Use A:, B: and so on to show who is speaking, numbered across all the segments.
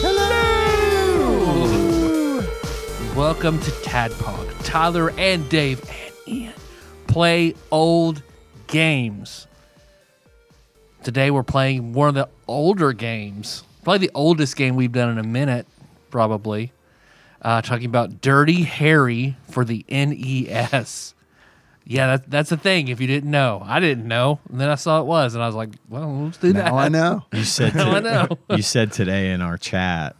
A: Hello. Welcome to Tadpog. Tyler and Dave and Ian play old games. Today we're playing one of the older games, probably the oldest game we've done in a minute, probably. Uh, talking about Dirty Harry for the NES. Yeah, that, that's the thing. If you didn't know, I didn't know. And then I saw it was, and I was like, well, let's do that.
B: Now I know.
C: You said to,
A: I know.
C: you said today in our chat,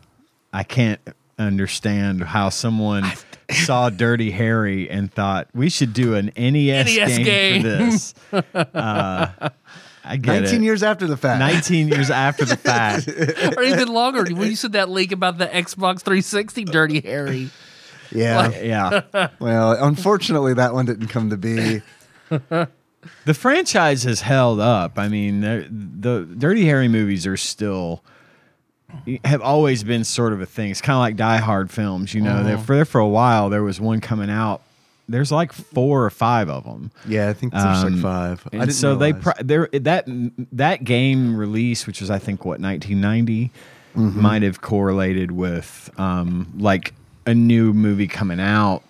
C: I can't understand how someone saw Dirty Harry and thought we should do an NES,
A: NES
C: game,
A: E game."
C: for this. Uh, I get
B: 19
C: it.
B: years after the fact.
C: 19 years after the fact.
A: or even longer. When you said that leak about the Xbox 360 Dirty Harry,
B: Yeah.
C: Yeah.
B: well, unfortunately, that one didn't come to be.
C: The franchise has held up. I mean, the, the Dirty Harry movies are still have always been sort of a thing. It's kind of like Die Hard films, you know.
B: Uh-huh.
C: They're for for a while, there was one coming out. There's like four or five of them.
B: Yeah, I think there's
C: Um,
B: like five. I
C: And
B: didn't
C: so they
B: realize.
C: pro- there that that game release, which was I think what 1990,
B: Mm-hmm.
C: might have correlated with um, like a new movie coming out.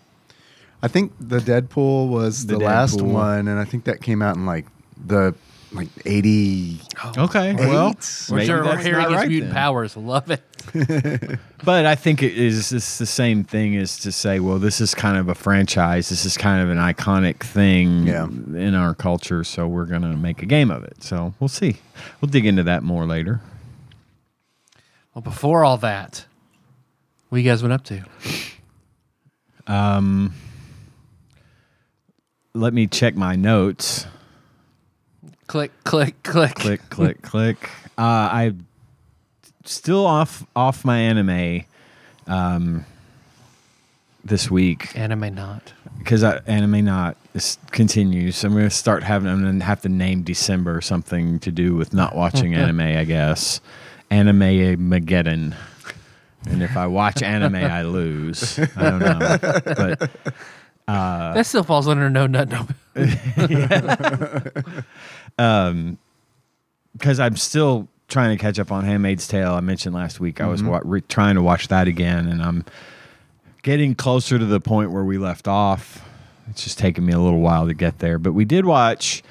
B: I think the Deadpool was the,
C: The
B: last
C: Deadpool.
B: one, and I think that came out in like the like 80.
C: Okay, well,
A: or
C: maybe
A: Dirty
C: that's
A: Harry gets
C: not right
A: mutant
C: then.
A: powers. Love it.
C: But I think it is it's the same thing as to say, well, this is kind of a franchise. This is kind of an iconic thing
B: Yeah.
C: in our culture, so we're going to make a game of it. So we'll see. We'll dig into that more later.
A: Well, before all that, what you guys went up to?
C: Let me check my notes.
A: Click, click, click.
C: Click, click, click. Uh, I'm still off off my anime um, this week.
A: Anime not.
C: because anime not is, continues. I'm going to start having. I'm going to have to name December something to do with not watching anime. I guess anime Mageddon. And if I watch anime, I lose. I don't know, but Uh,
A: that still falls under no nut no.
C: because I'm still trying to catch up on Handmaid's Tale. I mentioned last week I was
B: Mm-hmm.
C: wa- re- trying to watch that again, and I'm getting closer to the point where we left off. It's just taking me a little while to get there, but we did watch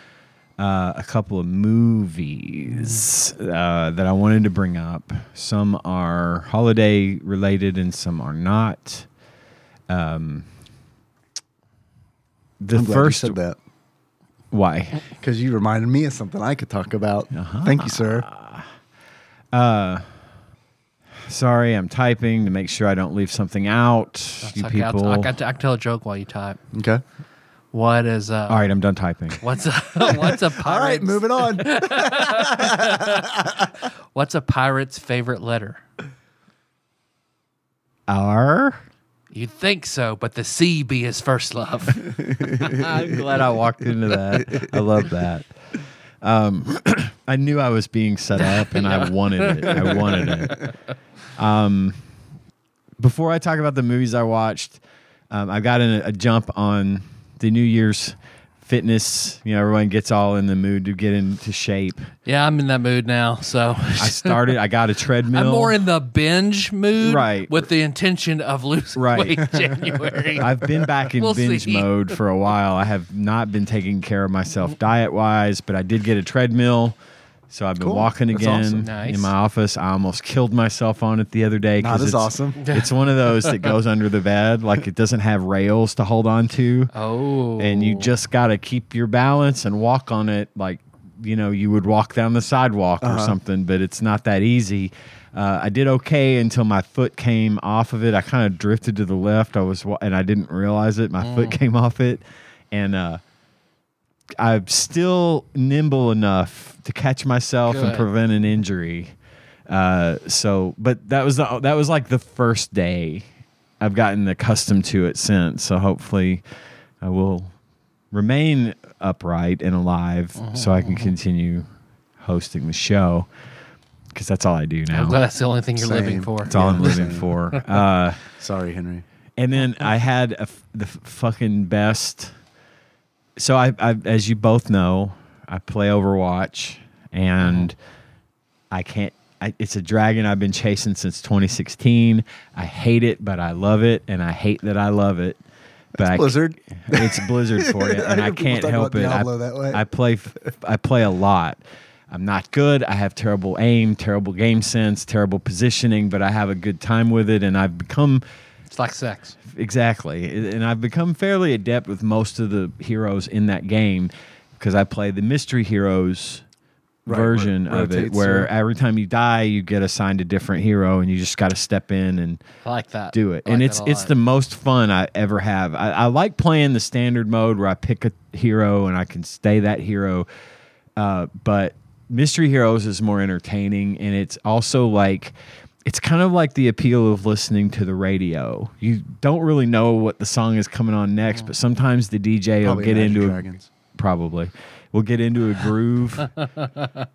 C: uh, a couple of movies uh, that I wanted to bring up. Some are holiday related, and some are not. Um, the
B: I'm glad
C: first
B: you said that
C: why
B: because you reminded me of something I could talk about.
C: Uh-huh.
B: Thank you, sir.
C: Sorry, I'm typing to make sure I don't leave something out. you
A: I can-
C: people.
A: I, can, I can tell a joke while you type.
B: Okay.
A: What is uh?
C: All right, I'm done typing.
A: What's a what's a pirate's,
B: All right, moving on.
A: What's a pirate's favorite letter?
C: R.
A: You'd think so, but the C be his first love.
C: I'm glad I walked into that. I love that. Um, I knew I was being set up, and I wanted it. I wanted it. Um, before I talk about the movies I watched, um, I got in a, a jump on the New Year's fitness. You know, everyone gets all in the mood to get into shape.
A: yeah, I'm in that mood now. So
C: I started. I got a treadmill.
A: I'm more in the binge mood,
C: Right.
A: With the intention of losing
C: Right.
A: weight in January.
C: I've been back in
A: We'll
C: binge
A: see.
C: mode for a while. I have not been taking care of myself diet wise, but I did get a treadmill. So I've been
B: Cool.
C: walking
B: That's
C: again
B: awesome.
A: Nice.
C: in my office. I almost killed myself on it the other day. 'cause
B: Not as
C: it's-
B: awesome.
C: It's one of those that goes under the bed, like it doesn't have rails to hold on to.
A: oh,
C: And you just got to keep your balance and walk on it like, you know, you would walk down the sidewalk or something, but it's not that easy. Uh, I did okay until my foot came off of it. I kind of drifted to the left. I was, wa- and I didn't realize it. My foot came off it. And, uh, I'm still nimble enough to catch myself and
A: Good.
C: prevent an injury. Uh, so, but that was the, that was like the first day. I've gotten accustomed to it since. So hopefully, I will remain upright and alive
A: Mm-hmm,
C: so I can continue hosting the show because that's all I do now.
A: I'm glad that's the only thing you're living
B: Same.
A: for.
C: That's all I'm
B: Yeah.
C: living for. Uh,
B: Sorry, Henry.
C: and then I had a f the f- fucking best. So I, I, as you both know, I play Overwatch, and I can't. I, it's a dragon I've been chasing since 2016. I hate it, but I love it, and I hate that I love it. But I c-
B: Blizzard.
C: it's Blizzard for you, and I
B: hear people
C: can't
B: talk
C: help
B: about
C: it. I,
B: Diablo that way.
C: I play, f- I play a lot. I'm not good. I have terrible aim, terrible game sense, terrible positioning, but I have a good time with it, and I've become
A: It's like sex.
C: exactly. And I've become fairly adept with most of the heroes in that game because I play the mystery heroes
B: Right, where it
C: version of it,
B: rotates
C: where
B: through.
C: every time you die, you get assigned a different hero, and you just got to step in and
A: I like that.
C: do it.
A: I like
C: and
A: that
C: it's
A: a
C: it's
A: lot.
C: the most fun I ever have. I, I like playing the standard mode where I pick a hero and I can stay that hero. Uh, but Mystery Heroes is more entertaining, and it's also like it's kind of like the appeal of listening to the radio. You don't really know what the song is coming on next, but sometimes the DJ will
B: Probably
C: get
B: Imagine
C: into a
B: Dragons.
C: probably. We'll get into a groove,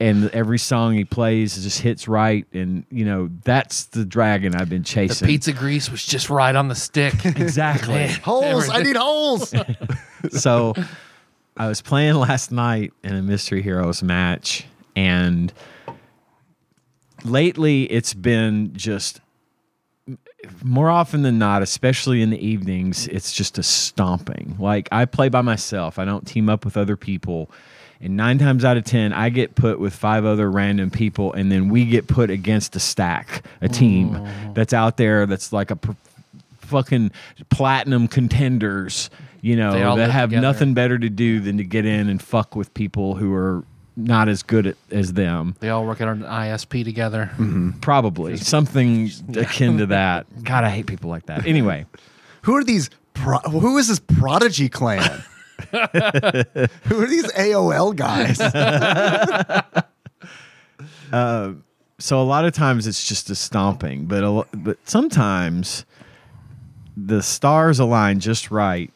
C: and every song he plays just hits right, and you know that's the dragon I've been
A: The
C: chasing.
A: pizza grease was just right on the stick.
C: Exactly.
B: Holes! I need holes.
C: so I was playing last night in a Mystery Heroes match, and lately it's been just more often than not, especially in the evenings, it's just a stomping. Like I play by myself, I don't team up with other people. And nine times out of 10, I get put with five other random people, and then we get put against a stack, a team that's out there that's like a pr- fucking platinum contenders, you
A: They all
C: know,
A: live
C: that have
A: together.
C: nothing better to do than to get in and fuck with people who are not as good at, as them
A: They all work at an ISP together.
C: Mm-hmm. probably something akin to that. God, I hate people like that. Anyway,
B: Who are these? Pro- who is this prodigy clan? who are these AOL guys?
C: so a lot of times it's just a stomping, but a, lo- but sometimes the stars align just right,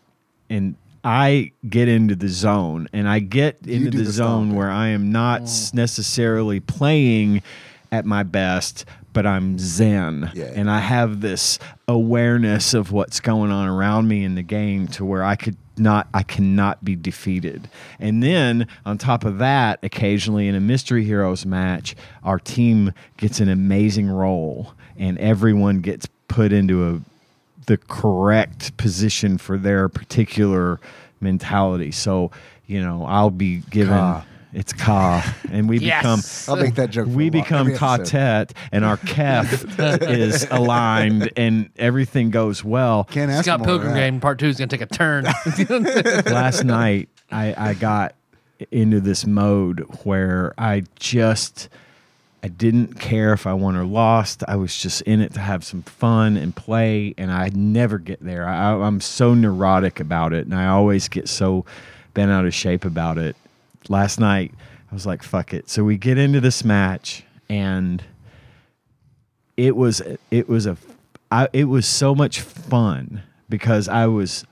C: and I get into the zone, and I get into
B: do
C: the,
B: the
C: zone
B: stomping. Mm.
C: where I am not s- necessarily playing at my best. But I'm zen,
B: Yeah.
C: and I have this awareness of what's going on around me in the game, to where I could not, I cannot be defeated. And then on top of that, occasionally in a mystery heroes match, our team gets an amazing role, and everyone gets put into a the correct position for their particular mentality. So you know, I'll be given.
B: Ka.
C: It's Ka, and we
A: Yes.
C: become
B: I'll make that joke. for
C: we
B: a lot-
C: become
B: every episode.
C: quartet and our kef is aligned and everything goes well
B: Can't ask
A: Scott
B: for more of
A: Pilgrim
B: that.
A: game part two is going to take a turn.
C: last night I, I got into this mode where I just I didn't care if I won or lost. I was just in it to have some fun and play, and I never get there. I, I'm so neurotic about it, and I always get so bent out of shape about it. Last night I was like, "Fuck it." So we get into this match, and it was it was a I, it was so much fun because I was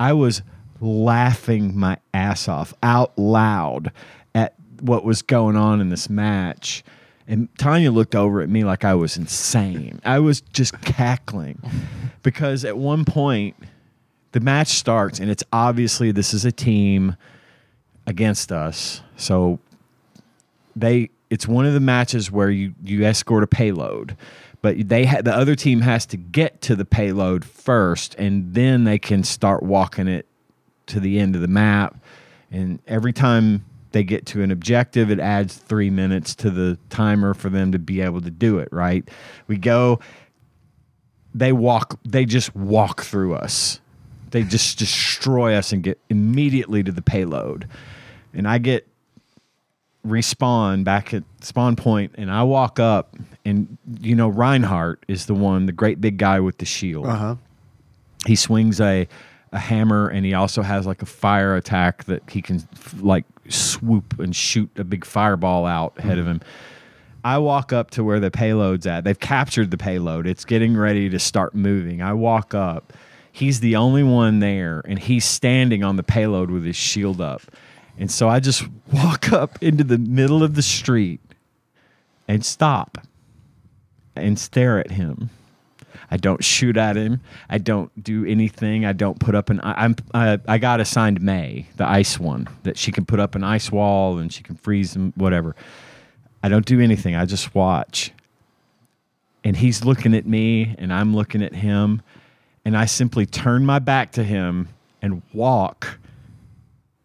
C: I was laughing my ass off out loud at what was going on in this match. And Tanya looked over at me like I was insane. I was just cackling because at one point the match starts and it's obviously this is a team against us. So they it's one of the matches where you you escort a payload but they ha- the other team has to get to the payload first and then they can start walking it to the end of the map and every time they get to an objective it adds 3 minutes to the timer for them to be able to do it right we go they walk they just walk through us they just destroy us and get immediately to the payload and i get respawn back at spawn point and I walk up and you know Reinhardt is the one the great big guy with the shield.
B: Uh-huh.
C: He swings a a hammer and he also has like a fire attack that he can f- like swoop and shoot a big fireball out ahead of him. I walk up to where the payload's at. They've captured the payload. It's getting ready to start moving. I walk up. He's the only one there, and he's standing on the payload with his shield up. And so I just walk up into the middle of the street and stop and stare at him. I don't shoot at him. I don't do anything. I don't put up an. I, I'm. I, I got assigned May, the ice one, that she can put up an ice wall and she can freeze him, whatever. I don't do anything. I just watch. And he's looking at me, and I'm looking at him, and I simply turn my back to him and walk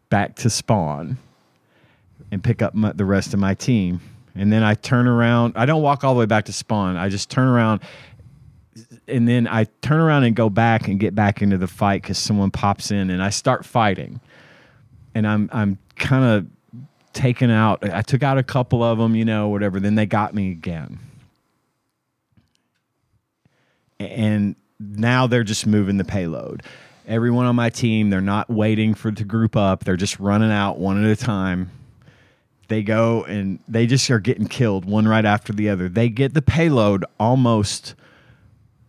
C: back to spawn and pick up my, the rest of my team. And then I turn around. I don't walk all the way back to spawn. I just turn around and then I turn around and go back and get back into the fight because someone pops in and I start fighting, and I'm I'm kind of taken out. I took out a couple of them, you know, whatever. Then they got me again, and now they're just moving the payload. Everyone on my team, they're not waiting for it to group up. They're just running out one at a time. They go and they just are getting killed one right after the other. They get the payload almost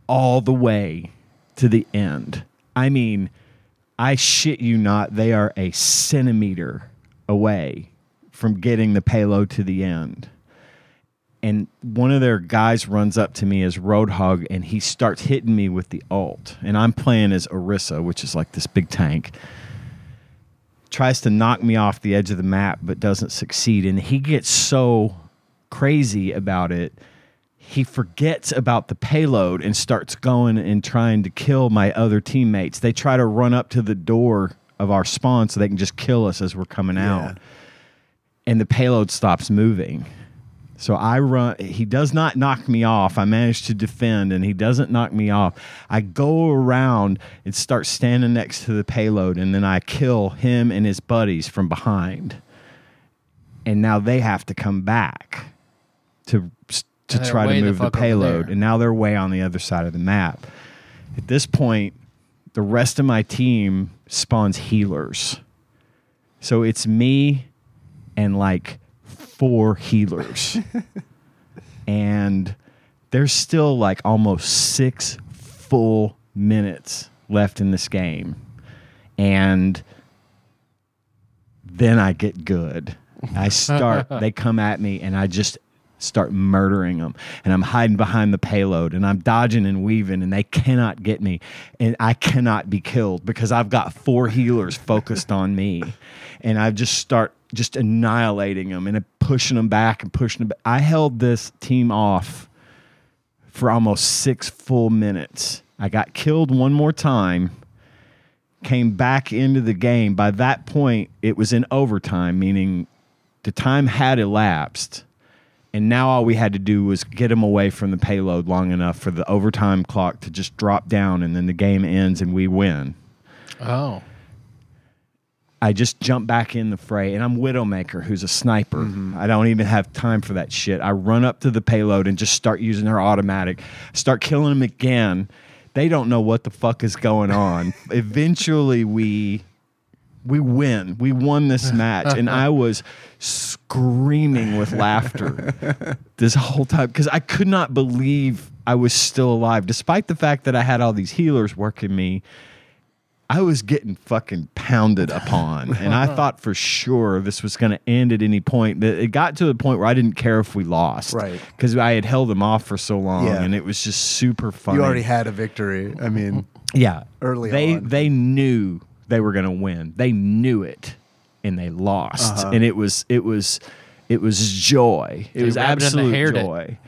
C: all the way to the end. I mean, I shit you not, they are a centimeter away from getting the payload to the end. And one of their guys runs up to me as Roadhog and he starts hitting me with the alt. And I'm playing as Orisa, which is like this big tank. Tries to knock me off the edge of the map, but doesn't succeed. And he gets so crazy about it he forgets about the payload and starts going and trying to kill my other teammates. They try to run up to the door of our spawn so they can just kill us as we're coming out. And the payload stops moving. So I run he does not knock me off. I manage to defend and he doesn't knock me off. I go around and start standing next to the payload and then I kill him and his buddies from behind. And now they have to come back to to
A: And they're
C: try
A: way
C: to
A: the
C: move the,
A: fuck over
C: payload,
A: there.
C: and now they're way on the other side of the map. At this point, the rest of my team spawns healers, so it's me and like four healers, and there's still like almost six full minutes left in this game, and then I get good. I start, they come at me, and I just start murdering them. And I'm hiding behind the payload, and I'm dodging and weaving, and they cannot get me. And I cannot be killed because I've got four healers focused on me. And I just start just annihilating them and pushing them back and pushing them back. I held this team off for almost six full minutes. I got killed one more time came back into the game. By that point, it was in overtime, meaning the time had elapsed. And now all we had to do was get them away from the payload long enough for the overtime clock to just drop down, and then the game ends and we win.
A: Oh.
C: I just jump back in the fray, and I'm Widowmaker, who's a sniper. I don't even have time for that shit. I run up to the payload and just start using her automatic, start killing them again. They don't know what the fuck is going on. Eventually, we we win. We won this match, and I was screaming with laughter this whole time because I could not believe I was still alive, despite the fact that I had all these healers working me. I was getting fucking pounded upon, and I thought for sure this was going to end at any point. But It got to a point where I didn't care if we lost,
B: Right.
C: Because I had held them off for so long,
B: Yeah.
C: and it was just super funny.
B: You already had a victory. I mean,
C: Yeah.
B: Early
C: they
B: on.
C: they knew they were going to win. They knew it and they lost.
B: Uh-huh.
C: And it was it was it was joy. It
A: They
C: was
A: rubbed it in the
C: absolute
A: hair to- er,
C: joy.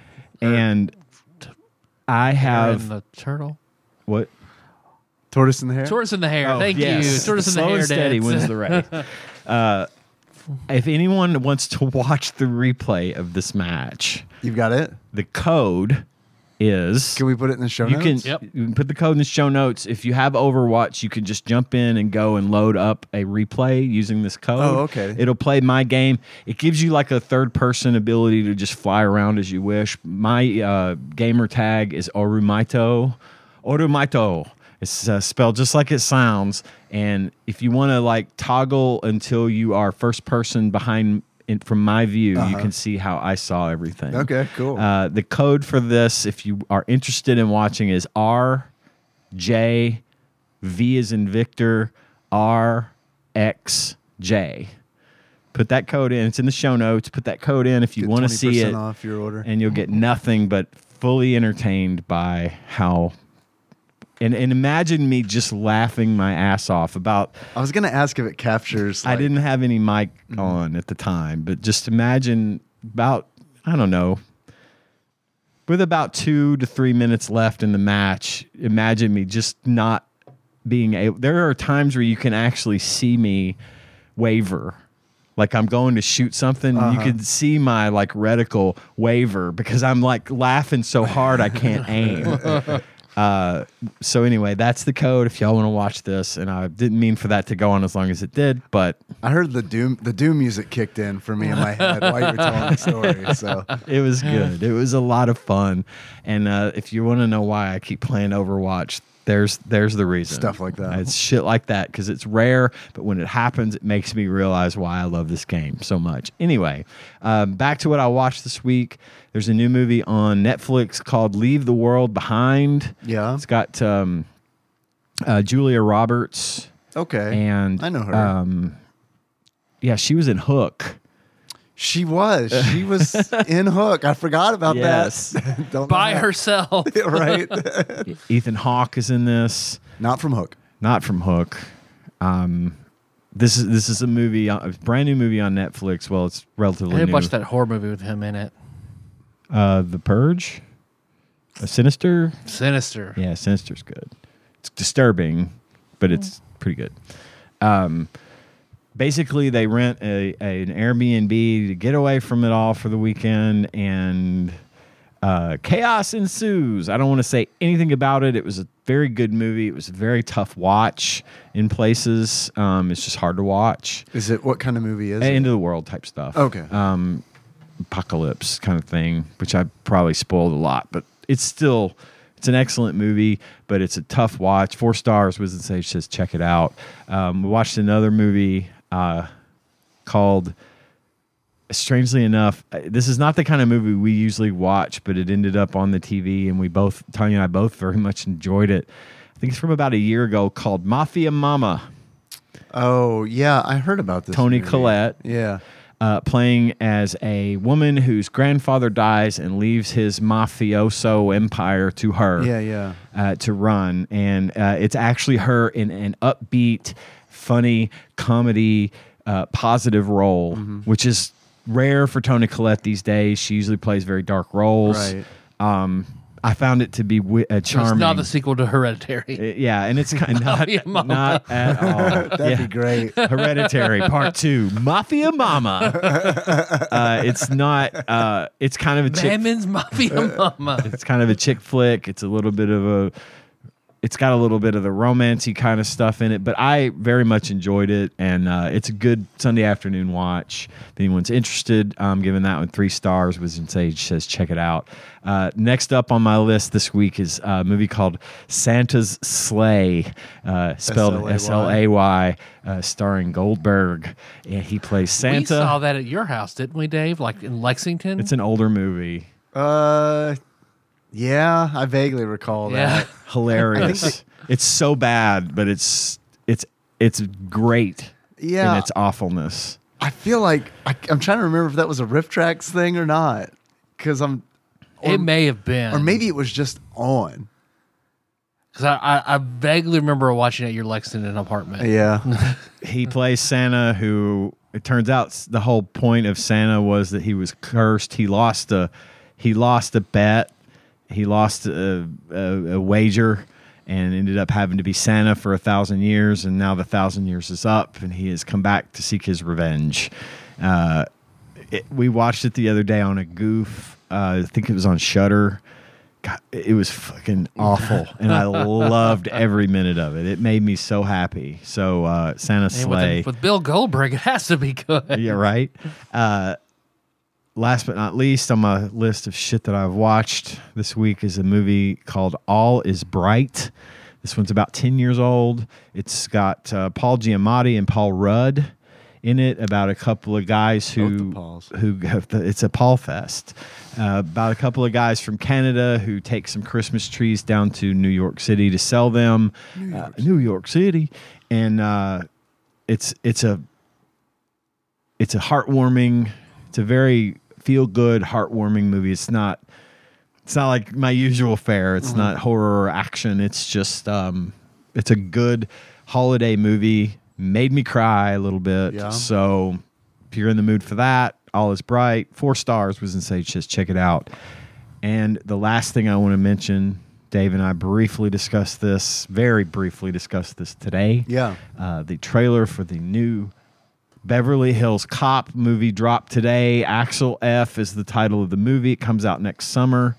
C: and I have
A: and the turtle.
C: what
B: tortoise in the hair.
A: Tortoise in the hair.
C: Oh,
A: Thank you.
C: yes.
A: Tortoise in the
C: Slow
A: hair.
C: and steady
A: dance.
C: wins the race. uh, if anyone wants to watch the replay of this match,
B: You've got it.
C: the code is
B: Can we put it in the show
C: you
B: notes?
C: can,
A: Yep.
C: you can put the code in the show notes. If you have Overwatch, you can just jump in and go and load up a replay using this code.
B: Oh, okay.
C: It'll play my game. It gives you like a third person ability to just fly around as you wish. My uh, gamer tag is Orumaito. Orumaito. It's uh, spelled just like it sounds. And if you want to like toggle until you are first person behind in, from my view,
B: Uh-huh.
C: you can see how I saw everything.
B: Okay, cool.
C: Uh, the code for this, if you are interested in watching, is R J V is in Victor R X J. Put that code in. It's in the show notes. Put that code in if you
B: Get
C: want to see
B: 20%
C: it,
B: off your order.
C: and you'll get nothing but fully entertained by how. And, and imagine me just laughing my ass off about
B: I was gonna ask if it captures.
C: I
B: like-
C: didn't have any mic on at the time, but just imagine about I don't know, with about two to three minutes left in the match. Imagine me just not being able. There are times where you can actually see me waver. Like I'm going to shoot something, you can see my like reticle waver because I'm like laughing so hard I can't aim. Uh, so anyway, that's the code if y'all want to watch this. And I didn't mean for that to go on as long as it did, but
B: I heard the doom. The doom music kicked in for me in my head while you were telling the story. So
C: it was good. It was a lot of fun. And uh, if you want to know why I keep playing Overwatch, there's there's the reason.
B: Stuff like that.
C: It's shit like that because it's rare, but when it happens, it makes me realize why I love this game so much. Anyway, um, back to what I watched this week. There's a new movie on Netflix called Leave the World Behind.
B: Yeah.
C: It's got um, uh, Julia Roberts.
B: okay,
C: and
B: I know her.
C: Um, yeah, she was in Hook.
B: she was. She was in Hook. I forgot about
C: Yes.
B: that. Don't know
A: by
B: that.
A: herself.
B: right?
C: Ethan Hawke is in this,
B: Not from Hook.
C: not from Hook. Um, this is this is a movie, uh, a brand new movie on Netflix. Well, it's
A: I
C: relatively
A: did
C: new.
A: watch that horror movie with him in it.
C: Uh, the Purge, a Sinister.
A: Sinister.
C: Yeah, Sinister's good. It's disturbing, but it's pretty good. Um, basically, they rent a, a- an Airbnb to get away from it all for the weekend, and uh, chaos ensues. I don't want to say anything about it. It was a very good movie. It was a very tough watch in places. Um, it's just hard to watch.
B: Is it what kind of movie is
C: End
B: it? Oh,
C: of the world type stuff
B: Okay.
C: apocalypse kind of thing, which I probably spoiled a lot, but it's still it's an excellent movie, but it's a tough watch. Four stars. Wisdom Sage says check it out. Um, we watched another movie uh, called. Strangely enough, uh, this is not the kind of movie we usually watch, but it ended up on the TV, and we both, Tanya and I, both very much enjoyed it. I think it's from about a year ago, called Mafia Mama.
B: oh yeah, I heard about this.
C: Toni
B: movie.
C: Collette
B: Yeah.
C: uh, playing as a woman whose grandfather dies and leaves his mafioso empire to her
B: Yeah. Yeah.
C: uh, to run. And uh, it's actually her in an upbeat, funny comedy, uh, positive role,
B: Mm-hmm.
C: which is rare for Toni Collette these days. She usually plays very dark roles.
B: Right.
C: Um, I found it to be wi- uh,
A: So It's
C: charming.
A: not the sequel to Hereditary.
C: Uh, yeah, and it's kind of not,
A: Mafia Mama.
C: not at all.
B: That'd be
C: Yeah.
B: great.
C: Hereditary Part Two, Mafia Mama. Uh, it's not. Uh, it's kind of a chick.
A: Mammon's Mafia Mama.
C: It's kind of a chick flick. It's a little bit of a. It's got a little bit of the romancy kind of stuff in it, but I very much enjoyed it, and uh, it's a good Sunday afternoon watch. If anyone's interested, I'm giving that one three stars. Wisdom Sage says check it out. Uh, next up on my list this week is a movie called Santa's Sleigh, uh, spelled
B: S
C: S
B: L A
C: L
B: Y.
C: A Y, uh, starring Goldberg, and he plays Santa.
A: We saw that at your house, didn't we, Dave? Like in Lexington.
C: It's an older movie,
B: Uh, yeah, I vaguely recall
A: yeah.
B: that.
C: hilarious. it's so bad, but it's it's it's great.
B: Yeah.
C: in its awfulness.
B: I feel like I, I'm trying to remember if that was a Riff Tracks thing or not, because I'm,
A: it may have been,
B: or
C: Um,
B: maybe it was just on.
A: because I, I, I vaguely remember watching it at your Lexington apartment.
C: Uh,
B: Yeah,
C: He plays Santa, who it turns out s- the whole point of Santa was that he was cursed. He lost a he lost a bet. He lost a, a, a wager and ended up having to be Santa for a thousand years. And now the thousand years is up, and he has come back to seek his revenge. Uh, it, we watched it the other day on a goof. Uh, I think it was on Shutter. God, it was fucking awful, and I loved every minute of it. It made me so happy. So uh, Santa
A: And with,
C: Sleigh,
A: with Bill Goldberg, it has to be good.
C: yeah, right. Uh, last but not least, on my list of shit that I've watched this week is a movie called All Is Bright. This one's about ten years old. It's got uh, Paul Giamatti and Paul Rudd. in it about a couple of guys
B: Both
C: who
B: the Pauls.
C: who it's a Paul fest uh, about a couple of guys from Canada who take some Christmas trees down to New York City to sell them. New York, uh, New York City, and uh, it's it's a it's a heartwarming. It's a very feel good, heartwarming movie. It's not it's not like my usual fare. It's not horror or action. It's just um, it's a good holiday movie. Made me cry a little bit.
B: Yeah.
C: So if you're in the mood for that, all is bright. Four stars was in Sage. Just check it out. And the last thing I want to mention, Dave and I briefly discussed this, very briefly discussed this today.
B: Yeah.
C: Uh, the trailer for the new Beverly Hills Cop movie dropped today. Axel F is the title of the movie. It comes out next summer,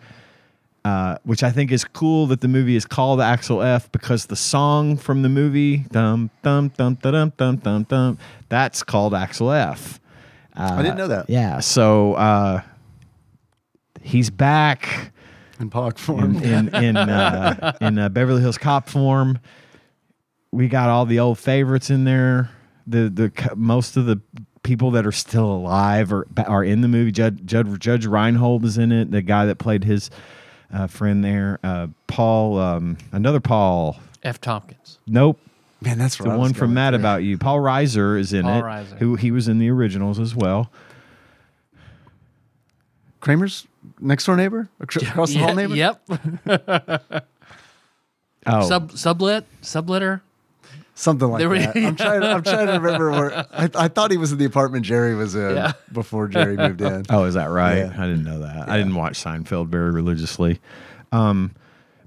C: uh, which I think is cool that the movie is called Axel F because the song from the movie, dum dum dum dum dum dum dum, that's called Axel F. Uh,
B: didn't know that.
C: Yeah, so uh, he's back
B: in pog form.
C: in in in, uh, in uh, Beverly Hills Cop form. We got all the old favorites in there. The the co- most of the people that are still alive are are in the movie. Judge Judge, Judge Reinhold is in it. The guy that played his uh, friend there, uh, Paul. Um, another Paul.
A: F. Tompkins.
C: Nope.
B: Man, that's
C: The one from Mad
B: Matt.
C: About You. Paul Reiser is in
A: Paul
C: it.
A: Reiser.
C: Who he was in the originals as well.
B: Kramer's next door neighbor, Ac- across the hall
A: Yeah,
B: neighbor.
A: Yep.
C: Oh,
A: Sub sublet subletter.
B: something like
A: There we-
B: that. I'm trying. I'm trying to remember where. I, I thought he was in the apartment Jerry was in
A: Yeah.
B: before Jerry moved in.
C: Oh, is that right?
B: Yeah.
C: I didn't know that. I didn't watch Seinfeld very religiously. Um,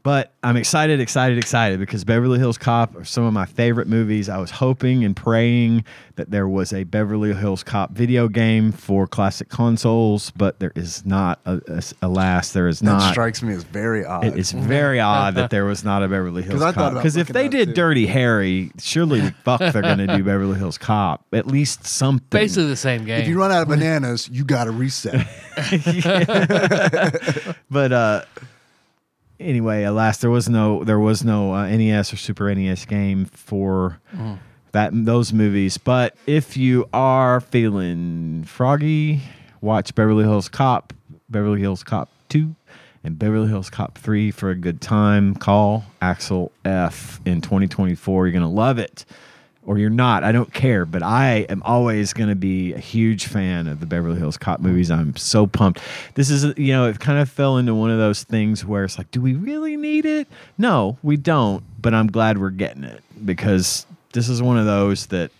C: but I'm excited, excited, excited because Beverly Hills Cop are some of my favorite movies. I was hoping and praying that there was a Beverly Hills Cop video game for classic consoles, but there is not. A, a- alas, there is
B: That
C: not.
B: strikes me as very odd.
C: It is very odd that there was not a Beverly Hills
B: 'Cause I thought
C: Cop.
B: about
C: Because if
B: looking
C: they
B: up,
C: did
B: too.
C: Dirty Harry, surely the fuck they're going to do Beverly Hills Cop. At least something.
A: Basically the same game.
B: If you run out of bananas, you got to reset.
C: but uh anyway alas there was no there was no uh, nes or super nes game for that those movies but if you are feeling froggy watch beverly hills cop beverly hills cop 2 and beverly hills cop 3 for a good time call axel f in 2024 you're gonna love it or you're not i don't care but i am always going to be a huge fan of the beverly hills cop movies i'm so pumped this is you know it kind of fell into one of those things where it's like do we really need it no we don't but i'm glad we're getting it because this is one of those that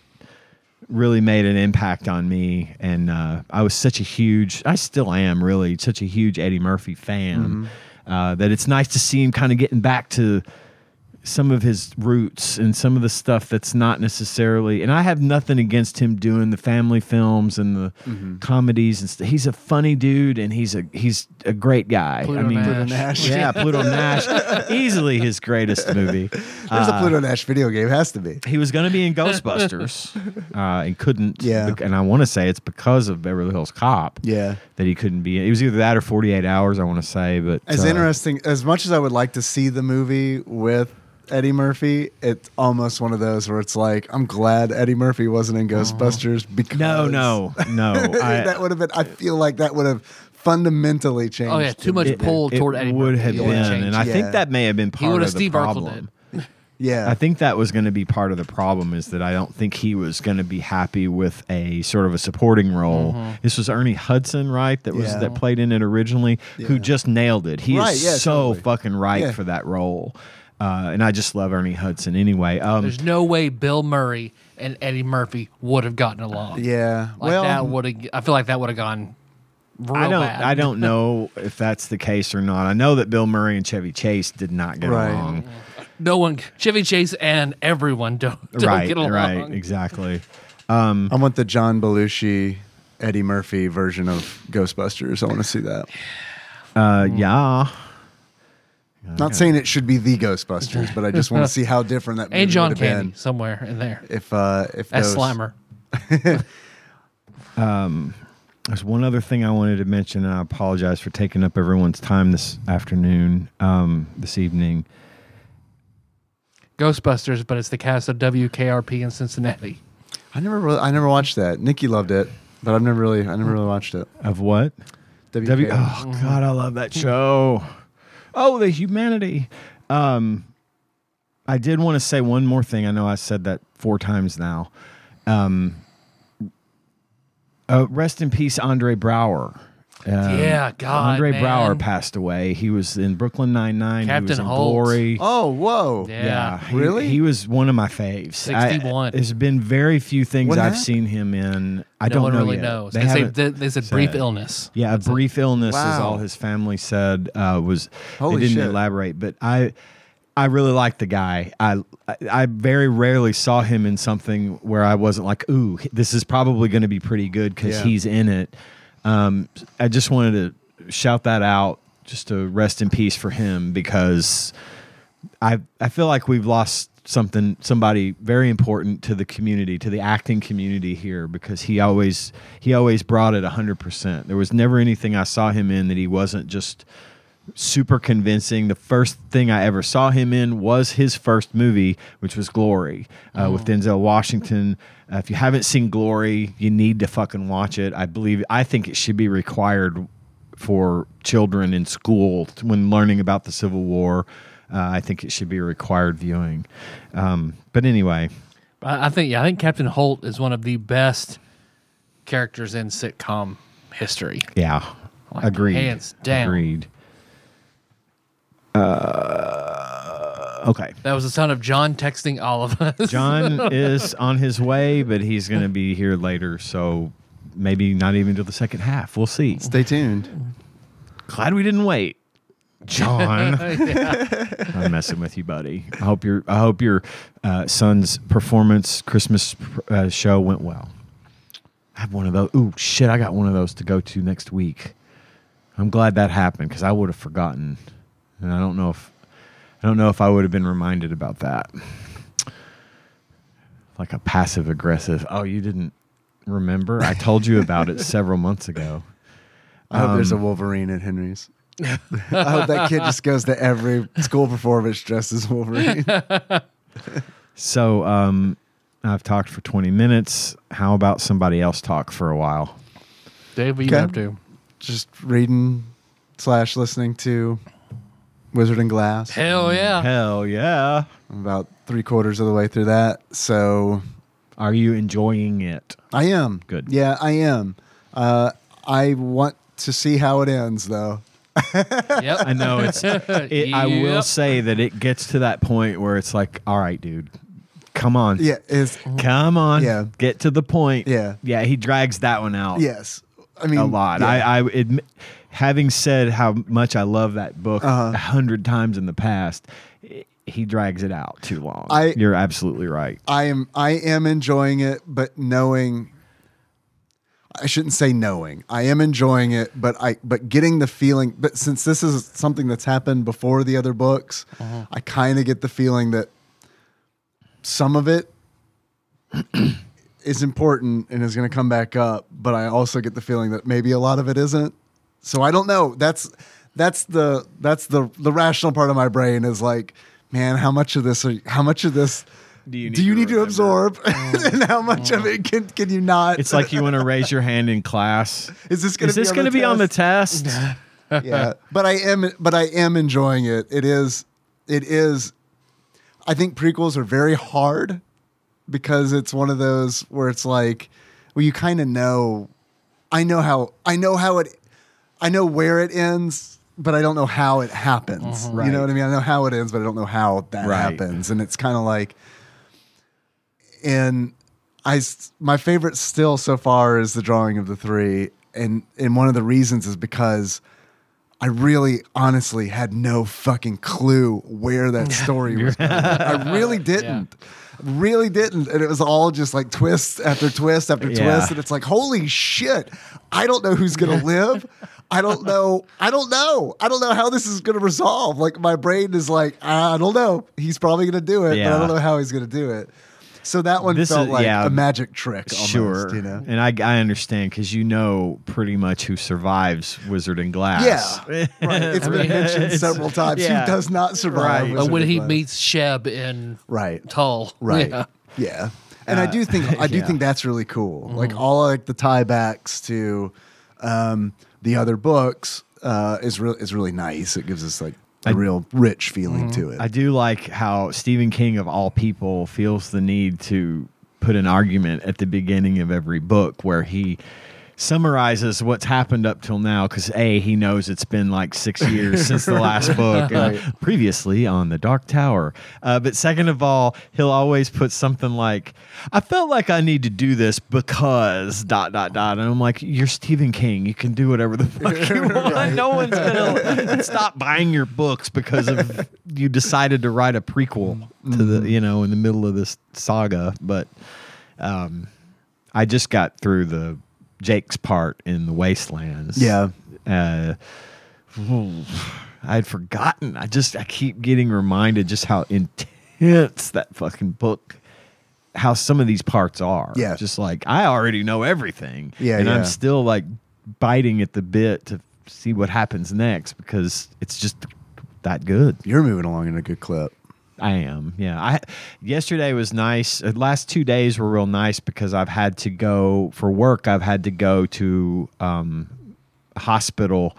C: really made an impact on me and uh, i was such a huge i still am really such a huge eddie murphy fan uh, that it's nice to see him kind of getting back to some of his roots and some of the stuff that's not necessarily and I have nothing against him doing the family films and the comedies and stuff. He's a funny dude and he's a he's a great guy.
A: Pluto
C: I mean
A: Nash.
C: Yeah, Pluto Nash. Easily his greatest movie.
B: There's
C: Uh,
B: a Pluto Nash video game. Has to be.
C: He was going to be in Ghostbusters uh, and couldn't.
B: Yeah.
C: bec- And I want to say it's because of Beverly Hills Cop
B: Yeah.
C: that he couldn't be. in. It was either that or 48 Hours, I want to say. But
B: As
C: uh,
B: interesting as much as I would like to see the movie with Eddie Murphy, it's almost one of those where it's like, I'm glad Eddie Murphy wasn't in Ghostbusters because
C: No, no, no. I-
B: that would have been. I feel like that would have fundamentally changed.
A: Oh yeah,
B: the
A: too much
B: movie.
A: pull toward Eddie.
C: would
A: Murphy.
C: have
A: It
C: been,
A: would've changed.
C: and I
B: Yeah.
C: think that may have been part
A: would've
C: of the
A: Steve Urkel'd
C: problem.
A: it.
B: Yeah,
C: I think that was going to be part of the problem is that I don't think he was going to be happy with a sort of a supporting role.
A: Mm-hmm.
C: This was Ernie Hudson, right? That was
B: Yeah.
C: that played in it originally, who
B: Yeah.
C: just nailed it. He
B: Right,
C: is
B: yeah,
C: so
B: totally.
C: fucking right
B: Yeah.
C: for that role, uh, and I just love Ernie Hudson anyway. Um,
A: There's no way Bill Murray and Eddie Murphy would have gotten along.
B: yeah.
A: Like
B: well,
A: that would have. I feel like that would have gone. Real
C: I don't.
A: Bad.
C: I don't know if that's the case or not. I know that Bill Murray and Chevy Chase did not get
B: Right.
C: along.
A: No one. Chevy Chase and everyone don't, don't
C: right.
A: get along.
C: Right. Exactly.
B: I want the John Belushi, Eddie Murphy version of Ghostbusters. I want to see that.
C: Uh,
A: Mm.
C: yeah.
B: Not saying it should be the Ghostbusters, but I just want to see how different that movie
A: And John
B: would have
A: Candy
B: been
A: somewhere in there
B: if uh, if
A: as
B: those-
A: Slimer.
C: There's one other thing I wanted to mention, and I apologize for taking up everyone's time this afternoon, um, this evening.
A: Ghostbusters, but it's the cast of WKRP in Cincinnati.
B: I never, really, I never watched that. Nikki loved it, but I've never really, I never really watched it.
C: Of what? W-
B: WKO.
C: oh
A: Mm-hmm.
C: God, I love that show. Oh, the humanity. Um, I did want to say one more thing. I know I said that four times now. Um, uh, rest in peace, Andre Brower. Um,
A: Yeah, God,
C: Andre
A: man.
C: Brower passed away. He was in Brooklyn Nine Nine. he was
A: Captain
C: in
A: Holt.
C: Glory.
B: Oh, whoa!
A: Yeah.
C: Yeah, he-
B: Really?
C: He, was one of my faves.
A: 61.
C: I, there's been very few things
B: What
C: I've
B: happened?
C: seen him in. I
A: no
C: don't
A: one
C: know
A: really
C: yet.
A: knows.
C: They
A: They, say,
C: haven't-
A: they, they said brief
C: said.
A: illness.
C: yeah, a brief illness is
B: Wow.
C: all his family said uh, was.
B: Holy
C: they didn't
B: shit.
C: elaborate, but I, I really liked the guy. I, I, I very rarely saw him in something where I wasn't like, "Ooh, this is probably going to be pretty good" because
B: Yeah.
C: he's in it. Um, I just wanted to shout that out, just to rest in peace for him because I, I feel like we've lost something, somebody very important to the community, to the acting community here, because he always, he always brought it hundred percent. There was never anything I saw him in that he wasn't just super convincing. The first thing I ever saw him in was his first movie, which was Glory uh,
A: Oh.
C: with Denzel Washington. Uh, if you haven't seen Glory, you need to fucking watch it. I believe I think it should be required for children in school t- when learning about the Civil War. Uh, I think it should be a required viewing. Um, but anyway,
A: I, I think yeah, I think Captain Holt is one of the best characters in sitcom history.
C: yeah,
A: Like,
C: agreed.
A: hands down.
C: Agreed. Uh, okay.
A: That was the sound of John texting all of us.
C: John is on his way, but he's going to be here later. So maybe not even till the second half. We'll see.
B: Stay tuned.
C: Glad we didn't wait. John, I'm messing with you, buddy. I hope your I hope your uh, son's performance Christmas uh, show went well. I have one of those. Ooh, shit! I got one of those to go to next week. I'm glad that happened because I would have forgotten, and I don't know if I don't know if I would have been reminded about that. Like a passive aggressive. Oh, you didn't remember? I told you about it several months ago.
B: I hope
C: Um,
B: there's a Wolverine at Henry's. I hope that kid just goes to every school performance dressed as Wolverine.
C: So um, I've talked for 20 minutes. How about somebody else talk for a while?
A: Dave, what you
B: Okay.
A: up to?
B: just reading slash listening to Wizard and Glass.
A: Hell yeah.
C: Hell yeah.
B: I'm about three quarters of the way through that. So
C: Are you enjoying it?
B: I am.
C: Good.
B: Yeah, I am. Uh, I want to see how it ends, though.
A: Yep.
C: I know it's. It, I will
A: Yep.
C: say that it gets to that point where it's like, all right, dude, come on,
B: Yeah, is
C: come on,
B: Yeah.
C: get to the point.
B: Yeah.
C: yeah. He drags that one out.
B: yes. I mean
C: a lot.
B: yeah.
C: I, I admit, having said how much I love that book a
B: Uh-huh.
C: hundred times in the past, i- he drags it out too long.
B: I-
C: You're absolutely right.
B: I am I am enjoying it, but knowing I shouldn't say knowing. I am enjoying it, but I but getting the feeling but since this is something that's happened before the other books, I kind of get the feeling that some of it is important and is going to come back up, but I also get the feeling that maybe a lot of it isn't. So I don't know. That's that's the that's the the rational part of my brain is like, man, how much of this are how much of this do you need, to, Uh-huh.
C: remember?
B: absorb, and how much of it can can you not?
C: It's like you want to raise your hand in class.
B: Is this gonna
C: Is this
B: be on
C: going to
B: the
C: be on the test?
B: yeah, but I am but I am enjoying it. It is it is. I think prequels are very hard because it's one of those where it's like, well, you kind of know. I know how I know how it. I know where it ends, but I don't know how it happens. You know what I mean? I know how it ends, but I don't know how that
C: Right.
B: happens. And it's kind of like, and I s- my favorite still so far is the drawing of the three, and and one of the reasons is because I really honestly had no fucking clue where that story was going. I really didn't. Really didn't. And it was all just like twist after twist after
C: Yeah.
B: twist. And it's like, holy shit, I don't know who's gonna live. I don't know. I don't know. I don't know how this is gonna resolve. Like my brain is like, "Ah, I don't know. He's probably gonna do it, but
C: Yeah.
B: I don't know how he's gonna do it. So that one
C: This
B: felt
C: is-
B: like
C: yeah.
B: a magic trick almost,
C: Sure.
B: you know.
C: And I, I understand because you know pretty much who survives Wizard and Glass.
B: Yeah. right. It's been mentioned
C: It's-
B: several times.
C: yeah.
B: He does not survive.
C: Right.
A: Uh,
B: Wizard
A: when
B: of
A: he
B: Oz.
A: meets Sheb in
B: Right.
A: Tull.
B: Right.
A: Yeah.
B: Yeah. and I do think I do think that's really cool. Like all like the tiebacks to um, the other books uh, is real is really nice. It gives us like a real rich feeling to it.
C: I do like how Stephen King, of all people, feels the need to put an argument at the beginning of every book where he summarizes what's happened up till now because a he knows it's been like six years since the last book uh, previously on the dark tower uh, but second of all he'll always put something like i felt like i need to do this because dot dot dot and i'm like you're stephen king you can do whatever the fuck you want no one's gonna stop buying your books because of you decided to write a prequel to
B: Mm-hmm.
C: the you know in the middle of this saga but um I just got through the Jake's part in the Wastelands.
B: Yeah.
C: Uh, I'd forgotten. I just I keep getting reminded just how intense that fucking book how some of these parts are.
B: Yeah.
C: Just like I already know everything.
B: Yeah,
C: And
B: yeah.
C: I'm still like biting at the bit to see what happens next because it's just that good.
B: You're moving along in a good clip.
C: I am. Yeah. I yesterday was nice. The last two days were real nice because I've had to go for work. I've had to go to um, a hospital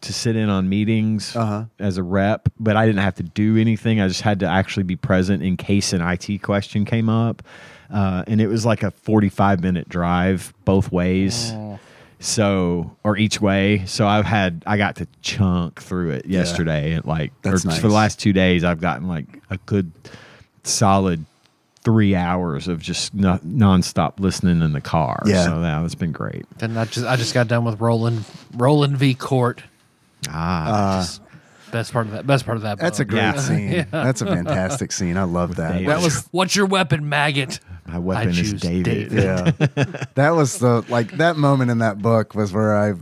C: to sit in on meetings
B: Uh-huh.
C: as a rep, but I didn't have to do anything. I just had to actually be present in case an IT question came up, uh, and it was like a forty-five minute drive both ways. So, or each way. So I've had, I got to chunk through it yesterday at like
B: That's
C: or for the
B: nice.
C: last two days, I've gotten like a good solid three hours of just no, nonstop listening in the car.
B: Yeah.
C: So that, that's been great.
A: Then I just I just got done with Roland Roland v Court. Uh,
C: Ah,
A: Just best part of that. Best part of that.
B: That's a
A: book.
B: great
C: yeah.
B: scene. That's a fantastic scene. I love that.
C: David.
A: Oh, That was what's your weapon, maggot?
C: my weapon is
A: choose
C: David.
B: yeah. that was the like that moment in that book was where I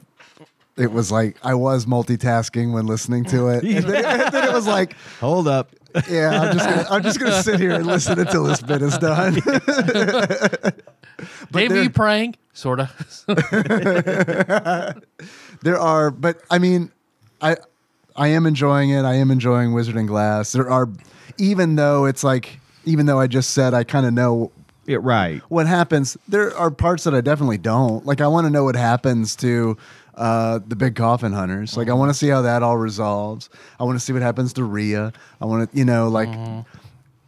B: it was like I was multitasking when listening to it. And then, and then it was like,
C: Hold up.
B: yeah, I'm just gonna, I'm just gonna sit here and listen until this bit is done.
A: David,
B: they're-
A: you praying? Sorta.
B: there are but i mean i i am enjoying it i am enjoying wizard and glass there are even though it's like even though i just said i kind of know
C: Yeah, right.
B: what happens there are parts that i definitely don't like i want to know what happens to uh, the big coffin hunters like i want to see how that all resolves i want to see what happens to Rhea. i want to you know like
C: Mm-hmm.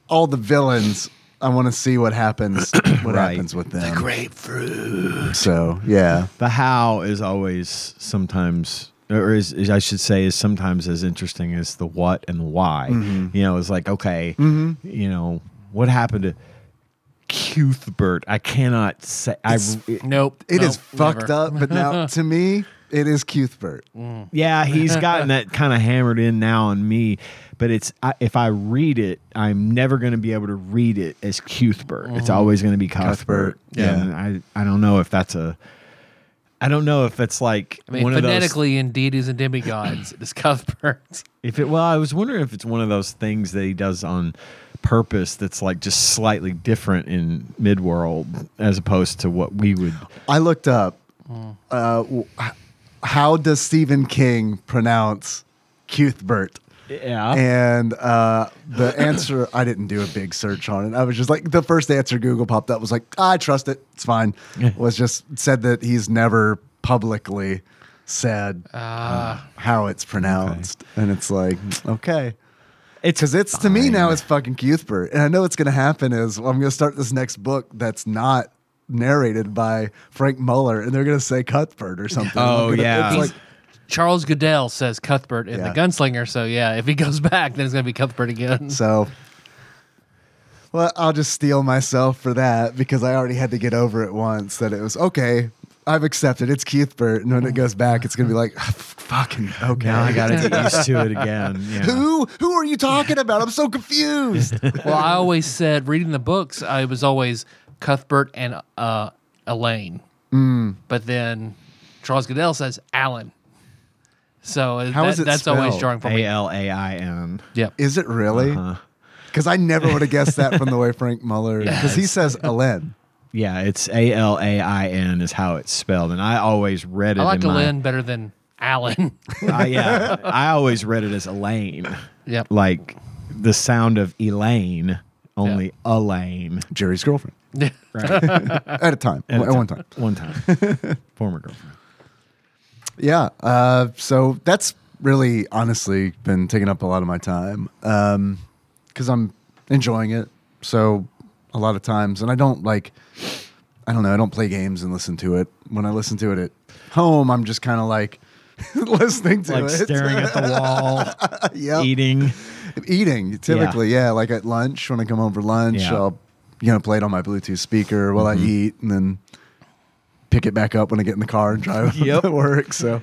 B: all the villains i want to see what happens what
C: Right.
B: happens with them
A: Grapefruit.
B: so yeah
C: The how is always sometimes, or is, is I should say, is sometimes as interesting as the what and the why. You know, it's like okay, you know, what happened to Cuthbert? I cannot say. I
A: Nope.
B: It
A: nope,
B: is fucked
A: never.
B: up, but now to me, it is Cuthbert.
C: Mm. Yeah, he's gotten that kind of hammered in now on me. But it's I, if I read it, I'm never going to be able to read it as Cuthbert. It's always going to be
B: Cuthbert,
C: Cuthbert.
B: yeah.
C: and I I don't know if that's a. I don't know if it's like
A: I mean,
C: one of those.
A: phonetically, in deities and demigods, it is Cuthbert.
C: If it well, I was wondering if it's one of those things that he does on purpose. That's like just slightly different in Midworld as opposed to what we would.
B: I looked up
C: Mm.
B: uh, w- h- how does Stephen King pronounce Cuthbert?
C: Yeah.
B: And uh, the answer, I didn't do a big search on it. I was just like, the first answer Google popped up was like, I trust it. It's fine. Was just said that he's never publicly said
C: Ah.
B: uh, how it's pronounced. And it's like, okay.
C: it's
B: Because it's to me now, it's fucking Cuthbert, and I know what's going to happen is I'm going to start this next book that's not narrated by Frank Muller, and they're going to say Cuthbert or something.
C: Oh,
B: It's
C: yeah.
B: like,
A: Charles Goodell says Cuthbert in
B: Yeah.
A: The Gunslinger. So yeah, if he goes back, then it's gonna be Cuthbert again.
B: so. Well, I'll just steal myself for that because I already had to get over it once that it was okay. I've accepted it's Cuthbert, and when it goes back, it's going to be like "Ah, fucking okay.
C: now I got to get used to it again. Yeah.
B: who who are you talking about? I'm so confused.
A: well, I always said reading the books, I was always Cuthbert and uh, Elaine.
B: Mm.
A: But then Charles Goodell says Alan. So uh,
B: How
A: that-
B: is it
A: that's always
B: spelled?
A: jarring for
C: A
A: me.
C: L A I N.
A: Yep.
B: Is it really?
C: Uh-huh.
B: Because I never would have guessed that from the way Frank Muller. Because he says Alen.
C: Yeah, it's A L A I N is how it's spelled, and I always read it.
A: I like
C: in my-
A: Elaine better than Alan.
C: I- yeah, I always read it as Elaine,
A: yep.
C: like the sound of Elaine Only Elaine.
B: Jerry's girlfriend at a time, at one time.
C: One time. Former girlfriend.
B: Yeah. Uh, so that's really honestly been taking up a lot of my time because I'm enjoying it. So a lot of times, and I don't like, I don't know, I don't play games and listen to it. When I listen to it at home, I'm just kind of like listening to
C: Like
B: it.
C: staring at the wall,
B: Yep.
C: eating.
B: Eating typically, yeah. Like at lunch, when I come home for lunch,
C: Yeah. Mm-hmm.
B: I'll you know play it on my Bluetooth speaker while I eat, and then pick it back up when I get in the car and drive
C: Yep.
B: to work. So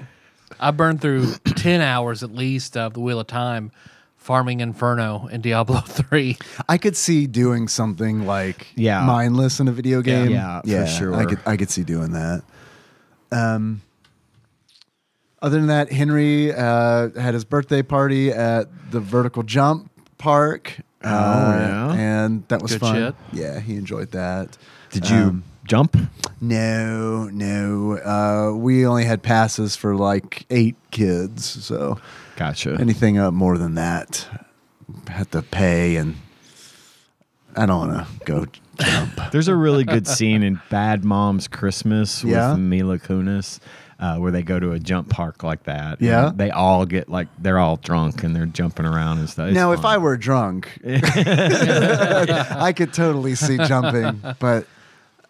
A: I burned through 10 hours at least of the Wheel of Time farming Inferno in Diablo 3.
B: I could see doing something like
C: Yeah.
B: mindless in a video game.
C: Yeah, for sure.
B: I could I could see doing that. Um other than that, Henry uh, had his birthday party at the Vertical Jump Park. Oh,
C: yeah.
B: And that was
A: Good
B: fun.
A: shit.
B: Yeah, he enjoyed that.
C: Did you
B: Um,
C: jump?
B: no, no. Uh, we only had passes for like eight kids. So
C: Gotcha.
B: anything up more than that had to pay and i don't want to go jump
C: There's a really good scene in Bad Mom's Christmas
B: Yeah.
C: with Mila Kunis. Uh, where they go to a jump park like that.
B: Yeah.
C: And They all get like, they're all drunk and they're jumping around and stuff. It's
B: now if
C: fun.
B: i were drunk i could totally see jumping but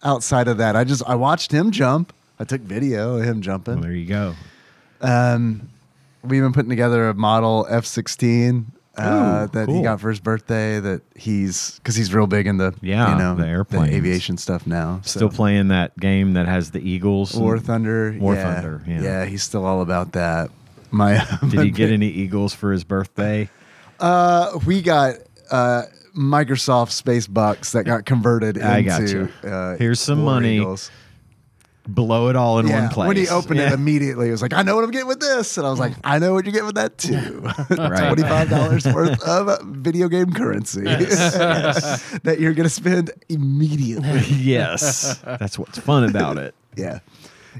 B: outside of that i just i watched him jump i took video of him
C: Well,
B: jumping
C: there you go.
B: we've been putting together a model f-16 uh,
C: Ooh,
B: that he
C: cool.
B: got for his birthday that he's because he's real big into
C: Yeah,
B: you know
C: the airplanes.
B: aviation stuff now so.
C: Still playing that game that has the Eagles. and-
B: War Thunder.
C: War
B: yeah.
C: Thunder, yeah.
B: Yeah. he's still all about that. My,
C: Did he get any Eagles for his birthday?
B: Uh, we got uh, Microsoft Space Bucks that got converted into.
C: I got you.
B: Uh,
C: Here's some
B: War
C: money
B: Eagles.
C: Blow it all in
B: Yeah,
C: one place.
B: When he opened
C: Yeah.
B: it immediately, it was like, I know what I'm getting with this. And I was like, I know what you get with that too.
C: Right.
B: $25 worth of video game currency that you're going to spend immediately.
C: yes, that's what's fun about it.
B: yeah.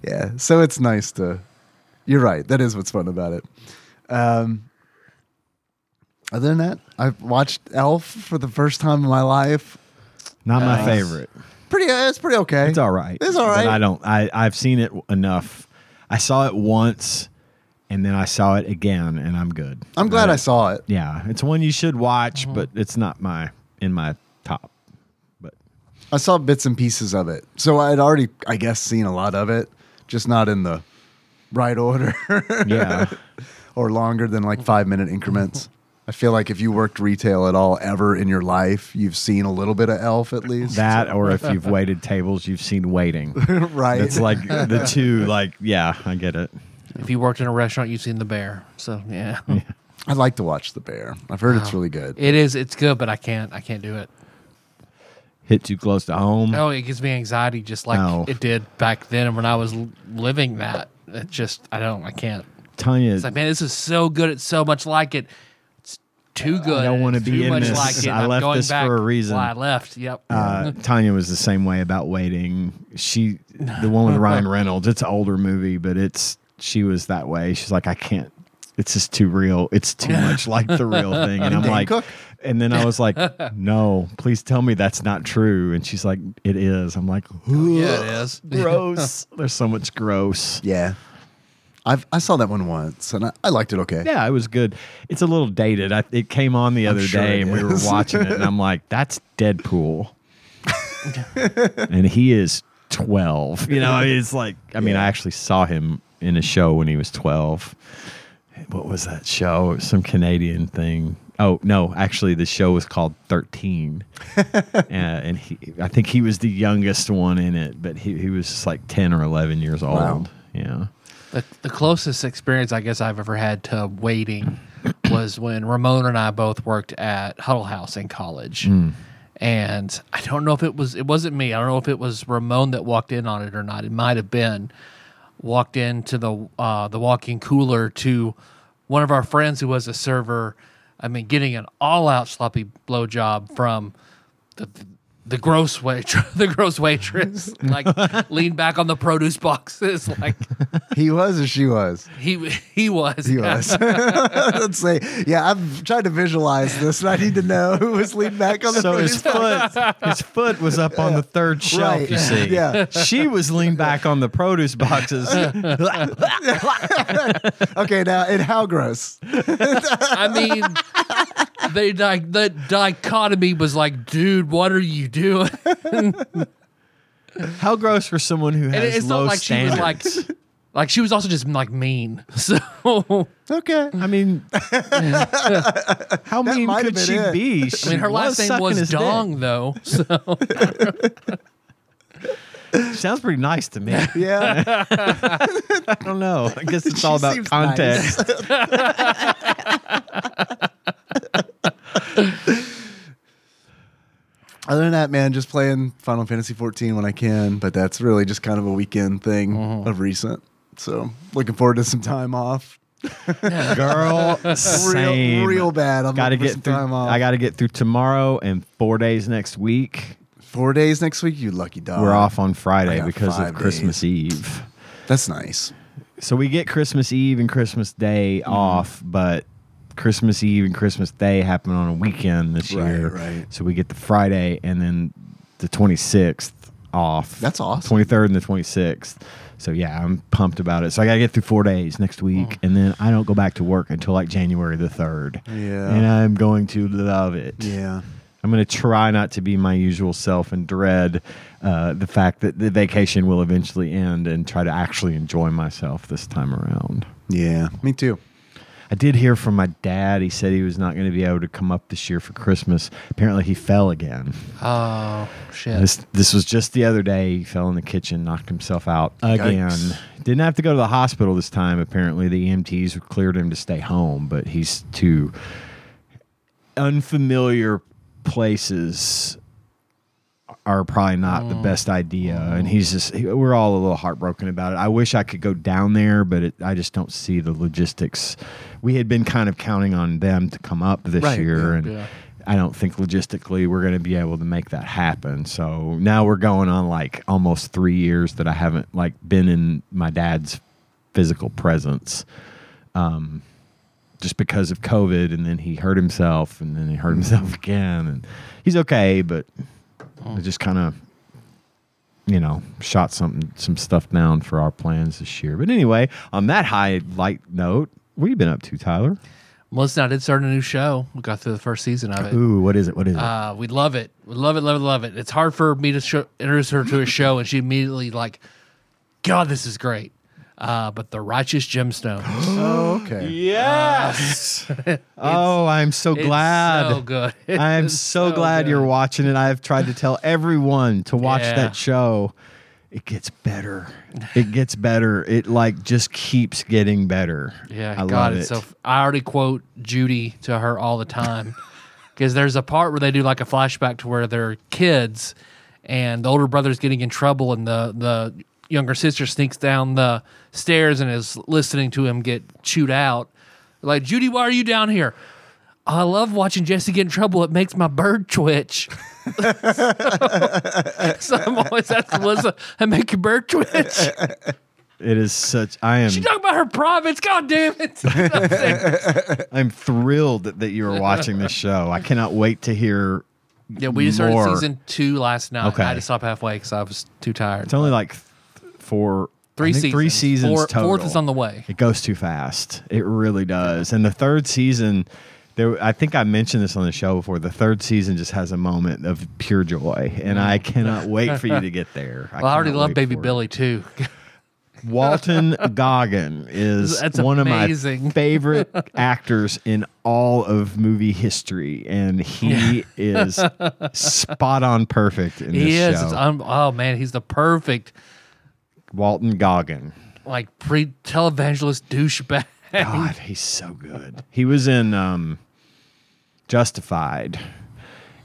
B: Yeah. So it's nice to you're right. That is what's fun about it. Um other than that, I've watched Elf for the first time in my life.
C: Not my
A: Nice.
C: favorite.
B: Pretty uh, it's pretty okay.
C: It's all right.
B: It's all right.
C: But I don't. I I've seen it enough. I saw it once, and then I saw it again, and I'm good.
B: I'm glad I saw it.
C: Yeah, it's one you should watch,
B: Uh-huh.
C: but it's not my in my top. But
B: I saw bits and pieces of it. So I had already I guess seen a lot of it, just not in the right order
C: yeah,
B: or longer than like 5 minute increments. I feel like if you worked retail at all ever in your life, you've seen a little bit of Elf at least.
C: that or if you've waited tables, you've seen waiting.
B: right.
C: It's like the two. Like yeah, I get it.
A: If you worked in a restaurant, you've seen the bear. So, yeah.
B: I'd like to watch The Bear. I've heard it's really good.
A: It is it's good, but I can't I can't do it.
C: Hit too close to home.
A: Oh, it gives me anxiety just like
C: No.
A: it did back then when I was l- living that. It just I don't I can't.
C: Tanya,
A: It's like, man, this is so good. It's so much like it. It's too good.
C: I don't wanna
A: It's
C: be
A: too
C: in
A: much
C: this.
A: Like it.
C: I
A: I'm
C: left
A: going
C: this
A: back
C: for a reason.
A: Why I left. Yep.
C: uh, Tanya was the same way about waiting. She, the one with Ryan Reynolds, it's an older movie, but it's she was that way. She's like, I can't. It's just too real. It's too much like the real thing. And I'm
B: Dane
C: like,
B: Cook?
C: and then I was like, no, please tell me that's not true. And she's like, it is. I'm like,
A: yeah, it is.
C: gross. There's so much gross.
B: Yeah. I've, I saw that one once and I, I liked it okay.
C: Yeah, it was good. It's a little dated. I, it came on the other
B: sure
C: day,
B: it
C: and we were
B: is.
C: watching it, and I'm like, "That's Deadpool," and he is 12. You know, it's like, I mean, I actually saw him in a show when he was 12. What was that show? It was some Canadian thing. Oh no, actually, the show was called 13, uh, and he, I think he was the youngest one in it, but he, he was just like 10 or 11 years old.
B: Wow.
C: Yeah.
A: The, the closest experience I guess I've ever had to waiting was when Ramon and I both worked at Huddle House in college. And I don't know if it was it wasn't me. I don't know if it was Ramon that walked in on it or not. It might have been walked into the uh, the walking cooler to one of our friends who was a server. I mean, getting an all out sloppy blowjob from the the gross wait the gross waitress like leaned back on the produce boxes like
B: He was or she was?
A: he he was
B: He was. Let's say, yeah, I've tried to visualize this and I need to know who was leaning back on the
C: So
B: produce
C: his foot, his foot was up on the third shelf.
B: Right.
C: You see,
B: Yeah.
C: She was leaned back on the produce boxes.
B: Okay, now, and how gross?
A: I mean they like the dichotomy was like dude what are you doing
C: How gross for someone who
A: and
C: has
A: it's
C: low
A: not like
C: standards.
A: she was like like she was also just like mean so
B: Okay.
C: I mean, how mean
B: might have
C: could
B: been
C: she
B: it.
C: be?
A: I mean her last name was Dong though so
C: Sounds pretty nice to me. I
B: Yeah.
C: don't know. I guess it's
B: She
C: all about
B: seems
C: context.
B: Other than that, man, just playing Final Fantasy 14 when I can, but that's really just kind of a weekend thing
C: Mm-hmm.
B: of recent. So looking forward to some time off.
C: Girl, same.
B: Real, real bad. I'm
C: Gotta
B: looking for
C: get
B: some
C: through.
B: time off.
C: I got to get through tomorrow and four days next week.
B: four days next week. You lucky dog.
C: We're off on
B: Uh, I
C: Friday
B: got
C: because
B: five
C: of Christmas Eve.
B: That's nice.
C: So we get Christmas Eve and Christmas Day
B: Mm-hmm.
C: off, but Christmas Eve and Christmas Day happen on a weekend this
B: Right,
C: year.
B: right.
C: So we get the Friday and then the 26th off.
B: That's awesome.
C: 23rd and the 26th. So yeah, I'm pumped about it. So I got to get through 4 days next week
B: Mm.
C: and then I don't go back to work until like January the 3rd.
B: Yeah.
C: And I'm going to love it.
B: Yeah.
C: I'm going to try not to be my usual self and dread uh, the fact that the vacation will eventually end and try to actually enjoy myself this time around.
B: Yeah. Me too.
C: I did hear from my dad. He said he was not going to be able to come up this year for Christmas. Apparently, he fell again.
A: oh shit
C: This this was just the other day. He fell in the kitchen, knocked himself out again.
B: Yikes.
C: Didn't have to go to the hospital this time. Apparently, the E EMTs cleared him to stay home, but he's to unfamiliar places are probably not the best
B: Mm.
C: idea. And he's just he- we're all a little heartbroken about it. I wish I could go down there, but it, I just don't see the logistics. We had been kind of counting on them to come up this
B: Right,
C: year,
B: yeah,
C: and
A: yeah.
C: I don't think logistically we're going to be able to make that happen. So now we're going on like almost three years that I haven't like been in my dad's physical presence, um, just because of COVID. And then he hurt himself, and then he hurt himself again, and he's okay, but it just kind of you know shot something some stuff down for our plans this year. But anyway, on that high light note. What have you been up to, Tyler?
A: listen I did start a new show we got through the first season of it
C: Ooh, what is it? What is it?
A: Uh, we love it. We love it, love it, love it. It's hard for me to show, introduce her to a show, and she immediately like, God, this is great. Uh, but the Righteous Gemstone,
B: Oh, okay.
C: Yes. oh, I'm so glad.
A: it's so good.
C: I am
A: It's
C: so, glad you're watching it. I've tried to tell everyone to watch
A: Yeah.
C: that show. It gets better. It gets better. It like just keeps getting better.
A: Yeah,
C: I
A: God,
C: love it.
A: it's so. f- I already quote Judy to her all the time because there's a part where they do like a flashback to where they're kids, and the older brother's getting in trouble, and the the younger sister sneaks down the stairs and is listening to him get chewed out. Like Judy, why are you down here? I love watching Jesse get in trouble. It makes my bird twitch. so, so I'm always asking Melissa, I make your bird twitch.
C: it is such. I am.
A: You talking about her privates? God damn it! I'm saying,
C: I'm thrilled that, that you are watching this show. I cannot wait to hear.
A: Yeah, we just started
C: more.
A: season two last night.
C: Okay.
A: I had to stop halfway because I was too tired.
C: It's only like th- four,
A: Three
C: I think
A: seasons.
C: three seasons
A: Four-
C: total.
A: Fourth is on the way.
C: It goes too fast. It really does. And the third season, there. I think I mentioned this on the show before. The third season just has a moment of pure joy, and I cannot wait for you to get there.
A: Well, I already
C: cannot
A: love
C: wait
A: Baby
C: for it.
A: Billy too.
C: Walton Goggin is
A: That's
C: one of
A: amazing.
C: my favorite actors in all of movie history, and he is spot on perfect in
A: he
C: this
A: is. It's,
C: show.
A: um, oh man, he's the perfect
C: Walton Goggin.
A: like pre televangelist douchebag.
C: God, he's so good. He was in um, Justified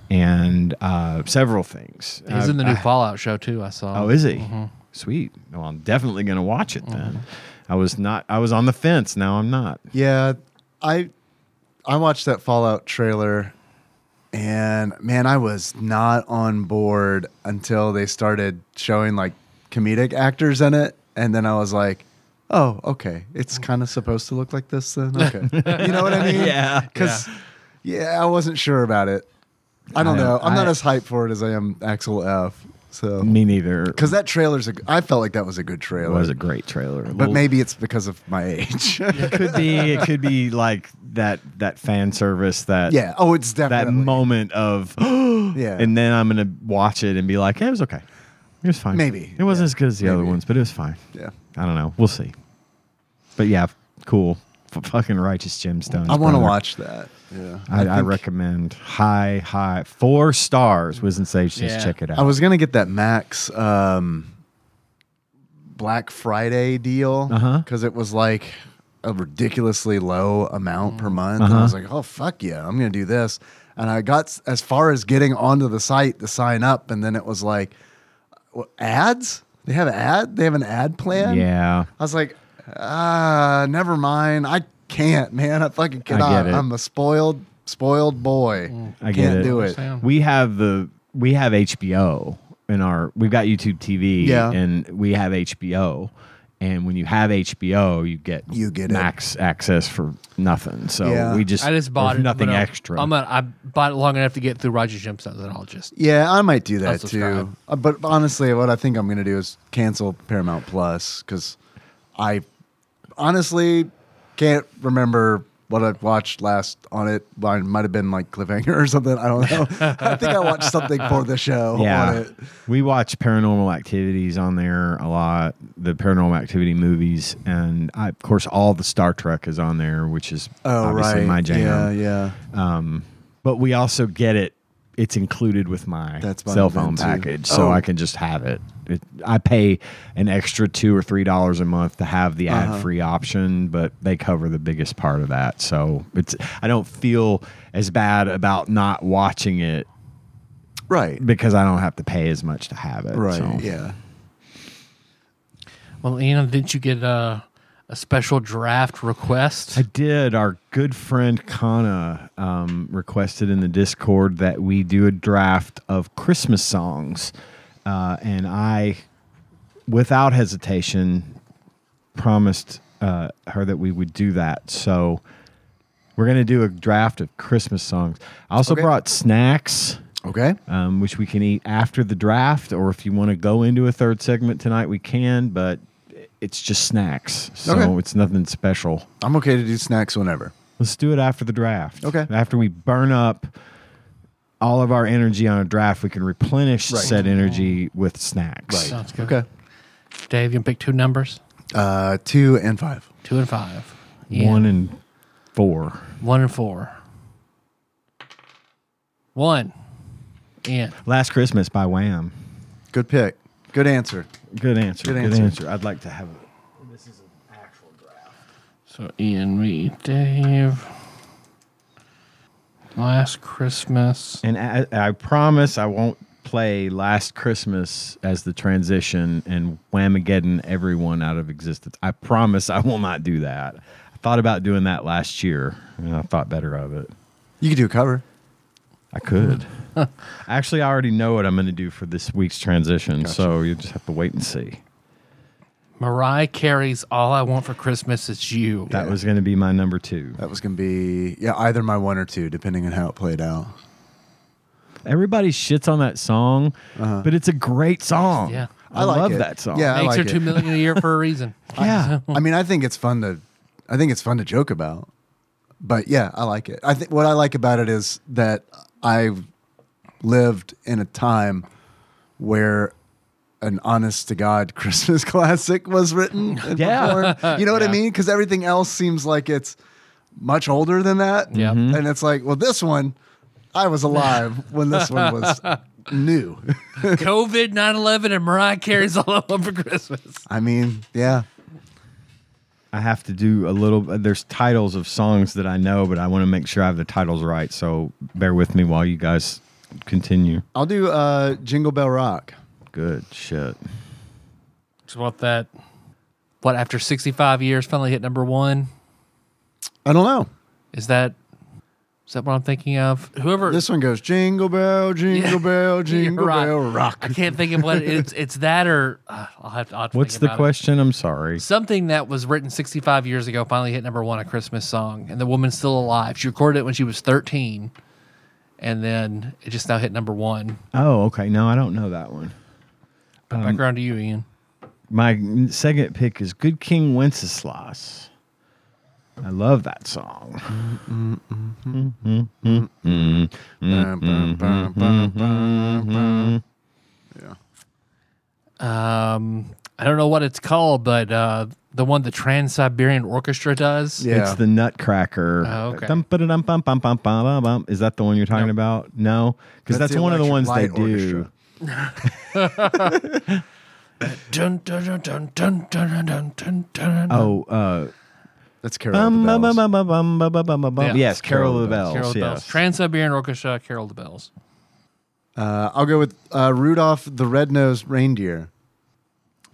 C: and uh, several things.
A: He's
C: Uh,
A: in the new
C: I-
A: Fallout show too. I saw.
C: Oh, is he?
B: Mm-hmm.
C: Sweet. Well, I'm definitely going to watch it then. I was not. I was on the fence. Now I'm not.
B: Yeah, I I watched that Fallout trailer and man, I was not on board until they started showing like comedic actors in it, and then I was like, "Oh, okay, it's
C: Mm.
B: kind of supposed to look like this, then." Okay, you know what I mean?
C: Yeah.
B: because yeah. I wasn't sure about it. I don't
C: I-
B: know. I'm not
C: I-
B: as hyped for it as I am Axel F. So
C: Me neither.
B: because that trailer's, a, I felt like that was a good trailer.
C: it was a great trailer.
B: but maybe it's because of my age.
C: it could be. It could be like that that fan service that
B: yeah. Oh, it's
C: that
B: definitely
C: moment of yeah, and then I'm gonna watch it and be like, hey, it was okay. It was fine.
B: Maybe,
C: it
B: yeah,
C: wasn't as good as the other
B: maybe.
C: ones, but it was fine.
B: Yeah.
C: I don't know. We'll see. But yeah, cool. F- fucking righteous gemstones.
B: I want to
C: brother.
B: watch that. Yeah.
C: I, I,
B: think-
C: recommend high, high four stars. Wisdom Sage says
A: Yeah.
C: check it out.
B: I was gonna get that Max um, Black Friday deal
C: Uh-huh.
B: because it was like a ridiculously low amount per month. And I
C: Uh-huh.
B: was like, oh fuck yeah, I'm gonna do this. And I got s- as far as getting onto the site to sign up, and then it was like what, ads. They have an ad. They have an ad plan.
C: yeah,
B: I was like, ah, never mind. I can't, man. I fucking cannot.
C: it.
B: I'm a spoiled, spoiled boy.
C: I get
B: can't
C: it.
B: do it.
A: Mm. Understand.
C: we have the we have HBO in our we've got YouTube TV
B: Yeah.
C: and we have HBO and when you have HBO you get
B: You get it.
C: max access for nothing so
B: Yeah.
C: we just
A: I just bought
C: there's
A: it.
C: nothing
A: but I'm-
C: extra
A: I'm gonna, I bought it long enough to get through Roger Gemstones, and I'll just
B: Yeah, I might do that
A: subscribe.
B: too. Uh, But honestly, what I think I'm going to do is cancel Paramount Plus because I honestly can't remember what I watched last on it. Mine might have been like Cliffhanger or something. I don't know. I think I watched something for the show on
C: yeah
B: it.
C: we watch paranormal activities on there a lot the paranormal activity movies and I, of course all the star trek is on there which is
B: Oh,
C: obviously
B: right.
C: my jam
B: Yeah, yeah.
C: but we also get it. It's included with my
B: That's mine
C: cell phone
B: too.
C: package, so
B: Oh.
C: I can just have it. it. I pay an extra two or three dollars a month to have the
B: Uh-huh.
C: ad-free option, but they cover the biggest part of that. So it's I don't feel as bad about not watching it
B: Right.
C: because I don't have to pay as much to have it.
B: Right.
C: so.
B: Yeah.
A: Well, Ian, didn't you get a, a special draft request?
C: I did. Our good friend Kana um, requested in the Discord that we do a draft of Christmas songs, uh, and I, without hesitation, promised uh, her that we would do that. So we're going to do a draft of Christmas songs. I also
B: Okay.
C: brought snacks
B: Okay.
C: um, which we can eat after the draft, or if you want to go into a third segment tonight, we can. But it's just snacks, so
B: Okay.
C: it's nothing special.
B: I'm okay to do snacks whenever.
C: Let's do it after the draft.
B: Okay.
C: After we burn up all of our energy on a draft, we can replenish
B: Right.
C: said energy with snacks.
A: Sounds good.
B: Okay.
A: Dave, you can pick two numbers,
B: Uh, two and five.
A: two and five.
C: One and four.
A: one and four. One. Ian.
C: Last Christmas by Wham.
B: Good pick. Good answer.
C: Good answer.
B: Good answer.
C: I'd like to have it.
A: So Ian, me, Dave. Last Christmas.
C: And I, I promise I won't play Last Christmas as the transition and Whamageddon everyone out of existence. I promise I will not do that. I thought about doing that last year and I thought better of it.
B: You could do a cover.
C: I could. Actually, I already know what I'm going to do for this week's transition, so you just have to wait and see.
A: Mariah Carey's All I Want for Christmas Is You.
C: That was going to be my number two.
B: That was going to be yeah, either my one or two, depending on how it played out.
C: Everybody shits on that song, but it's a great song.
A: Yeah.
C: I,
B: I like
C: love
B: it.
C: that song.
B: Yeah. I
A: Makes her
B: like it.
A: two million a year for a reason.
C: yeah.
B: I mean, I think it's fun to, I think it's fun to joke about, but yeah, I like it. I think what I like about it is that I lived in a time where an honest to God Christmas classic was written. and
C: Yeah.
B: performed. You know what I mean? Because everything else seems like it's much older than that.
A: Yeah. Mhm.
B: And it's like, well, this one, I was alive when this one was new.
A: COVID, 9 11, and Mariah Carey's All I Want for Christmas.
B: I mean, yeah.
C: I have to do a little. uh, There's titles of songs that I know, but I want to make sure I have the titles right. So bear with me while you guys continue.
B: I'll do uh, Jingle Bell Rock.
C: Good shit.
A: It's about that. What after sixty five years finally hit number one?
B: I don't know.
A: Is that Is that what I'm thinking of? Whoever
B: This one goes jingle bell, jingle
A: Yeah.
B: bell,
A: You're
B: jingle
A: right.
B: bell, rock.
A: I can't think of what it- it's. It's that or uh, I'll have to. I'll have to
C: What's
A: think
C: the
A: about it.
C: question? I'm sorry.
A: Something that was written 65 years ago finally hit number one, a Christmas song, and the woman's still alive. She recorded it when she was 13, and then it just now hit number one.
C: Oh, okay. No, I don't know that one. Um,
A: Back around to you, Ian.
C: My second pick is Good King Wenceslas. I love that song.
B: Bum,
C: Mm-hmm.
B: bum, bum, bum, bum, bum.
A: Um, I don't know what it's called, but uh, the one the Trans Siberian Orchestra does.
B: Yeah.
C: It's the Nutcracker.
A: Oh, okay.
C: Dum, ba-da-dum, bum, bum, bum, bum, bum, bum. Is that the one you're talking about? No, because
B: That's
C: that's,
B: the
C: one of the
B: Electric
C: ones they
B: Light
C: do.
B: Orchestra.
A: Dun, dun, dun, dun, dun, dun, dun, dun, dun.
C: Oh, uh,
B: That's Carol. of
C: bum,
B: the
C: bum,
B: Bells.
C: bum, bum, bum, bum, bum, bum, bum, bum.
A: Yeah.
C: Yes, Carol of the Bells.
A: Carol of the
C: yes.
A: Bells. Trans Siberian Orchestra, Carol of the Bells.
B: Uh, I'll go with uh, Rudolph the Red-Nosed Reindeer.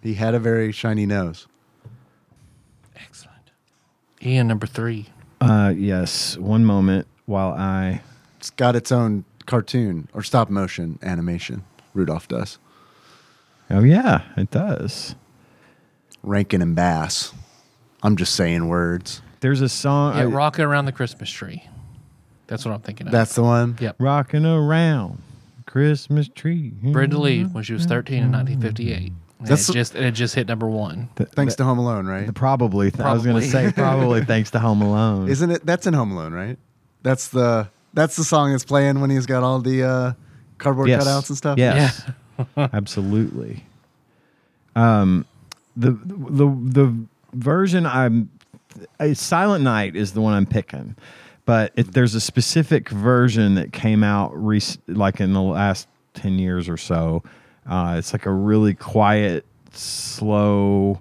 B: He had a very shiny nose.
A: Excellent. Ian, number three.
C: uh, yes. One moment while I.
B: It's got its own cartoon or stop motion animation. Rudolph does.
C: Oh yeah, it does.
B: Rankin and Bass. I'm just saying words.
C: There's a song.
A: Yeah,
C: I-
A: Rocket Around the Christmas Tree. That's what I'm thinking of.
B: That's the one.
A: Yep.
C: Rocking around Christmas tree.
A: Brenda Lee when she was 13 in 1958. And
B: That's-
A: it just and it just hit number one.
B: Thanks to Home Alone, right?
C: The probably, th- I was going
A: Probably.
C: to say probably thanks to Home Alone.
B: Isn't it? That's in Home Alone, right? That's the that's the song that's playing when he's got all the uh, cardboard
C: Yes.
B: cutouts and stuff.
C: Yes, absolutely. Um, the the the version I'm uh, Silent Night is the one I'm picking, but it, there's a specific version that came out rec- like in the last ten years or so. Uh, it's like a really quiet, slow.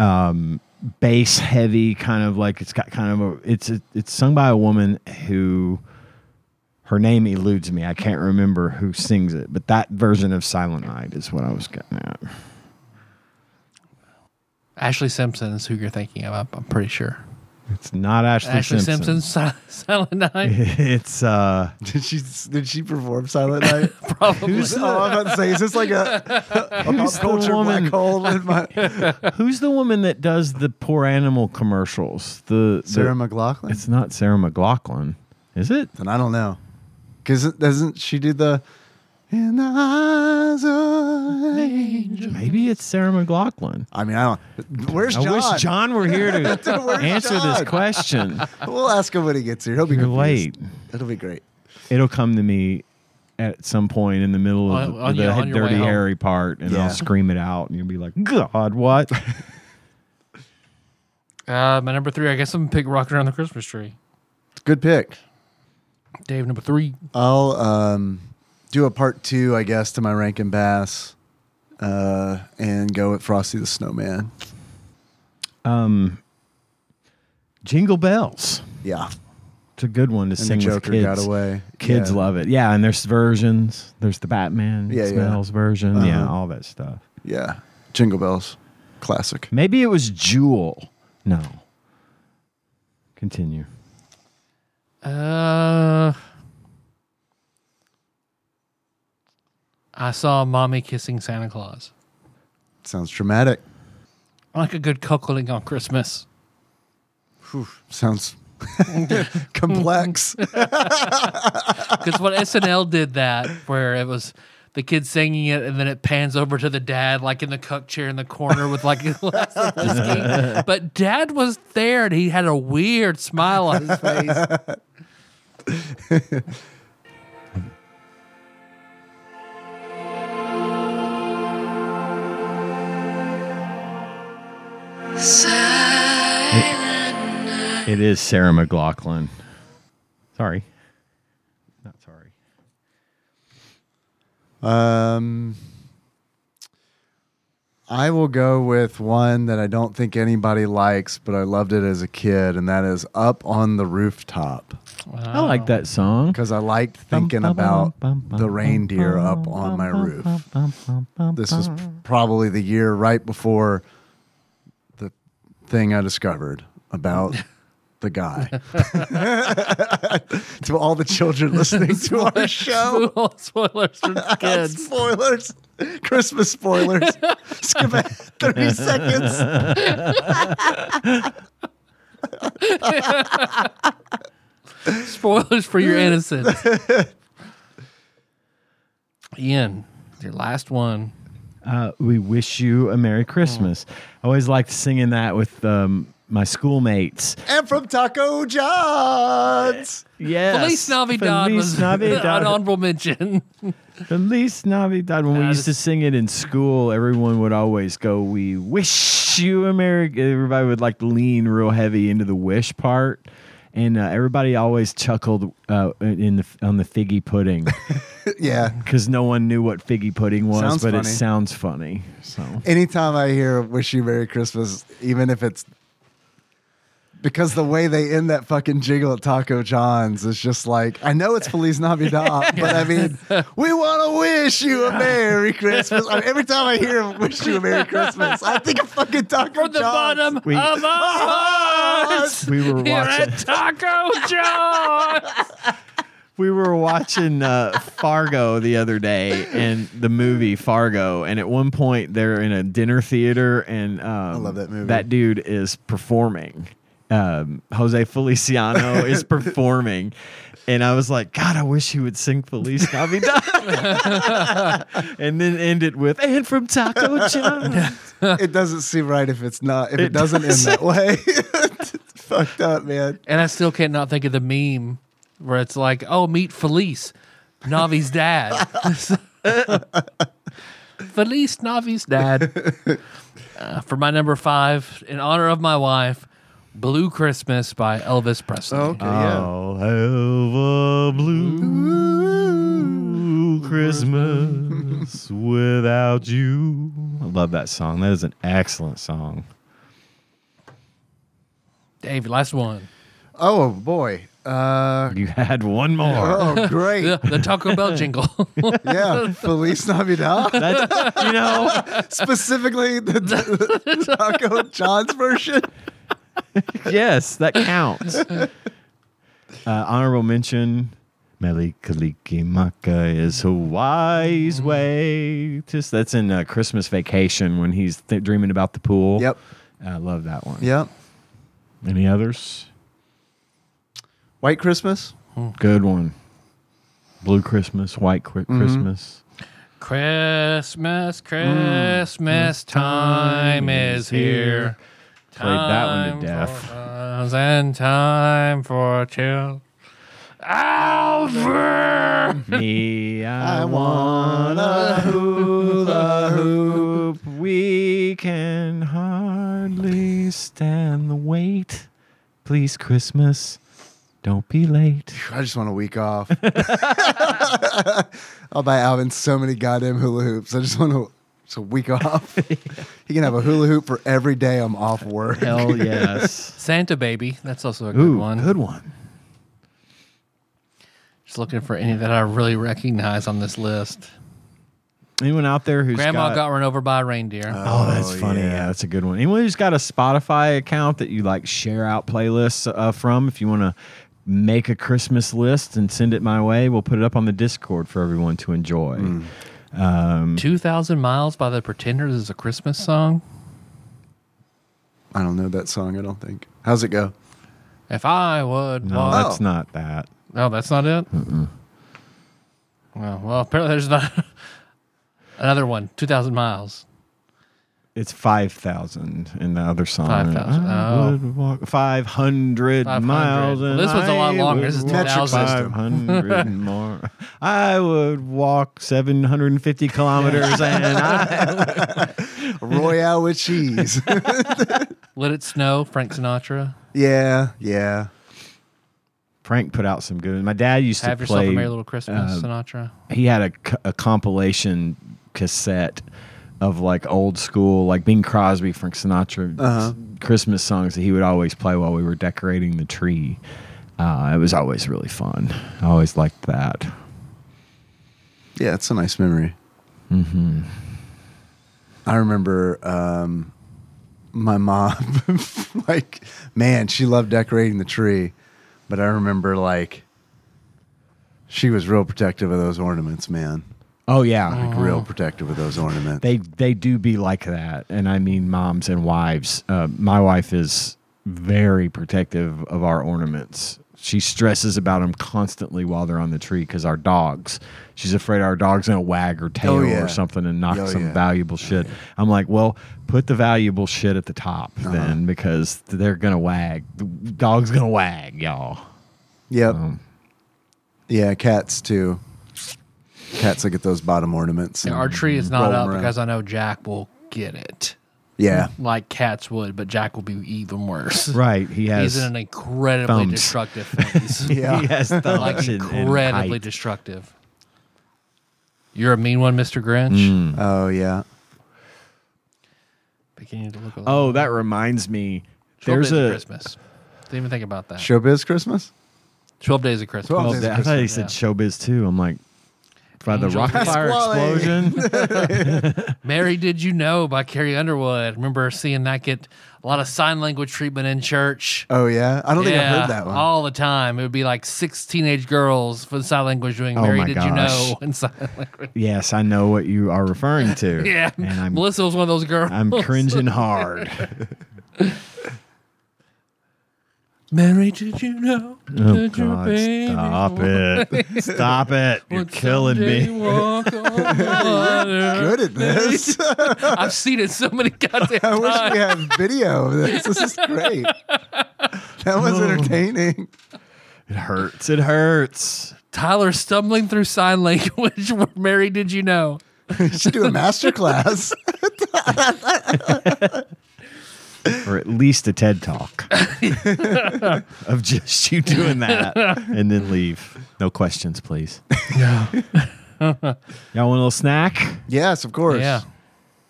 C: um, bass heavy kind of like it's got kind of a it's it's sung by a woman who her name eludes me i can't remember who sings it but that version of silent night is what i was getting at
A: Ashley Simpson is who you're thinking of. I'm, I'm pretty sure.
C: it's not ashley,
A: Ashley
C: simpson,
A: Simpson's Sil- Silent Night.
C: it's uh
B: Did she did she perform Silent Night?
A: Probably.
B: Who's oh, I'm about to say, is this like a, a pop
C: the
B: culture
C: woman?
B: black hole in my
C: who's the woman that does the poor animal commercials the
B: Sarah
C: the-
B: McLaughlin?
C: it's not sarah mclaughlin is it
B: And I don't know, because doesn't she do the in the eyes of angel?
C: maybe it's sarah mclaughlin
B: I mean, I don't. Where's John?
C: i wish john were here to
B: Where's
C: answer
B: John?
C: this question
B: We'll ask him when he gets here. He'll be
C: You're
B: confused.
C: late.
B: It'll be great.
C: It'll come to me at some point in the middle of
A: On-
C: the,
A: on
C: the
A: your- on your
C: dirty
A: way home.
C: Harry part, and
B: Yeah.
C: I'll scream it out, and you'll be like, "God, what?"
A: uh, my number three. I guess I'm gonna pick Rocket Around the Christmas Tree.
B: Good pick.
A: Dave, number three.
B: I'll um, do a part two, I guess, to my Rankin Bass, uh, and go with Frosty the Snowman.
C: Jingle bells.
B: Yeah, and
C: It's a good one to
B: the
C: sing with
B: Joker
C: kids.
B: got away.
C: Kids
B: yeah.
C: love it. Yeah, and there's versions. There's the Batman
B: Yeah, yeah.
C: smells version. Yeah,
B: Uh-huh.
C: all that stuff.
B: Yeah, Jingle Bells, classic.
C: Maybe it was Jewel. No. Continue.
A: Uh, I saw mommy kissing Santa Claus.
B: Sounds dramatic.
A: I like a good cuckolding on Christmas.
B: Sounds complex.
A: Because when SNL did that, where it was the kid singing it, and then it pans over to the dad, like in the cuck chair in the corner with like a glass of whiskey. But dad was there, and he had a weird smile on his face.
C: It is Sarah McLaughlin. Sorry. Not sorry.
B: Um, I will go with one that I don't think anybody likes, but I loved it as a kid, and that is Up on the Rooftop.
C: I
A: Oh.
C: like that song.
B: Because I liked thinking about the reindeer up on my roof. This was p- probably the year right before the thing I discovered about the guy. to all the children listening to our show.
A: Spoilers for kids.
B: Spoilers. Christmas spoilers. Skip ahead 30 seconds.
A: Spoilers for your innocence. Ian, your last one.
C: Uh, we wish you a Merry Christmas. I always liked singing that with um, my schoolmates.
B: And from Taco John's.
C: Yes.
A: Feliz Navidad
C: Feliz
A: was an
C: Navidad.
A: honorable mention.
C: Feliz Navidad. When we
A: Nah,
C: used to
A: this-
C: sing it in school, everyone would always go, "We wish you a merry." Everybody would like lean real heavy into the wish part, and uh, everybody always chuckled uh, in the on the figgy pudding
B: Yeah.
C: because no one knew what figgy pudding was,
B: Sounds
C: but
B: funny.
C: it sounds funny. So
B: Anytime I hear Wish You Merry Christmas, even if it's because the way they end that fucking jingle at Taco John's is just like, I know it's Feliz Navidad, but I mean, we want to wish you a Merry Christmas. I mean, every time I hear Wish You a Merry Christmas, I think of fucking Taco
A: From the
B: John's.
A: bottom
C: We-
A: of our hearts,
C: we were
A: here
C: watching.
A: at Taco John.
C: we were watching uh, Fargo the other day and the movie Fargo, and at one point they're in a dinner theater, and um, I
B: love that movie.
C: That dude is performing. Um, Jose Feliciano is performing, and I was like, God, I wish he would sing Feliz Navidad, and then end it with "And from Taco John."
B: It doesn't seem right if it's not, if it,
C: It
B: doesn't end that way. it's fucked up, man.
A: And I still can't not think of the meme where it's like, oh, meet Felice, Navi's dad. Felice, Navi's dad. Uh, for my number five, in honor of my wife, Blue Christmas by Elvis Presley.
B: Um,
C: I'll have a blue Christmas without you. I love that song. That is an excellent song.
A: Dave, last one.
B: Oh, boy. Uh,
C: You had one more.
B: oh, great.
A: The, the Taco Bell jingle.
B: Yeah. Feliz Navidad.
C: That's, you know,
B: specifically the, the- the Taco John's version.
C: yes, that counts. Uh, honorable mention. Melikalikimaka is a wise way. to s- that's in uh, Christmas Vacation when he's th- dreaming about the pool.
B: Yep.
C: I love that one.
B: Yep.
C: Any others?
B: White Christmas.
C: Good one. Blue Christmas, White Cri- Christmas.
A: Christmas, Christmas Mm, time is here.
C: Played that one
A: Time
C: to death.
A: for us and time for chill. Alfred!
C: Me, I want a hula hoop. We can hardly stand the wait. Please, Christmas, don't be late.
B: I just want a week off. I'll buy Alvin so many goddamn hula hoops. I just want to. It's a week off. He can have a hula hoop for every day I'm off work.
C: Hell yes.
A: Santa Baby. That's also a good
C: Ooh,
A: one.
C: good one.
A: Just looking for any that I really recognize on this list.
C: Anyone out there who's
A: Grandma got,
C: got
A: run over by a reindeer.
C: Oh, that's funny. Yeah. that's a good one. Anyone who's got a Spotify account that you like share out playlists uh, from, if you want to make a Christmas list and send it my way, we'll put it up on the Discord for everyone to enjoy.
A: Hmm.
C: Um,
A: 2,000 Miles by the Pretenders is a Christmas song.
B: I don't know that song. I don't think. How's it go?
A: If I would.
C: No,
A: walk-
C: that's not that.
A: No, that's not it. Well, well, apparently there's not another one. Two thousand miles.
C: It's five thousand in the other song.
A: 5,000. Oh.
C: Five hundred
A: 500.
C: miles.
A: Well,
C: and
A: this one's a lot
C: I
A: longer.
C: would
A: This is
C: walk
A: 2,000.
C: 500 more. I would walk seven hundred and fifty kilometers, and I
B: Royale with cheese.
A: Let it snow. Frank Sinatra.
B: yeah, yeah.
C: Frank put out some good. My dad used
A: Have
C: to
A: yourself
C: play.
A: a merry little Christmas,
C: uh,
A: Sinatra.
C: he had a c- a, compilation cassette of like old school, like Bing Crosby, Frank Sinatra, s- Christmas songs that he would always play while we were decorating the tree. Uh, it was always really fun. I always liked that.
B: Yeah, it's a nice memory. Mm-hmm. I remember um, my mom, like, man, she loved decorating the tree, but I remember like she was real protective of those ornaments, man.
C: Oh yeah.
B: Like real protective of those ornaments.
C: They they do be like that, and I mean moms and wives. Uh, my wife is very protective of our ornaments. She stresses about them constantly while they're on the tree because our dogs. She's afraid our dog's gonna wag her tail
B: Oh, yeah.
C: or something and knock
B: Oh,
C: some
B: yeah. Uh-huh.
C: valuable shit. I'm like, well, put the valuable shit at the top then because they're gonna wag. The dog's gonna wag, y'all.
B: Yep.
A: Oh.
B: yeah, cats too. Cats look at those bottom ornaments.
A: Yeah,
B: and
A: our tree is not
B: roll 'em
A: up
B: around.
A: because I know Jack will get it
B: yeah,
A: like cats would, but Jack will be even worse.
C: Right? He has
A: He's in an incredibly
C: thumbs.
A: destructive phase.
C: he
B: yeah.
C: has
A: like
C: thumbs and- and
A: incredibly
C: height.
A: destructive. You're a mean one, Mr. Grinch.
C: Hmm.
B: oh yeah.
A: Beginning to look a little
C: Oh, that reminds me.
A: 12
C: There's
A: days
C: a
A: of Christmas. Didn't even think about that.
B: Showbiz Christmas.
A: 12 days of Christmas.
B: Twelve
C: Oh,
B: days of
C: that- I thought he
A: Christmas,
C: said showbiz too. I'm like, by the
A: Angel
C: rocket
A: Fire
C: fire explosion.
A: Mary Did You Know by Carrie Underwood. Remember seeing that get a lot of sign language treatment in church.
B: Oh yeah. I don't think I
A: Yeah,
B: heard that one.
A: all the time. It would be like six teenage girls for sign language doing
C: Oh
A: Mary
C: my
A: Did You Know
C: gosh.
A: in sign language.
C: yes, I know what you are referring to.
A: Yeah.
C: and I'm
A: Melissa was one of those girls.
C: I'm cringing hard. Uh,
A: Mary, did you know
C: Oh
A: that your
C: God,
A: baby
C: stop it! Stop it! You're
A: would
C: killing
A: someday
C: me.
A: walk on water?
B: Good at this.
A: I've seen it so many goddamn
B: I
A: times.
C: Uh,
B: wish we had video of this. This is great. That was entertaining.
C: It hurts. It hurts.
A: Tyler stumbling through sign language. with Mary, did you know?
B: You should do a master class.
C: Or at least a TED talk of just you doing that and then leave. No questions, please. Y'all want a little snack?
B: yes, of course.
A: Yeah.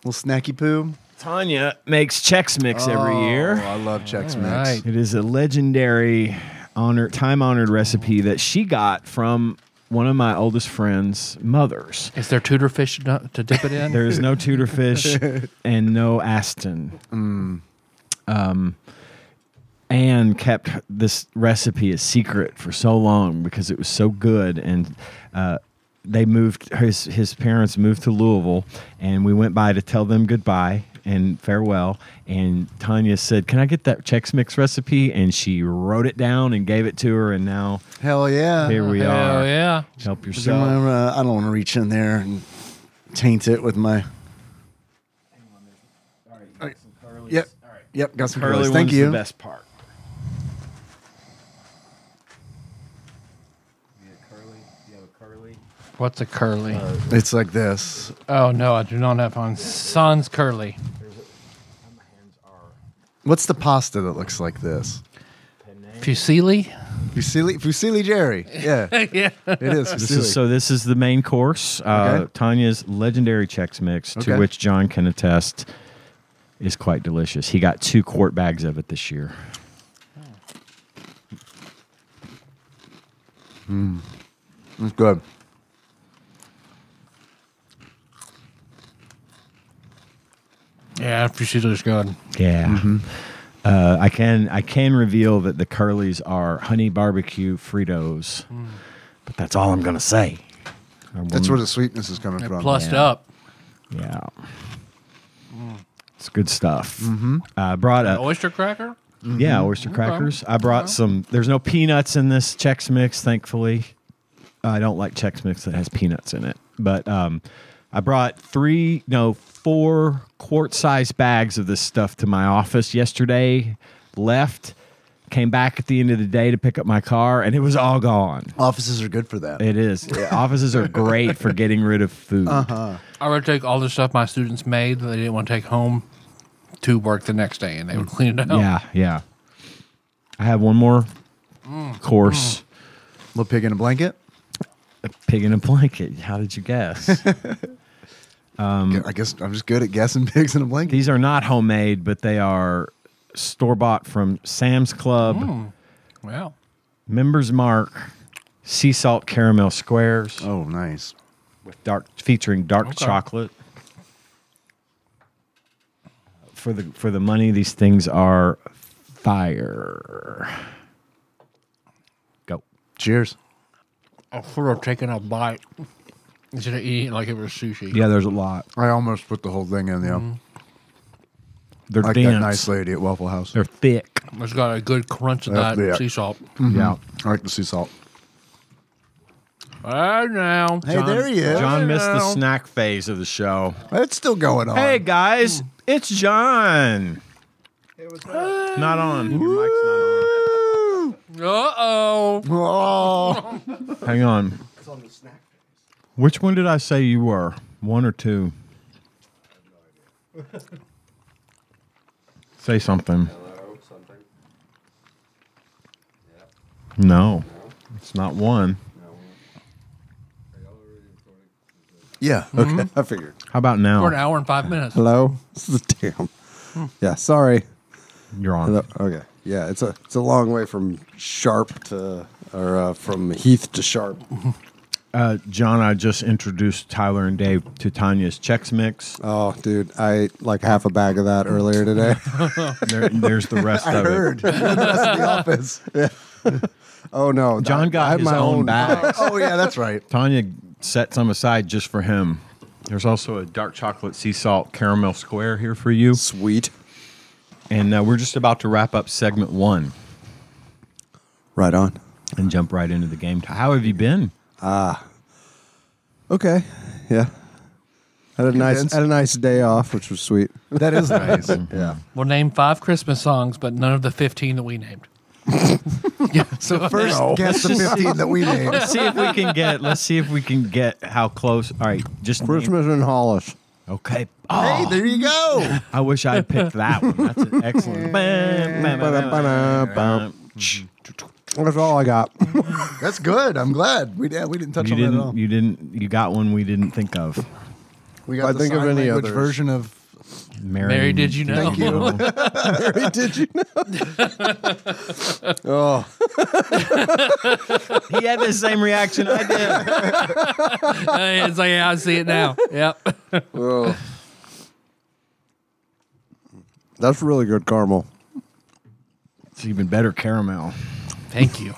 B: Little snacky poo.
C: Tanya makes checks mix every
B: Oh,
C: year.
B: I love Chex Mix.
A: right.
C: It is a legendary honor time honored recipe that she got from one of my oldest friends' mothers.
A: Is there Tudor fish to to dip it in?
C: There is no Tudor fish and no Aston. Um, Anne kept this recipe a secret for so long because it was so good, and uh, they moved his his parents moved to Louisville, and we went by to tell them goodbye and farewell. And Tanya said, "Can I get that Chex Mix recipe?" And she wrote it down and gave it to her, and now
B: Hell yeah.
C: here we
A: Uh-huh. Hell
C: are.
A: yeah.
C: Help
B: Is there
C: yourself.
B: one, uh, I don't want to reach in there and taint it with my. Yep. Yep. Got some curly.
C: Curly
B: Thank
C: one's
B: you.
C: the best part.
A: What's a curly?
B: It's like this.
A: oh, no, I do not have one. Sans curly.
B: What's the pasta that looks like this?
A: Fusilli?
B: Fusilli, Fusilli Jerry. Yeah, it
A: yeah.
B: is. Fusilli.
C: This is, so this is the main course. Uh,
B: Okay.
C: Tanya's legendary Chex Mix,
B: Okay.
C: to which John can attest, is quite delicious. He got two quart bags of it this year.
B: It's good.
A: Yeah, Fusilli's good.
C: Yeah.
B: Mm-hmm.
C: Uh, I can I can reveal that the curlies are honey barbecue Fritos,
B: Mm.
C: but that's all I'm gonna say. I
B: That's where
C: won't-
B: the sweetness is coming
A: They're
B: from.
A: plussed
C: yeah.
A: up.
C: yeah. It's good stuff. Mm-hmm. I brought
B: Uh,
C: a,
A: Oyster cracker?
C: Yeah, oyster crackers. I brought some. There's no peanuts in this Chex Mix, thankfully. I don't like Chex Mix that has peanuts in it. But um, I brought three, no, four quart sized bags of this stuff to my office yesterday, left, came back at the end of the day to pick up my car, and it was all gone.
B: Offices are good for that.
C: It is. Offices are great for getting rid of food.
A: I would take all the stuff my students made that they didn't want to take home to work the next day, and they would
B: Mm.
A: clean it out.
C: Yeah, yeah. I have one more course.
B: Little pig in a blanket.
C: A pig in a blanket. How did you guess?
B: I guess I'm just good at guessing pigs in a blanket.
C: These are not homemade, but they are store bought from Sam's Club,
A: Wow.
C: Members Mark, Sea Salt Caramel Squares
B: Oh, nice.
C: with dark featuring dark
A: Okay.
C: chocolate. for the for the money. These things are fire. Go.
B: Cheers.
A: I'm sort of taking a bite instead of eating it like it was sushi.
C: Yeah, there's a lot.
B: I almost put the whole thing in
C: Mm-hmm.
B: there.
C: They're
B: Like
C: dense.
B: that nice lady at Waffle House.
C: They're thick.
A: It's got a good crunch of
B: That's
A: that
B: it.
A: sea salt.
B: Mm-hmm.
C: Yeah.
B: I like the sea salt.
A: And now,
B: Hey, there he is.
C: John missed the
A: Hello.
C: snack phase of the show. Um,
B: It's still going on.
C: Hey guys, it's John. Not on. Your mic's
A: uh oh,
B: Oh,
C: not on. Hang on. Which one did I say you were? One or two? say something. No, it's not one.
B: yeah. Okay, I figured.
C: How about
A: for an
C: now?
A: hour and five minutes.
B: Hello. This is damn. Yeah. Sorry.
C: You're on.
D: Hello. Okay. Yeah, it's a it's a long way from sharp to or uh, from Heath to sharp.
C: Uh, John, I just introduced Tyler and Dave to Tanya's Chex Mix.
D: Oh, dude, I ate like half a bag of that earlier today.
C: There, there's the rest
B: I
C: of it.
B: heard. That's the office.
D: oh no, that-
C: John
D: I
C: got
D: had
C: his own, bag.
B: Oh yeah, that's right.
C: Tanya set some aside just for him. There's also a dark chocolate sea salt caramel square here for you.
D: Sweet.
C: And uh, we're just about to wrap up segment one
D: Right on.
C: and jump right into the game. How have you been?
D: Okay. Yeah. Had a nice
B: Convinced?
D: had a nice day off, which was sweet.
B: That is nice. yeah.
A: We'll name five Christmas songs, but none of the 15 that we named.
B: So first guess the fifteen that we named.
C: Let's see if we can get. Let's see if we can get how close. All right, just name-
D: Christmas in Hollis.
C: Okay.
B: Hey,
C: Oh,
B: there you go.
C: I wish I'd picked that one. That's an excellent.
D: Ba-da-ba-da-ba. That's all I got.
B: That's good. I'm glad we yeah, we didn't touch
C: You
B: on that at all.
C: didn't. You didn't. You got one we didn't think of.
B: we got
D: I
B: the
D: think of
B: sign
D: any
B: language
D: others.
B: version of.
C: Mary,
A: Mary, did you know?
C: did you know?
D: Mary, did you know? oh,
C: he had the same reaction I did.
A: Hey, it's like, yeah, I see it now. Yep.
D: oh. That's really good caramel.
C: It's even better caramel.
A: Thank you.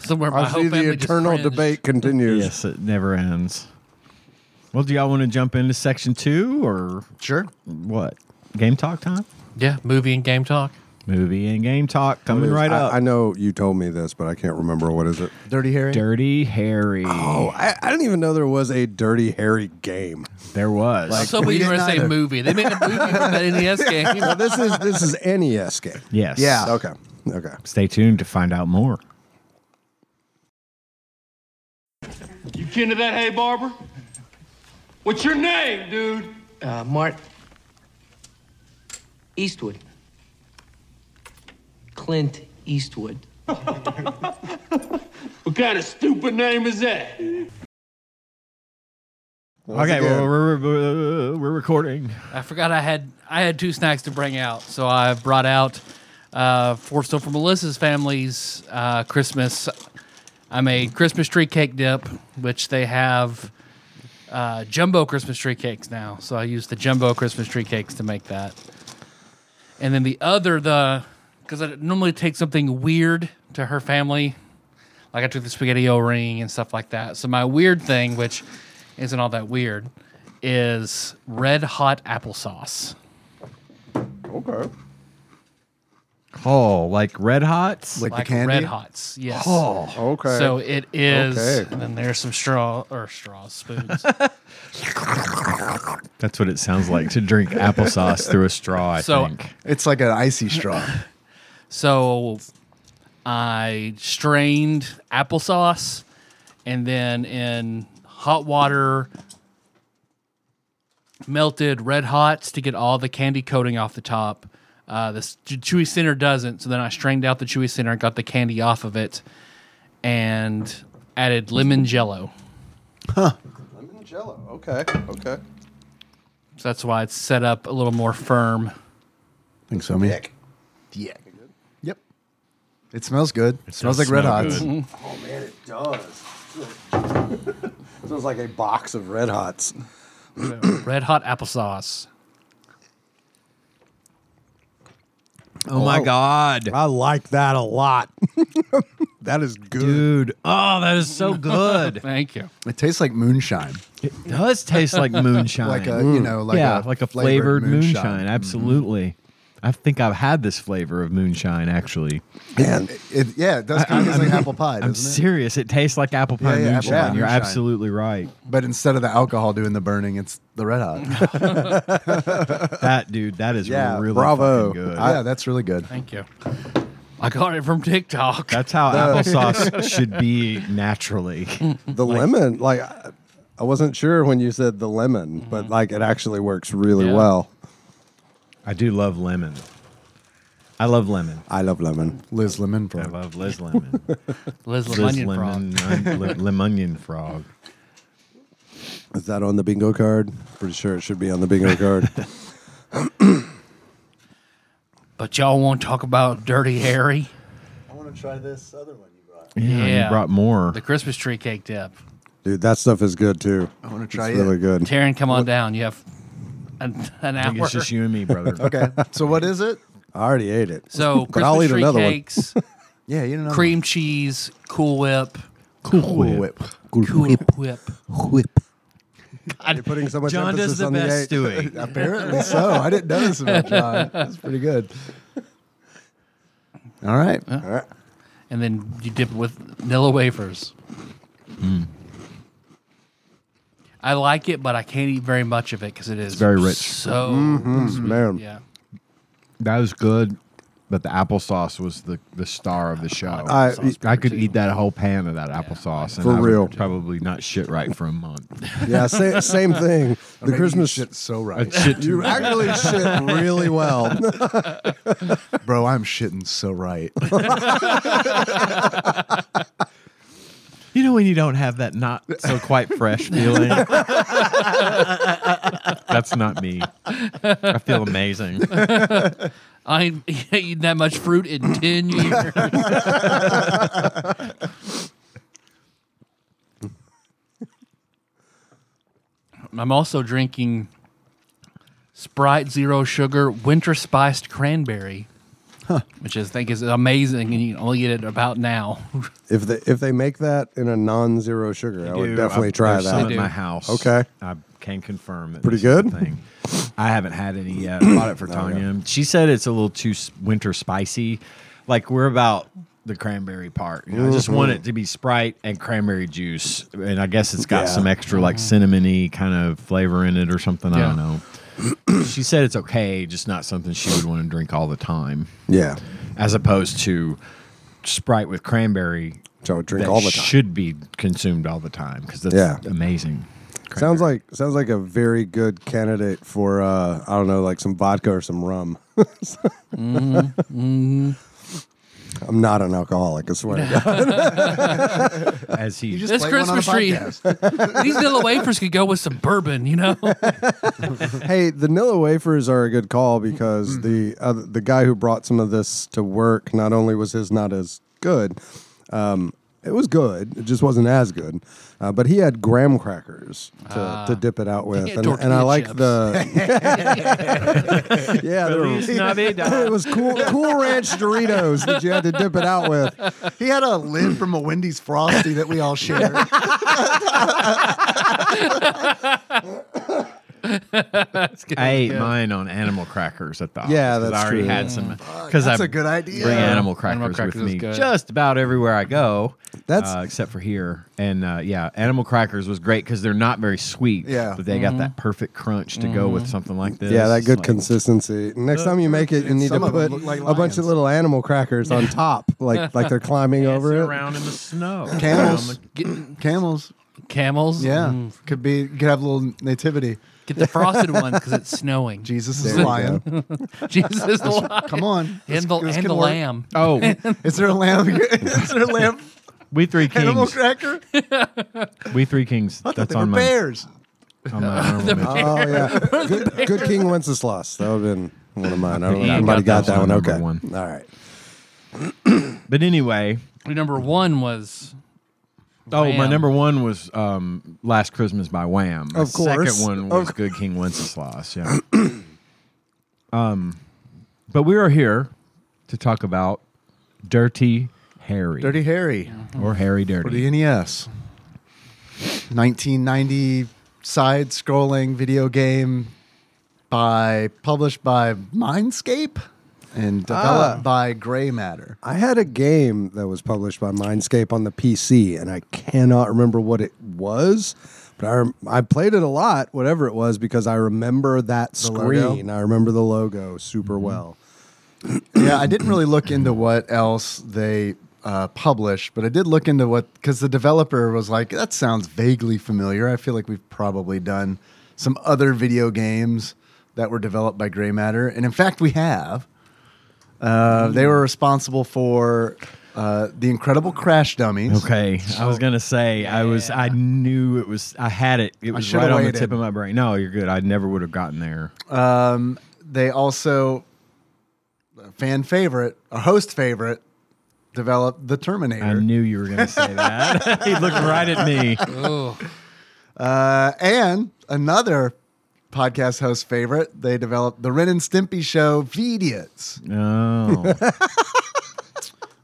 A: Somewhere my
D: I
A: whole
D: see the
A: family just
D: eternal
A: cringed.
D: debate continues.
C: Yes, it never ends. Well, do y'all want to jump into section two or
B: Sure.
C: what? Game talk time?
A: Yeah, movie and game talk.
C: Movie and game talk coming right
D: I,
C: up.
D: I know you told me this, but I can't remember what is it.
B: Dirty Harry.
C: Dirty Harry.
D: Oh, I, I didn't even know there was a Dirty Harry game.
C: There was.
A: so we
B: didn't
A: were gonna say
B: either.
A: movie. They made a movie from that NES game.
D: This is this is NES game.
C: yes.
B: Yeah.
D: Okay, okay.
C: Stay tuned to find out more.
E: You kin to that hay barber? What's your name, dude?
F: Uh, Mart Eastwood. Clint Eastwood.
E: What kind of stupid name is that?
C: okay, well, we're, we're, we're recording.
A: I forgot I had I had two snacks to bring out, so I brought out uh, for still from Melissa's family's uh, Christmas. I made Christmas tree cake dip, which they have uh, jumbo Christmas tree cakes now. So I used the jumbo Christmas tree cakes to make that. And then the other, the because I normally take something weird to her family, like I took the spaghetti o ring and stuff like that. So my weird thing, which isn't all that weird, is red hot applesauce.
C: Oh, like Red Hots?
B: Like,
A: Like
B: the candy.
A: red hots, yes.
D: Oh, Okay.
A: So it is,
D: Okay.
A: and then there's some straw or straw spoons.
C: That's what it sounds like to drink applesauce through a straw, I
A: So-
C: think.
B: It's like an icy straw.
A: So I strained applesauce and then in hot water melted red hots to get all the candy coating off the top. Uh, the s- chewy center doesn't, so then I strained out the chewy center and got the candy off of it and added lemon jello.
D: Lemon Jello. Okay. Okay.
A: So that's why it's set up a little more firm.
B: Think so, me. Yeah. Yep. It smells good. It smells like Red
C: smell
B: Hots.
C: good.
D: Oh man, it does. Smells like a box of Red Hots.
A: Red hot applesauce.
C: Oh my god.
D: I like that a lot. that is good.
C: Dude. Oh, that is so good.
A: Thank you.
B: It tastes like moonshine,
C: it does taste like moonshine.
B: like a you know, like
C: yeah,
B: a Mm-hmm.
C: like a flavored, moonshine. Absolutely. I think I've had this flavor of moonshine actually.
D: Man,
B: It, yeah, it does kind of taste like apple pie,
C: I'm
B: doesn't it?
C: serious. It tastes like apple pie
B: Yeah, yeah, apple
C: moonshine.
B: pie
C: You're
B: moonshine.
C: absolutely right.
B: But instead of the alcohol doing the burning, it's the red hot.
C: That dude, that is
B: Yeah,
C: really
D: bravo.
C: fucking good.
B: yeah, that's really good.
A: Thank you. I got it from TikTok.
C: That's how applesauce should be naturally.
D: the lemon, like I I wasn't sure when you said the lemon, but like it actually works really
A: Mm-hmm. Yeah.
D: well.
C: I do love lemon. I love lemon.
D: I love lemon.
B: Liz Lemon for
C: I love Liz Lemon.
A: Liz
C: Liz
A: Lemonian frog.
C: Lemon, un- le- Lemonion Frog.
D: Is that on the bingo card? Pretty sure it should be on the bingo card.
A: But y'all want to talk about Dirty Harry?
D: I want to try this other one you brought.
C: Yeah,
A: Yeah.
C: you brought more.
A: The Christmas tree cake dip.
D: Dude, that stuff is good too. I
B: wanna try
D: it's
B: it.
D: Really good.
A: Taryn, come on down. You have an, an
C: I
A: hour.
C: think it's just you and me, brother.
B: Okay, so what is it?
D: I already ate it.
A: So
D: But I'll
A: Christmas
D: eat
A: tree
D: another one.
A: cakes,
B: Yeah, you know,
A: cream cheese, Cool Whip,
C: Cool
B: Cool
C: Whip.
B: whip.
A: Cool Whip.
D: whip.
A: God,
D: You're putting so much
C: John
D: emphasis
C: does the
D: on the
C: best
D: eight.
C: Stewie.
B: Apparently so. Oh, I didn't know this about John. That's pretty good. All right.
A: and then you dip it with vanilla wafers. I like it, but I can't eat very much of it because it is
C: very rich.
A: So
C: Mm-hmm.
D: Man,
A: yeah,
C: That was good, but the applesauce was the, the star of the show. I,
D: I-
A: Sauce pepper
C: could
A: too.
C: eat that whole pan of that applesauce, and
D: For
C: I would
D: real.
C: probably not shit right for a month.
D: yeah, same, same thing. The Christmas
B: shit
D: shit.
B: so right,
D: You actually shit really well.
B: bro. I'm shitting so right.
C: You know when you don't have that not so quite fresh feeling? That's not me. I feel amazing.
A: I ain't eaten that much fruit in ten years. I'm also drinking Sprite Zero Sugar Winter Spiced Cranberry, which I think is amazing, and you can only get it about now.
D: If they if they make that in a non-zero sugar, I would
C: do.
D: definitely
C: I've-
D: try
C: there's Some
D: that.
C: at
A: do.
C: my house.
D: Okay.
C: I can confirm. That
D: Pretty
C: this is a
D: good? Oh,
C: Thing. I haven't had any yet. Bought it for Tanya. She said it's a little too s- winter spicy. Like we're about the cranberry part. You know, I just want
D: Mm-hmm.
C: it to be Sprite and cranberry juice, and I guess it's got
D: Yeah.
C: some extra like
A: Mm-hmm.
C: cinnamony kind of flavor in it or something. I
A: Yeah.
C: don't know. she said it's okay, just not something she would want to drink all the time,
D: Yeah,
C: as opposed to Sprite with cranberry.
D: which I would drink
C: that
D: all the time.
C: Should be consumed all the time because that's
D: Yeah.
C: amazing.
D: Sounds like sounds like a very good candidate for uh, I don't know, like some vodka or some rum. I'm not an alcoholic, I swear. to God.
C: as he
B: just-
A: This
B: Play one on a
A: Christmas tree, these little wafers could go with some bourbon, you know.
D: hey, vanilla wafers are a good call because the other, the guy who brought some of this to work not only was his not as good, um, it was good, it just wasn't as good. Uh, but he had graham crackers to, to dip it out with,
A: had
D: and, and I
A: tortilla
D: like
A: chips.
D: the yeah, they were- it was cool, cool ranch Doritos that you had to dip it out with.
B: He had a lid from a Wendy's Frosty that we all shared.
C: I ate mine on animal crackers at the office.
D: Yeah,
C: 'cause
D: that's
C: I already
D: true.
C: had some because I
B: That's a good idea.
C: bring animal crackers
A: Mm. Animal crackers
C: with
A: is
C: me
A: good.
C: just about everywhere I go.
D: That's-
C: uh, except for here, and uh, yeah, animal crackers was great because they're not very sweet.
B: Yeah.
C: but they got
A: Mm-hmm.
C: that perfect crunch to go with something like this.
D: Yeah, that
C: It's
D: good
C: like-
D: consistency. Next time you make it, you need to
B: some of 'em
D: put
B: look like
D: a bunch of
B: lions.
D: little animal crackers on top, like like they're climbing over it.
C: around in the snow.
B: Camels, Mm.
A: Get,
B: camels.
A: camels, Mm.
B: Yeah, could be could have a little nativity.
A: Get the frosted ones because it's snowing.
B: Jesus is
D: There you
B: a lion.
A: Jesus, the lion.
B: Come on,
A: and the,
B: this
A: and
B: can
A: the
B: work.
A: lamb.
C: Oh,
B: Is there a lamb? is there a lamb?
C: we three
B: Animal
C: kings.
B: cracker? I
C: We three kings.
B: thought
C: That's
B: they were
C: on my,
B: bears.
C: on my honorable mention.
D: Oh yeah, good, good King Wenceslas. That would have been one of mine. I don't know.
C: You
D: if Anybody
C: got
D: got
C: that
D: that one?
C: one,
D: Okay.
C: number
D: All right.
C: But anyway,
A: Number one was
C: Oh, my
A: Wham.
C: number one was um, Last Christmas by Wham. My
D: Of course.
C: Second one
D: Of
C: was Good King Wenceslas. Yeah. um, but we are here to talk about Dirty Harry,
B: Dirty Harry
C: or Harry
B: for
C: Dirty.
B: the E NES. 1990 side scrolling video game by published by Mindscape and developed by Gray Matter.
D: I had a game that was published by Mindscape on the PC, and I cannot remember what it was, but I, rem- I played it a lot, whatever it was, because I remember that
B: logo? Mm-hmm.
D: screen. I remember the logo super well.
B: yeah, I didn't really look into what else they uh, published, but I did look into what because the developer was like, "That sounds vaguely familiar." I feel like we've probably done some other video games that were developed by Gray Matter, and in fact, we have. Uh, they were responsible for uh, the Incredible Crash Dummies.
C: Okay, I was gonna say I was. I knew it was. I had it. It was
B: should've
C: right on the
B: waited.
C: tip of my brain. No, you're good. I never would have gotten there.
B: They also a fan favorite, a host favorite, developed the Terminator.
C: I knew you were gonna say that. he looked right at me.
A: Oh,
B: Uh, and another podcast host favorite, they developed the Ren and Stimpy show, Vidiots.
C: Oh,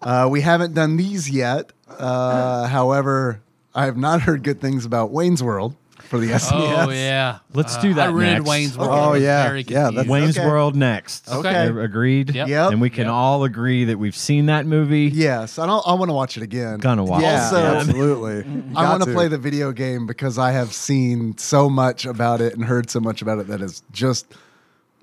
B: Uh, we haven't done these yet. Uh, however, I have not heard good things about Wayne's World for the E. SNES.
A: oh yeah.
C: Let's do that
A: I read
C: next.
A: Wayne's World.
D: Oh,
A: I was
D: yeah.
A: very
D: Yeah, that's-
A: confused.
C: Wayne's
B: Okay.
C: World next.
A: Okay.
C: agreed.
A: Yep.
B: Yep.
C: and we can
A: Yep.
C: all agree that we've seen that movie.
B: Yes, I don't. I want to watch it again.
C: Gonna watch
D: Yeah,
B: Also,
D: absolutely.
B: I want to
D: Got
B: play the video game because I have seen so much about it and heard so much about it that is just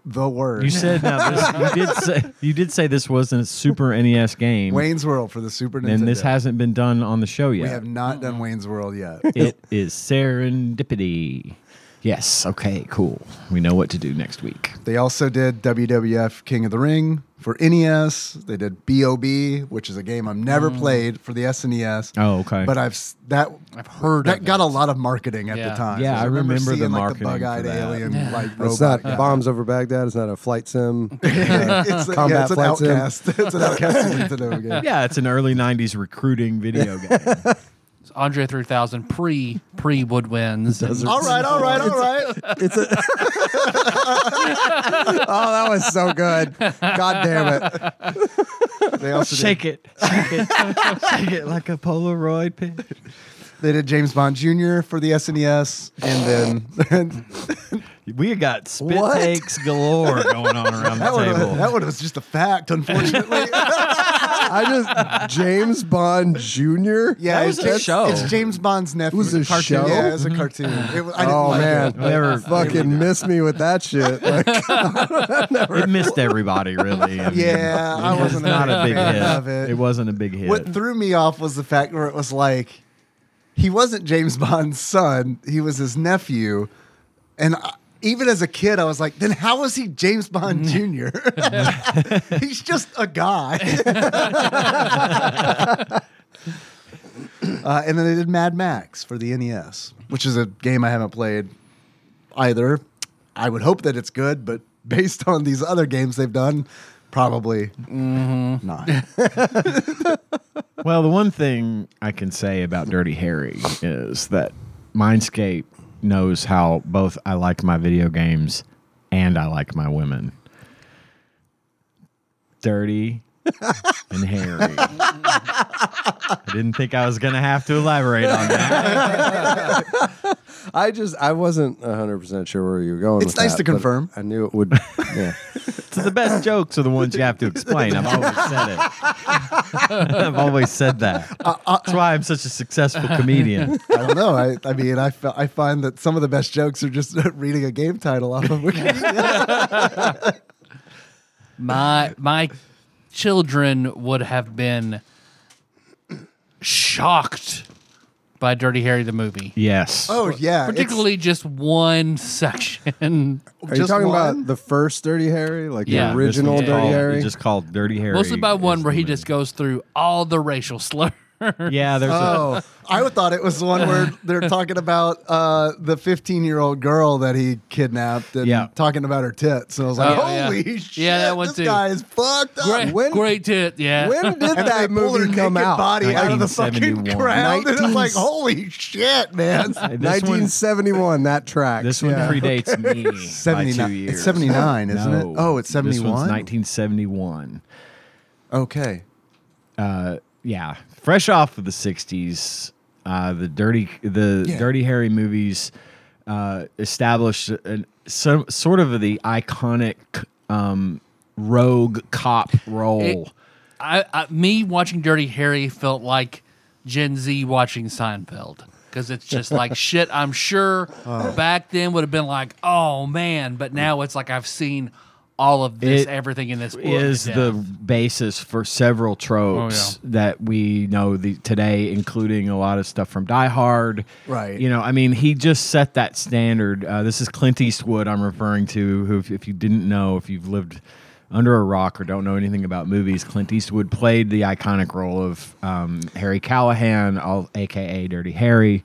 B: the worst.
C: You said now this, you did say you did say this wasn't a Super NES game,
B: Wayne's World for the Super Nintendo.
C: and this hasn't been done on the show
B: We
C: yet.
B: have not done Wayne's World yet.
C: It is serendipity. Yes. Okay. Cool. We know what to do next week.
B: They also did WWF King of the Ring for NES. They did BOB, which is a game I've never played for the SNES.
C: Mm. Oh, okay.
B: But I've s- that
A: I've heard
B: that
A: of
B: got
A: it.
B: a lot of marketing at
A: Yeah.
B: the time.
C: Yeah, I remember the
B: seeing,
C: marketing for
B: Like, the bug-eyed
C: that.
B: alien like
D: It's
B: robot.
D: not bombs over Baghdad. It's not a flight sim.
B: it's, a,
D: Combat
B: yeah, it's an
D: Flight Sim.
B: outcast. it's an outcast Nintendo game.
C: Yeah, it's an early '90s recruiting video game.
A: It's Andre 3000 pre pre woodwinds. and-
B: All right, all right, all right.
D: It's a oh, that was so good. God damn it!
B: They also
C: Shake it, shake it, shake it like a Polaroid picture.
B: Did, they did James Bond Jr. for the SNES, and then
C: We got spit
D: What?
C: takes galore going on around
B: that
C: the
B: one
C: table.
B: that one was just a fact, unfortunately.
D: I just James Bond Jr.
B: Yeah,
A: That
B: it's
A: was a
B: it's-
A: show.
B: It's James Bond's nephew.
D: was a
B: cartoon.
D: show? Mm-hmm.
B: Yeah, it was a cartoon. It was, I didn't
D: Oh
B: like
D: man,
B: it.
C: Never-
D: fucking miss me with that shit. Like,
C: It missed everybody, really. I mean,
B: Yeah,
C: it
B: I
C: was
B: wasn't a
C: not a
B: big
C: big
B: fan
C: hit.
B: of it.
C: it. wasn't a big hit.
B: What threw me off was the fact where it was like he wasn't James Bond's son; he was his nephew, and. I, even as a kid, I was like, then how is he James Bond Jr.? He's just a guy. uh, and then they did Mad Max for the NES, which is a game I haven't played either. I would hope that it's good, but based on these other games they've done, probably not.
C: well, the one thing I can say about Dirty Harry is that Mindscape knows how both I like my video games and I like my women. Dirty and hairy. I didn't think I was going to have to elaborate on that.
D: I just I wasn't hundred percent sure where you were going.
B: It's
D: with
B: nice
D: that,
B: to
D: but
B: confirm.
D: I knew it would. Yeah,
C: So the best jokes are the ones you have to explain. I've always said it. I've always said that. That's why I'm such a successful comedian.
B: I don't know. I, I mean, I, fi- I find that some of the best jokes are just reading a game title off of Wikipedia.
A: my my children would have been shocked by Dirty Harry the movie.
C: Yes.
B: oh yeah, it's-
A: Particularly just one section.
D: are you
B: Just
D: talking
B: one?
D: about the first Dirty Harry, like
A: Yeah.
D: the
C: This
D: original
C: one's
D: Dirty
C: called-
D: Harry?
C: It's just called Dirty Harry.
A: Mostly by
C: is
A: one where
C: the
A: he
C: movie.
A: just goes through all the racial slurs.
C: yeah, there's a,
B: Oh, I thought it was the one where they're talking about uh, the 15 year old girl that he kidnapped and
C: Yeah.
B: talking about her tits. And I was like,
A: Oh, yeah.
B: holy
A: Yeah,
B: shit,
A: that one
B: this
A: too.
B: guy is fucked up.
A: Great,
D: When-
A: great tit. Yeah.
D: When did
B: And
D: that
B: they pull her
D: movie come
B: naked
D: out?
B: body out of the fucking
C: 1971.
B: ground. And it's like,
D: 19s.
B: holy shit, man.
C: this one,
D: 1971. That track.
C: this one
D: Yeah.
C: predates me by two
B: 79
C: years.
B: It's 79, isn't
C: No,
B: it? Oh, it's
C: This one's
B: 71.
C: 1971.
B: Okay.
C: yeah, fresh off of the '60s, uh, the dirty the
B: Yeah.
C: Dirty Harry movies uh, established an, some sort of the iconic um, rogue cop role.
A: It- I, I, me watching Dirty Harry felt like Gen Z watching Seinfeld because it's just like shit. I'm sure back then would have been like, oh man, but now it's like I've seen all of this,
C: It
A: everything in this book
C: is
A: to
C: the
A: death.
C: basis for several tropes that we know the, today, including a lot of stuff from Die Hard.
B: Right.
C: You know, I mean, he just set that standard. Uh, this is Clint Eastwood I'm referring to, who, if, if you didn't know, if you've lived under a rock or don't know anything about movies, Clint Eastwood played the iconic role of um, Harry Callahan, all, aka Dirty Harry.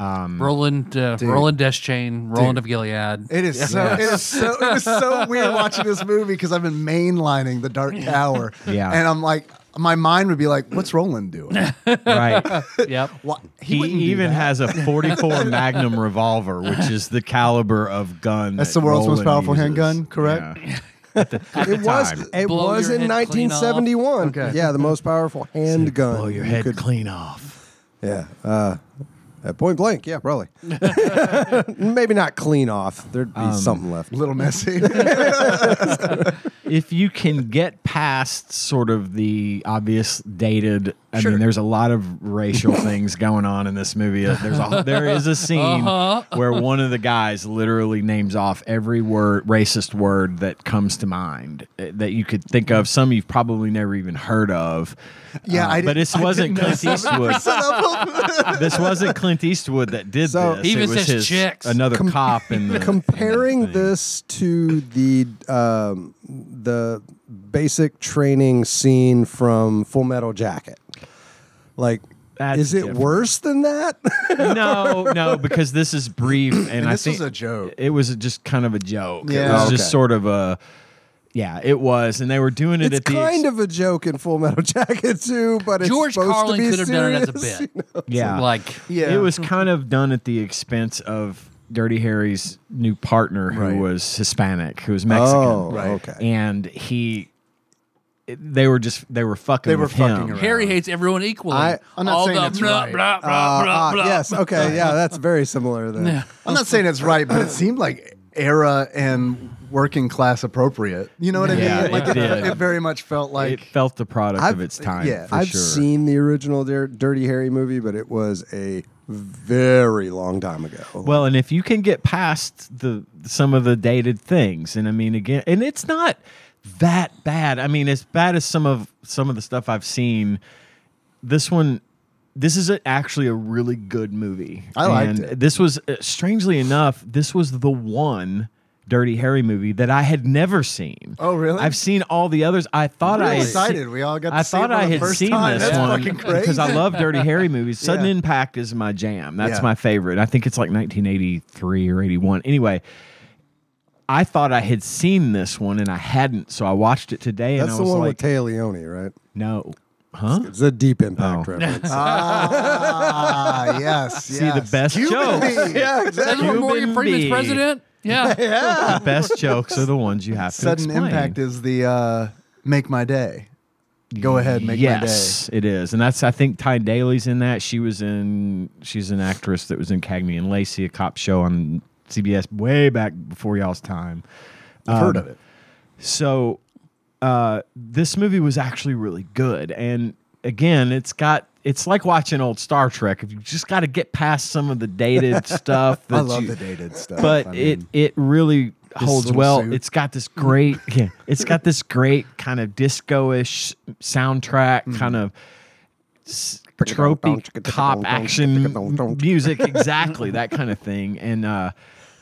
A: Roland uh, Roland Deschain, Roland of Gilead.
B: It is so. It is so. It was so weird watching this movie because I've been mainlining the Dark Tower.
C: Yeah.
B: and I'm like, my mind would be like, "What's Roland doing?
C: Right.
A: yep.
B: What
C: He,
B: wouldn't do
C: even
B: that.
C: has a 44 Magnum revolver, which is the caliber of gun.
B: That's
C: that
B: the world's most
C: Roland
B: powerful
C: uses.
B: handgun, correct?
C: Yeah.
D: It was.
C: time.
D: It
A: Blow
D: was
A: your
D: in
A: head clean off.
D: 1971.
B: Okay.
D: Yeah, the most powerful handgun.
C: Blow your
D: you
C: head
D: could-
C: clean off.
D: Yeah. Uh, at point blank. Yeah, probably. Maybe not clean off. There'd be something left.
B: little messy.
C: If you can get past sort of the obvious dated, I mean, there's a lot of racial things going on in this movie. There's
A: Uh-huh.
C: a, there is a scene where one of the guys literally names off every word, racist word that comes to mind uh, that you could think of. Some you've probably never even heard of. Uh,
B: Yeah, I
C: but
B: didn't-
C: this
B: I
C: wasn't
B: didn't know
C: Clint Eastwood. this wasn't Clint Eastwood that did
D: So-
C: this.
A: Even
C: it was
A: says
C: his,
A: chicks.
C: another cop in the in the
D: Comparing
C: thing.
D: this to the um, the basic training scene from Full Metal Jacket, like.
C: That's
D: is it
C: different.
D: worse than that?
C: no, no, because this is brief, and, I
B: this
C: think
B: was a joke.
C: It was just kind of a joke. it
B: Yeah.
C: was
D: Oh,
C: just
D: okay.
C: sort of a. Yeah, it was, and they were doing it
D: it's
C: at the
D: kind of a joke in Full Metal Jacket too, but it's
A: George
D: supposed
A: Carlin
D: to be
A: could have done it as a
D: serious.
A: bit.
C: yeah,
A: Like
B: Yeah.
C: it was kind of done at the expense of Dirty Harry's new partner, who
B: Right.
C: was Hispanic, who was Mexican.
D: Oh,
B: Right.
D: okay.
C: and he they were just they were fucking
B: They were
C: with
B: fucking
C: him.
B: around.
A: Harry hates everyone equally.
D: I-
B: I'm not
A: All
B: saying
A: the
B: that's
A: blah,
B: right.
A: blah,
D: Uh,
A: blah, blah,
D: ah,
A: blah.
D: yes. Okay. Yeah, that's very similar then.
B: I'm not saying it's right, but it seemed like era and working class appropriate. You know what
C: Yeah,
B: I mean? Like
C: it did.
B: it very much felt
C: it
B: like
C: felt the product
D: I've-
C: of its time
B: yeah,
C: for
D: I've
C: sure
D: seen the original Dir- Dirty Harry movie, but it was a very long time ago.
C: well and if you can get past the some of the dated things and i mean again and it's not that bad i mean as bad as some of some of the stuff i've seen this one this is a, actually a really good movie
B: I liked
C: And
B: it.
C: this was uh, strangely enough this was the one dirty harry movie that i had never seen
B: Oh, really?
C: i've seen all the others i thought i
B: We're
C: had
B: excited.
C: seen-
B: We all got to
C: i
B: see it
C: thought
B: for
C: i
B: the
C: had
B: first
C: seen
B: time.
C: this
B: That's
C: one
B: fucking crazy.
C: because i love dirty harry movies sudden
B: Yeah.
C: impact is my jam that's
B: Yeah.
C: my favorite i think it's like 1983 or 81 anyway I thought I had seen this one and I hadn't, so I watched it today and
D: That's
C: I
D: the
C: was
D: one
C: like,
D: with Tay Leone, right?
C: "No, huh?
D: It's a deep impact
C: Oh.
D: reference.
B: Ah, yes.
C: See the best
B: Cuban
C: jokes.
B: League.
D: yeah,
A: That's
D: exactly.
A: when
C: Cuban
A: Morgan Freeman's
C: Bee.
A: president. Yeah.
C: the best jokes are the ones you have to
B: Sudden
C: explain.
B: impact is the uh, make my day. Go ahead, make
C: yes, it is, and that's I think Ty Daly's in that. She was in. She's an actress that was in Cagney and Lacey, a cop show on CBS way back before y'all's time.
B: my
C: Um,
B: day. I've heard of it.
C: So uh, this movie was actually really good, and again, it's got. It's like watching old Star Trek. If you just got to get past some of the dated stuff. That
B: I love
C: you-
B: the dated stuff.
C: but
B: I
C: it
B: mean,
C: it really holds
B: little
C: well.
B: suit.
C: It's got this great, yeah, it's got this great kind of disco-ish soundtrack,
B: Hmm.
C: kind of s- tropey cop action music, exactly that kind of thing, and uh,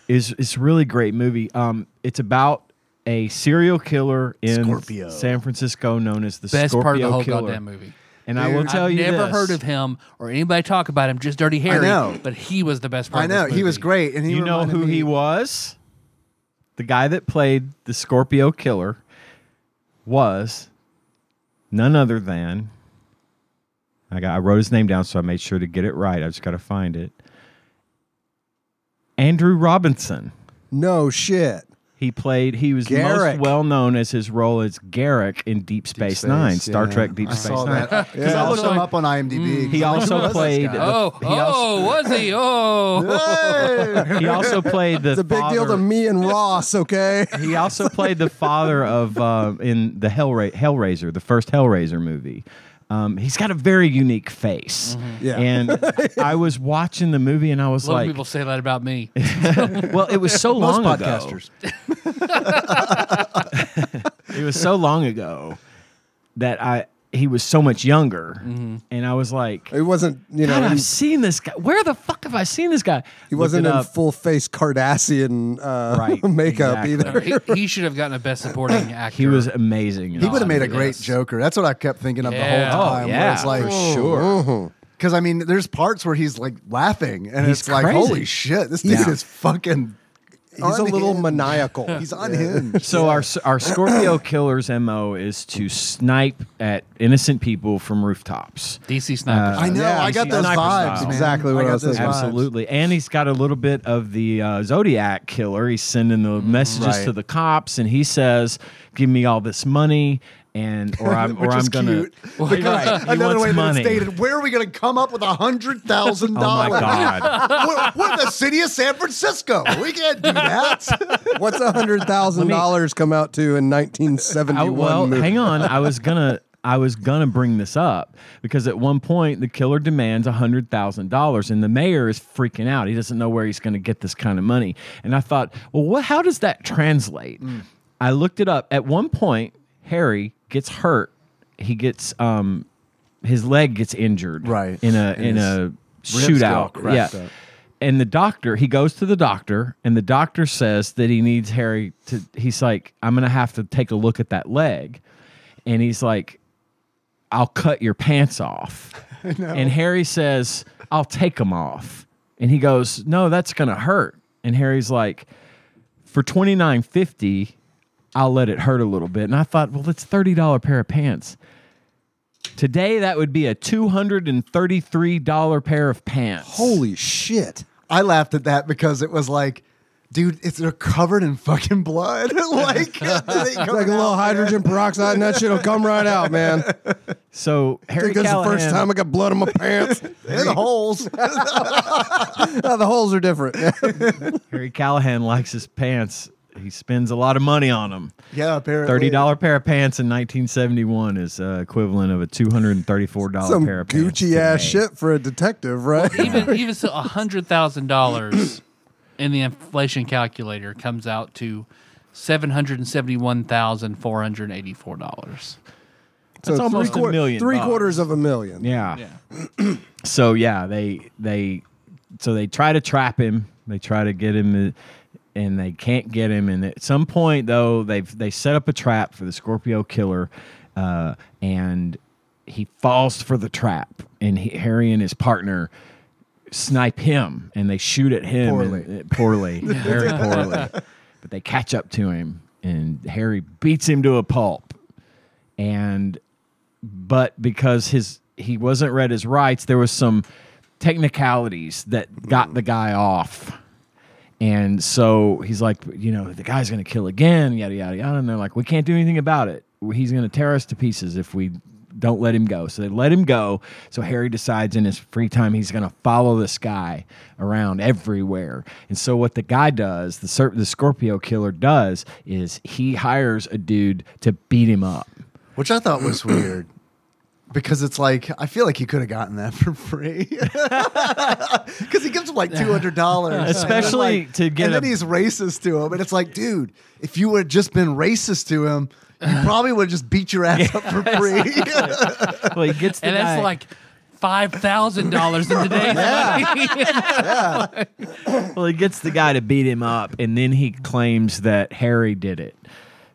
C: is it's really great movie. Um, it's about a serial killer in
B: Scorpio.
C: San Francisco known as the
A: Best
C: Scorpio
A: part of the whole
C: killer.
A: goddamn movie.
C: And I will
B: Dude,
C: tell
A: I've
C: you,
A: never
C: this.
A: heard of him or anybody talk about him. Just Dirty Harry.
B: know.
A: but he was the best part.
B: I
A: of this
B: know he was
A: movie.
B: great, and he
C: you know
B: reminded
C: who
B: me-
C: he was? The guy that played the Scorpio killer was none other than I got I wrote his name down so I made sure to get it right. I just got to find it. Andrew Robinson.
D: No shit.
C: He played he was
D: Garrick.
C: most well known as his role as Garrick in Deep Space,
D: Space,
C: 9, Star
D: yeah.
C: Trek Deep
B: I
C: Space
B: saw
C: 9.
B: that because
D: Yeah.
B: I looked him up on IMDb.
C: He also played the-
A: Oh,
C: he also-
A: oh, was he? Oh,
B: Hey!
C: he also played the
D: It's a big deal to
C: father-
D: me and Ross, okay?
C: He also played the father of uh, in the Hellra- Hellraiser, the first Hellraiser movie. Um, he's got a very unique face,
D: Mm-hmm. Yeah.
C: and I was watching the movie and I was
A: a lot of
C: like,
A: people say that about me.
C: "Well, it was so
B: Most
C: long ago.
B: podcasters.
C: It was so long ago that I he was so much younger,
A: Mm-hmm.
C: and I was like."
D: It wasn't, you know,
C: God,
D: he,
C: I've seen this guy. Where the fuck have I seen this guy?
D: he wasn't
C: Looked it
D: in
C: up.
D: full face Kardashian uh,
C: Right,
D: makeup
C: exactly.
D: either.
A: he, he should have gotten a best supporting actor.
C: He was amazing.
B: He would have made a great
A: Yes.
B: Joker. That's what I kept thinking of
A: Yeah.
B: the
A: Oh,
B: whole time. where
C: yeah,
B: it's like,
C: for sure.
B: Because I mean, there's parts where he's like laughing, and
C: He's
B: it's like,
C: crazy.
B: holy shit, this dude
C: Yeah.
B: is fucking.
D: He's a little maniacal.
B: He's unhinged.
C: So our our Scorpio killer's mo is to snipe at innocent people from rooftops.
A: DC Sniper.
B: uh, I know.
D: Yeah,
B: I
D: he's
B: got those
C: sniper
B: vibes.
C: style.
B: man.
D: Exactly what I
B: got
D: was
B: those
D: thinking.
B: vibes.
C: Absolutely, and he's got a little bit of the uh, Zodiac killer. He's sending the messages
B: Mm-hmm. Right.
C: to the cops, and he says, "Give me all this money." And or I'm
B: Which
C: or I'm
B: is
C: gonna
B: cute. Because
C: Right, he
B: another
C: wants
B: way
C: money.
B: that it's stated, where are we going to come up with a hundred thousand
C: Oh my
B: dollars?
C: god!
B: we're, we're the city of San Francisco. We can't do that.
D: What's a hundred thousand dollars come out to in nineteen seventy
C: I-
D: one?
C: Uh, well, hang on. I was gonna I was gonna bring this up because at one point the killer demands hundred thousand dollars, and the mayor is freaking out. He doesn't know where he's gonna get this kind of money. And I thought, well, what? How does that translate? I looked it up. At one point, Harry gets hurt. He gets um his leg gets injured
B: Right.
C: in a in a shootout.
B: get all cracked
C: yeah.
B: up.
C: And the doctor, he goes to the doctor, and the doctor says that he needs Harry to. He's like, I'm gonna have to take a look at that leg, and he's like, I'll cut your pants off. And Harry says, I'll take them off. And he goes, No, that's gonna hurt. And Harry's like, For twenty nine fifty, I'll let it hurt a little bit. And I thought, well, that's thirty dollar pair of pants. Today that would be a two hundred and thirty three dollar pair of pants.
D: Holy shit!
B: I laughed at that because it was like, dude, it's they're covered in fucking blood. like,
D: It's like a little hydrogen peroxide, and that shit'll come right out, man. I
C: So Harry
D: think this is the
C: Callahan,
D: first time I got blood on my pants.
B: in holes.
D: No, Oh, the holes are different.
C: Harry Callahan likes his pants. He spends a lot of money on them.
B: yeah, apparently.
C: Thirty dollar pair of pants in 1971 is uh, equivalent of a 234 dollar
D: Some
C: pair of pants.
D: Gucci ass
C: today.
D: shit for a detective, right?
A: even even so, a hundred thousand dollars in the inflation calculator comes out to seven hundred and seventy-one thousand four hundred eighty-four dollars.
D: so
C: That's almost
D: three
C: a million
D: Three
C: bucks.
D: quarters of a million.
C: Yeah. so yeah, they they so they try to trap him. They try to get him, uh, and they can't get him. And at some point though, they've they set up a trap for the Scorpio killer, uh, and he falls for the trap. And he, Harry and his partner snipe him, and they shoot at him
B: Poorly.
C: and- uh, poorly, very poorly. But they catch up to him, and Harry beats him to a pulp. And but because his he wasn't read his rights, there was some technicalities that got the guy off. And so he's like, you know, the guy's going to kill again, yada yada yada. And they're like, we can't do anything about it. He's going to tear us to pieces if we don't let him go. So they let him go. So Harry decides in his free time he's going to follow this guy around everywhere. And so what the guy does, the Ser- the Scorpio killer does, is he hires a dude to beat him up.
B: Which I thought was weird. Because it's like I feel like he could have gotten that for free, because he gives him like two hundred dollars,
C: Especially to get
B: And then
C: a-
B: he's racist to him, and it's like, dude, if you would have just been racist to him, you probably would have just beat your ass up for free.
C: Well, he gets the
A: And that's
C: guy-
A: like five thousand dollars in today's money.
C: Well, he gets the guy to beat him up, and then he claims that Harry did it.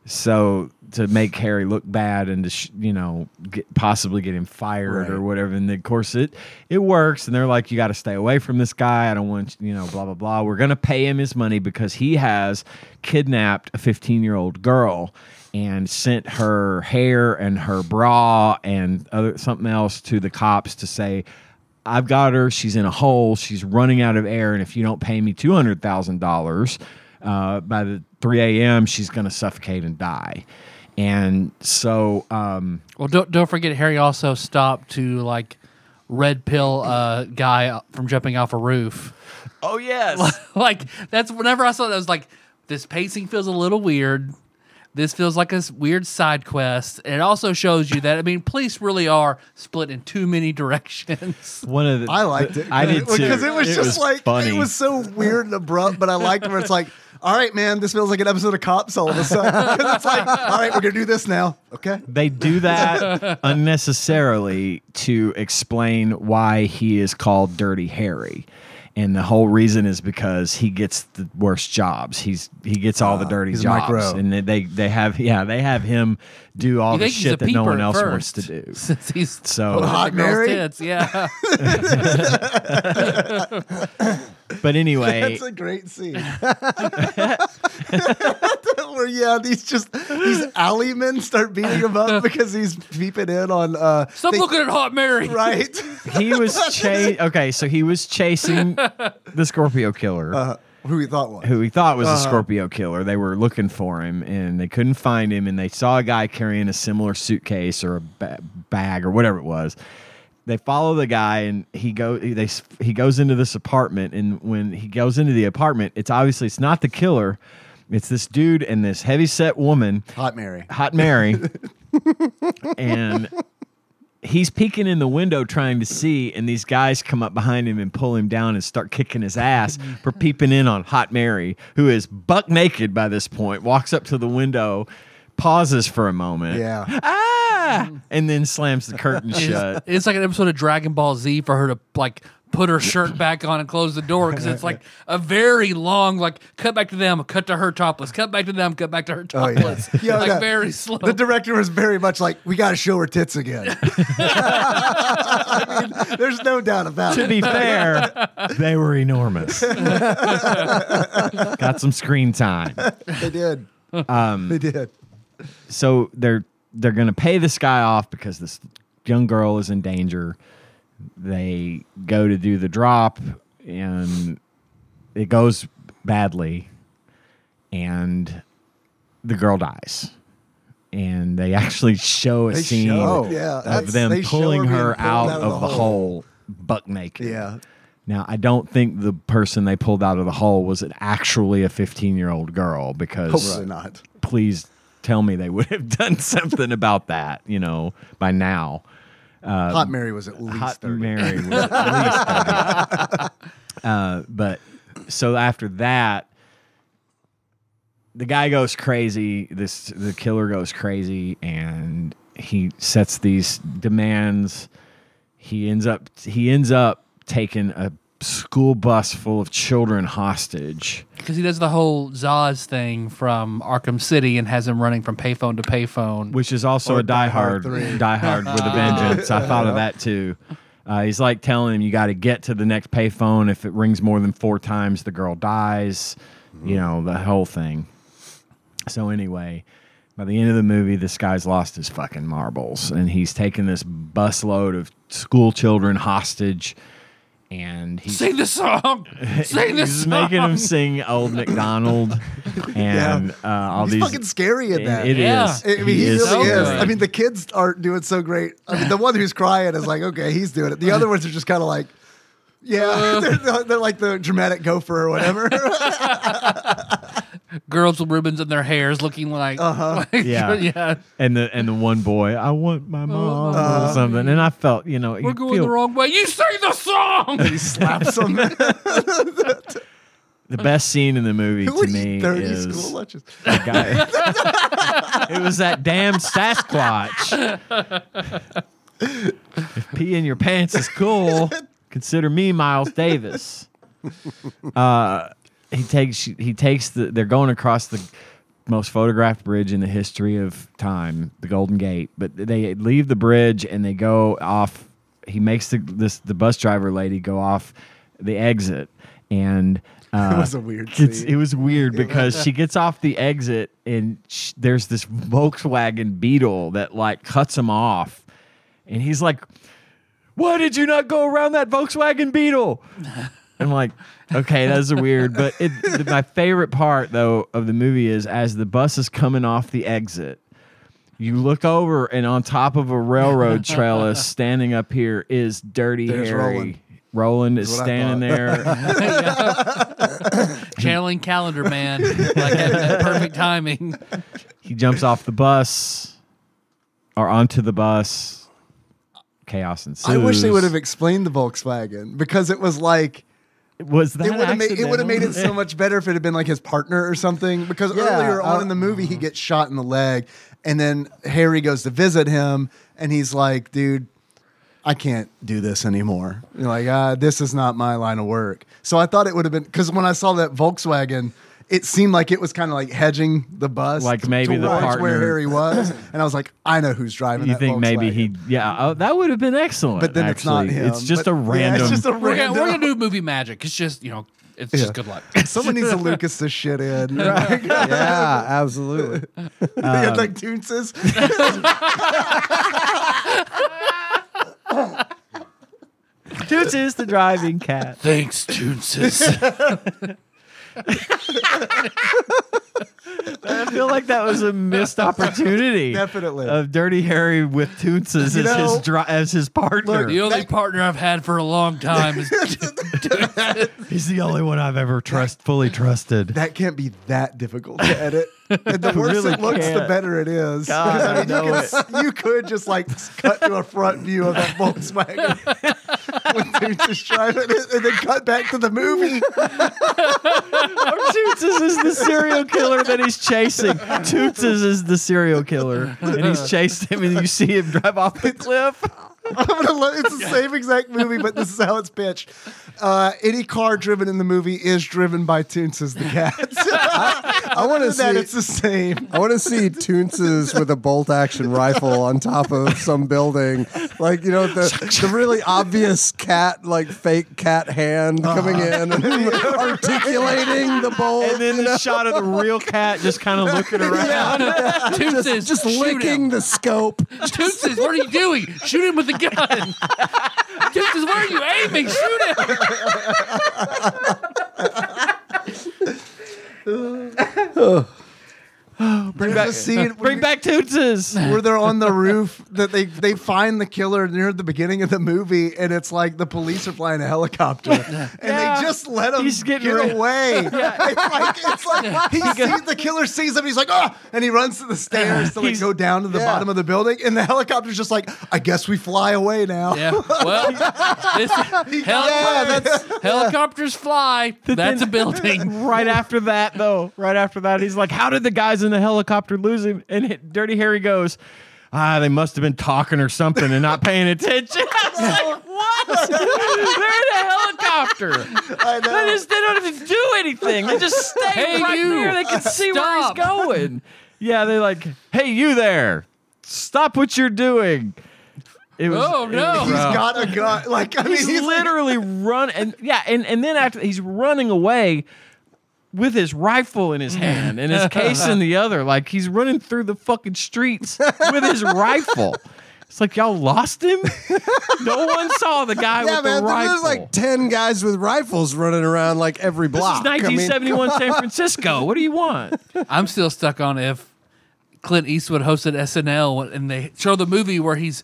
C: So to make Harry look bad and to sh- you know get, possibly get him fired
B: Right.
C: or whatever. And of course it it works, and they're like, you got to stay away from this guy. I don't want you you know blah blah blah. We're gonna pay him his money because he has kidnapped a 15 year old girl and sent her hair and her bra and other something else to the cops to say. I've got her. She's in a hole. She's running out of air. And if you don't pay me two hundred thousand dollars uh, by the three a.m., she's going to suffocate and die. And so, um,
A: Well, don't don't forget Harry also stopped to like red pill uh guy from jumping off a roof.
C: oh yes,
A: like that's whenever I saw that, I was like, this pacing feels a little weird. This feels like a s- weird side quest. And it also shows you that I mean, police really are split in too many directions.
C: one of the
B: I liked it.
C: I did too
B: because it was just like
C: funny.
B: it was so weird and abrupt, but I liked where it's like, all right, man, this feels like an episode of Cops all of a sudden. 'Cause it's like, all right, we're gonna do this now, okay?
C: they do that unnecessarily to explain why he is called Dirty Harry. And the whole reason is because he gets the worst jobs. He's he gets
A: Ah,
C: all the dirty
B: he's a
C: jobs,
B: micro.
C: and they, they they have yeah they have him do all
A: You
C: the
A: think he's a
C: shit that no
A: peeper
C: one
A: at
C: else
A: first,
C: wants to do.
A: Since he's
C: So-
A: looking at
B: Hot
A: the girl's
B: Mary?
A: tits, yeah.
C: But anyway,
B: That's a great scene. Where yeah, these just these alley men start beating him up because he's peeping in on uh
A: Stop
B: they-
A: looking at Hot Mary.
B: right.
C: he was chasing. Okay, so he was chasing the Scorpio
A: Uh,
C: killer,
B: Who he thought was.
C: who he thought was a Scorpio killer. They were looking for him, and they couldn't find him. And they saw a guy carrying a similar suitcase or a ba- bag or whatever it was. They follow the guy, and he go. They s- he goes into this apartment, and when he goes into the apartment, it's obviously it's not the killer. It's this dude and this heavy set woman.
B: Hot Mary.
C: Hot Mary. and he's peeking in the window trying to see, and these guys come up behind him and pull him down and start kicking his ass for peeping in on Hot Mary, who is buck naked by this point, walks up to the window, pauses for a moment.
B: Yeah.
C: Ah! And then slams the curtain
A: It's,
C: shut.
A: it's like an episode of Dragon Ball Z for her to like put her shirt back on and close the door because it's like a very long like cut back to them, cut to her topless, cut back to them, cut back to her
B: Oh yeah.
A: topless.
B: Yeah,
A: like
B: no.
A: very slow.
B: The director was very much like, we got to show her tits again. I mean, there's no doubt about
C: to
B: it.
C: be fair, they were enormous. Got some screen time.
B: They did. they did.
C: so they're they're gonna pay this guy off because this young girl is in danger. They go to do the drop and it goes badly and the girl dies. And they actually show a
B: They
C: scene
B: show. Yeah,
C: of
B: Oh, that's-
C: them
B: they show
C: pulling
B: her being
C: her
B: pulled
C: out, of, the hole buck naked.
B: Yeah.
C: Now, I don't think the person they pulled out of the hole was an- actually a 15 year old girl because
B: Hopefully not.
C: please tell me they would have done something about that, you know, by now.
B: Um, Hot Mary was at least
C: Hot
B: 30.
C: Mary was at least 30. Uh, but so after that, the guy goes crazy. This the killer goes crazy, and he sets these demands. He ends up he ends up taking a school bus full of children hostage.
A: Because he does the whole Zaz thing from Arkham City and has him running from payphone to payphone.
C: which is also
B: Or
C: a Die
B: Die Hard
C: Hard, Die Hard with a Vengeance. I thought of that too. Uh, he's like telling him you got to get to the next payphone. If it rings more than four times, the girl dies.
B: Mm-hmm.
C: You know the whole thing. So anyway, by the end of the movie, this guy's lost his fucking marbles, and he's taken this busload of school children hostage, and he's
A: Sing the song. Sing the
C: He's
A: song.
C: making him sing old McDonald and uh, all
B: He's
C: these.
B: fucking scary in that.
C: It
A: Yeah.
C: is.
B: I mean, he,
C: is
B: really
A: so
B: is.
A: good.
B: I mean, the kids aren't doing so great. I mean, the one who's crying is like, okay, he's doing it. The other ones are just kind of like, yeah, they're, they're like the dramatic gopher or whatever.
A: Girls with ribbons in their hairs, looking like, like,
C: Uh-huh. Yeah.
A: yeah.
C: and the and the one boy, I want my mom or something, and I felt you know
A: Oh, We're
C: you
A: going
C: feel-
A: the wrong way. You sing the song.
B: Slaps them.
C: the best scene in the movie
B: Who
C: to
B: would
C: me
B: eat 30
C: is
B: school lunches?
C: the guy. it was that damn Sasquatch. if pee in your pants is cool, consider me Miles Davis. Uh, he takes he takes the they're going across the most photographed bridge in the history of time, the Golden Gate. But they leave the bridge and they go off. He makes the this the bus driver lady go off the exit, and uh,
B: It was a weird
C: It's,
B: scene.
C: it was weird because she gets off the exit and sh- there's this Volkswagen Beetle that like cuts him off, and he's like, "Why did you not go around that Volkswagen Beetle?" I'm like, okay, that's weird. But it, th- my favorite part though of the movie is as the bus is coming off the exit, you look over and on top of a railroad trellis, standing up here is Dirty
B: There's
C: Harry.
B: Roland.
C: Roland is
B: what I
C: standing there.
A: Channeling Calendar Man, like at, at perfect timing.
C: he jumps off the bus or onto the bus. Chaos ensues.
B: I wish they would have explained the Volkswagen because it was like
C: Was that
B: it would have made it would have made it so
C: accidental?
B: much better if it had been like his partner or something. Because
D: Yeah,
B: earlier on
D: uh,
B: in the movie,
C: mm-hmm.
B: he gets shot in the leg, and then Harry goes to visit him, and he's like, "Dude, I can't do this anymore. You're like, ah, this is not my line of work." So I thought it would have been because when I saw that Volkswagen. It seemed like it was kind of like hedging the bus,
C: Like maybe the
B: towards where
C: partner-
B: Harry was, and I was like, I know who's driving.
C: You
B: that
C: think maybe
B: Volkswagen.
C: he? Yeah, oh, that would have been excellent.
B: but then it's
C: actually.
B: not him.
C: It's just
B: But-
C: a
B: yeah,
C: random.
B: it's just a
A: We're gonna,
B: random.
A: we're gonna do movie magic. It's just, you know, it's
B: Yeah.
A: just good luck.
B: Someone needs to Lucas this shit in.
D: yeah, absolutely.
B: they had like Toonses.
C: Toots is the driving cat.
A: Thanks, Toonsis.
C: I feel like that was a missed opportunity.
B: Definitely.
C: Of Dirty Harry with Toots as
B: You know-
C: his dri- as his partner.
A: the only partner I've had for a long time is
C: He's the only one I've ever trust fully trusted.
B: That can't be that difficult to edit. And the worse
C: really
B: it looks, the
C: can't.
B: better it is. 'Cause,
C: God, I
B: you,
C: know
B: can
C: it.
B: s- you could just like s- cut to a front view of that Volkswagen when dudes just driving it, and then cut back to the movie.
C: Toots is the serial killer that he's chasing. Toots is the serial killer, and he's chased him, and you see him drive off the cliff.
B: I'm gonna lo- it's the same exact movie, but this is how it's pitched. Uh, any car driven in the movie is driven by Toonses the cat.
D: I want to
B: Other than that, it's
D: see.
B: the same.
D: I want to see Toonses with a bolt action rifle on top of some building, like you know the the really obvious cat, like fake cat hand coming
B: Uh-huh.
D: in and articulating the bolt,
C: And then
D: you know?
C: the shot of the real cat just kind of looking around.
A: Toonsis.
D: just
A: shoot
D: licking
A: him.
D: the scope.
A: Tootses, what are you doing? Shoot him with a gun. Tootses, where are you aiming? Shoot him.
B: Bring back the scene.
C: Bring back Toots.
B: where they're on the roof that they they find the killer near the beginning of the movie and it's like the police are flying a helicopter and
C: Yeah.
B: they just let him
C: He's
B: get
C: getting rid-
B: away it's like, it's like he sees the killer sees him he's like oh and he runs to the stairs to like
C: He's-
B: go down to the bottom of the building and the helicopter's just like I guess we fly away now
A: Yeah. Well, this helicopters fly. That's a building.
C: right after that, though, right after that, he's like, "How did the guys in the helicopter lose him?" And it, Dirty Harry goes, "Ah, they must have been talking or something and not paying attention." I was like, "What? They're in a helicopter.
B: I know.
C: They just they don't have to do anything. They just stay
A: Hey,
C: right
A: you.
C: there. They can see where he's
A: Stop.
C: going." Yeah, they like, "Hey, you there! Stop what you're doing." It was,
A: Oh, no.
B: He's
A: Bro.
B: got a gun like I mean
C: he's, literally run and yeah and and then after he's running away with his rifle in his hand and his case in the other like he's running through the fucking streets with his rifle it's like y'all lost him no one saw the guy
D: Yeah,
C: with
D: man,
C: the rifle
D: there's like ten guys with rifles running around like every
C: this
D: block.
C: is
D: I mean,
C: 1971 san francisco what do you want
A: I'm still stuck on if Clint Eastwood hosted SNL and they show the movie where he's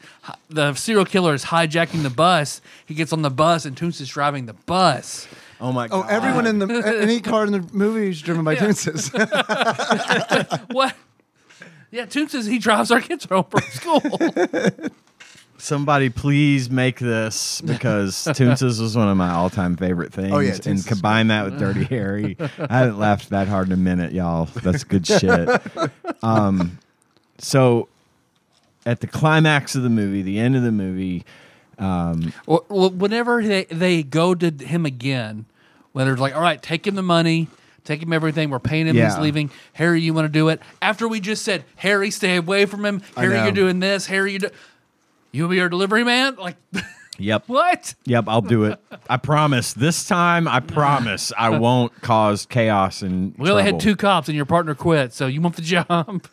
A: the serial killer is hijacking the bus. He gets on the bus and Toons is driving the bus.
D: oh my
B: oh
D: god!
B: everyone in the any car in the movie is driven by yeah.
A: What? Yeah, Toons says he drives our kids home from school.
C: Somebody please make this because Toonses was one of my all-time favorite things.
B: Oh, yeah,
C: and
B: Toonses.
C: combine that with Dirty Harry. I haven't laughed that hard in a minute, y'all. That's good shit. Um, so at the climax of the movie, the end of the movie,
A: Well, well, whenever they, they go to him again, when they're like, all right, take him the money, Take him everything. We're paying him. He's
C: Yeah.
A: leaving. Harry, you want to do it? After we just said, Harry, stay away from him. Harry,
B: know.
A: you're doing this. Harry, you do. You'll be our delivery man. Like,
C: Yep.
A: what?
C: Yep, I'll do it. I promise. This time, I promise I won't cause chaos and
A: We only had
C: trouble.
A: two cops, and your partner quit, so you want the job.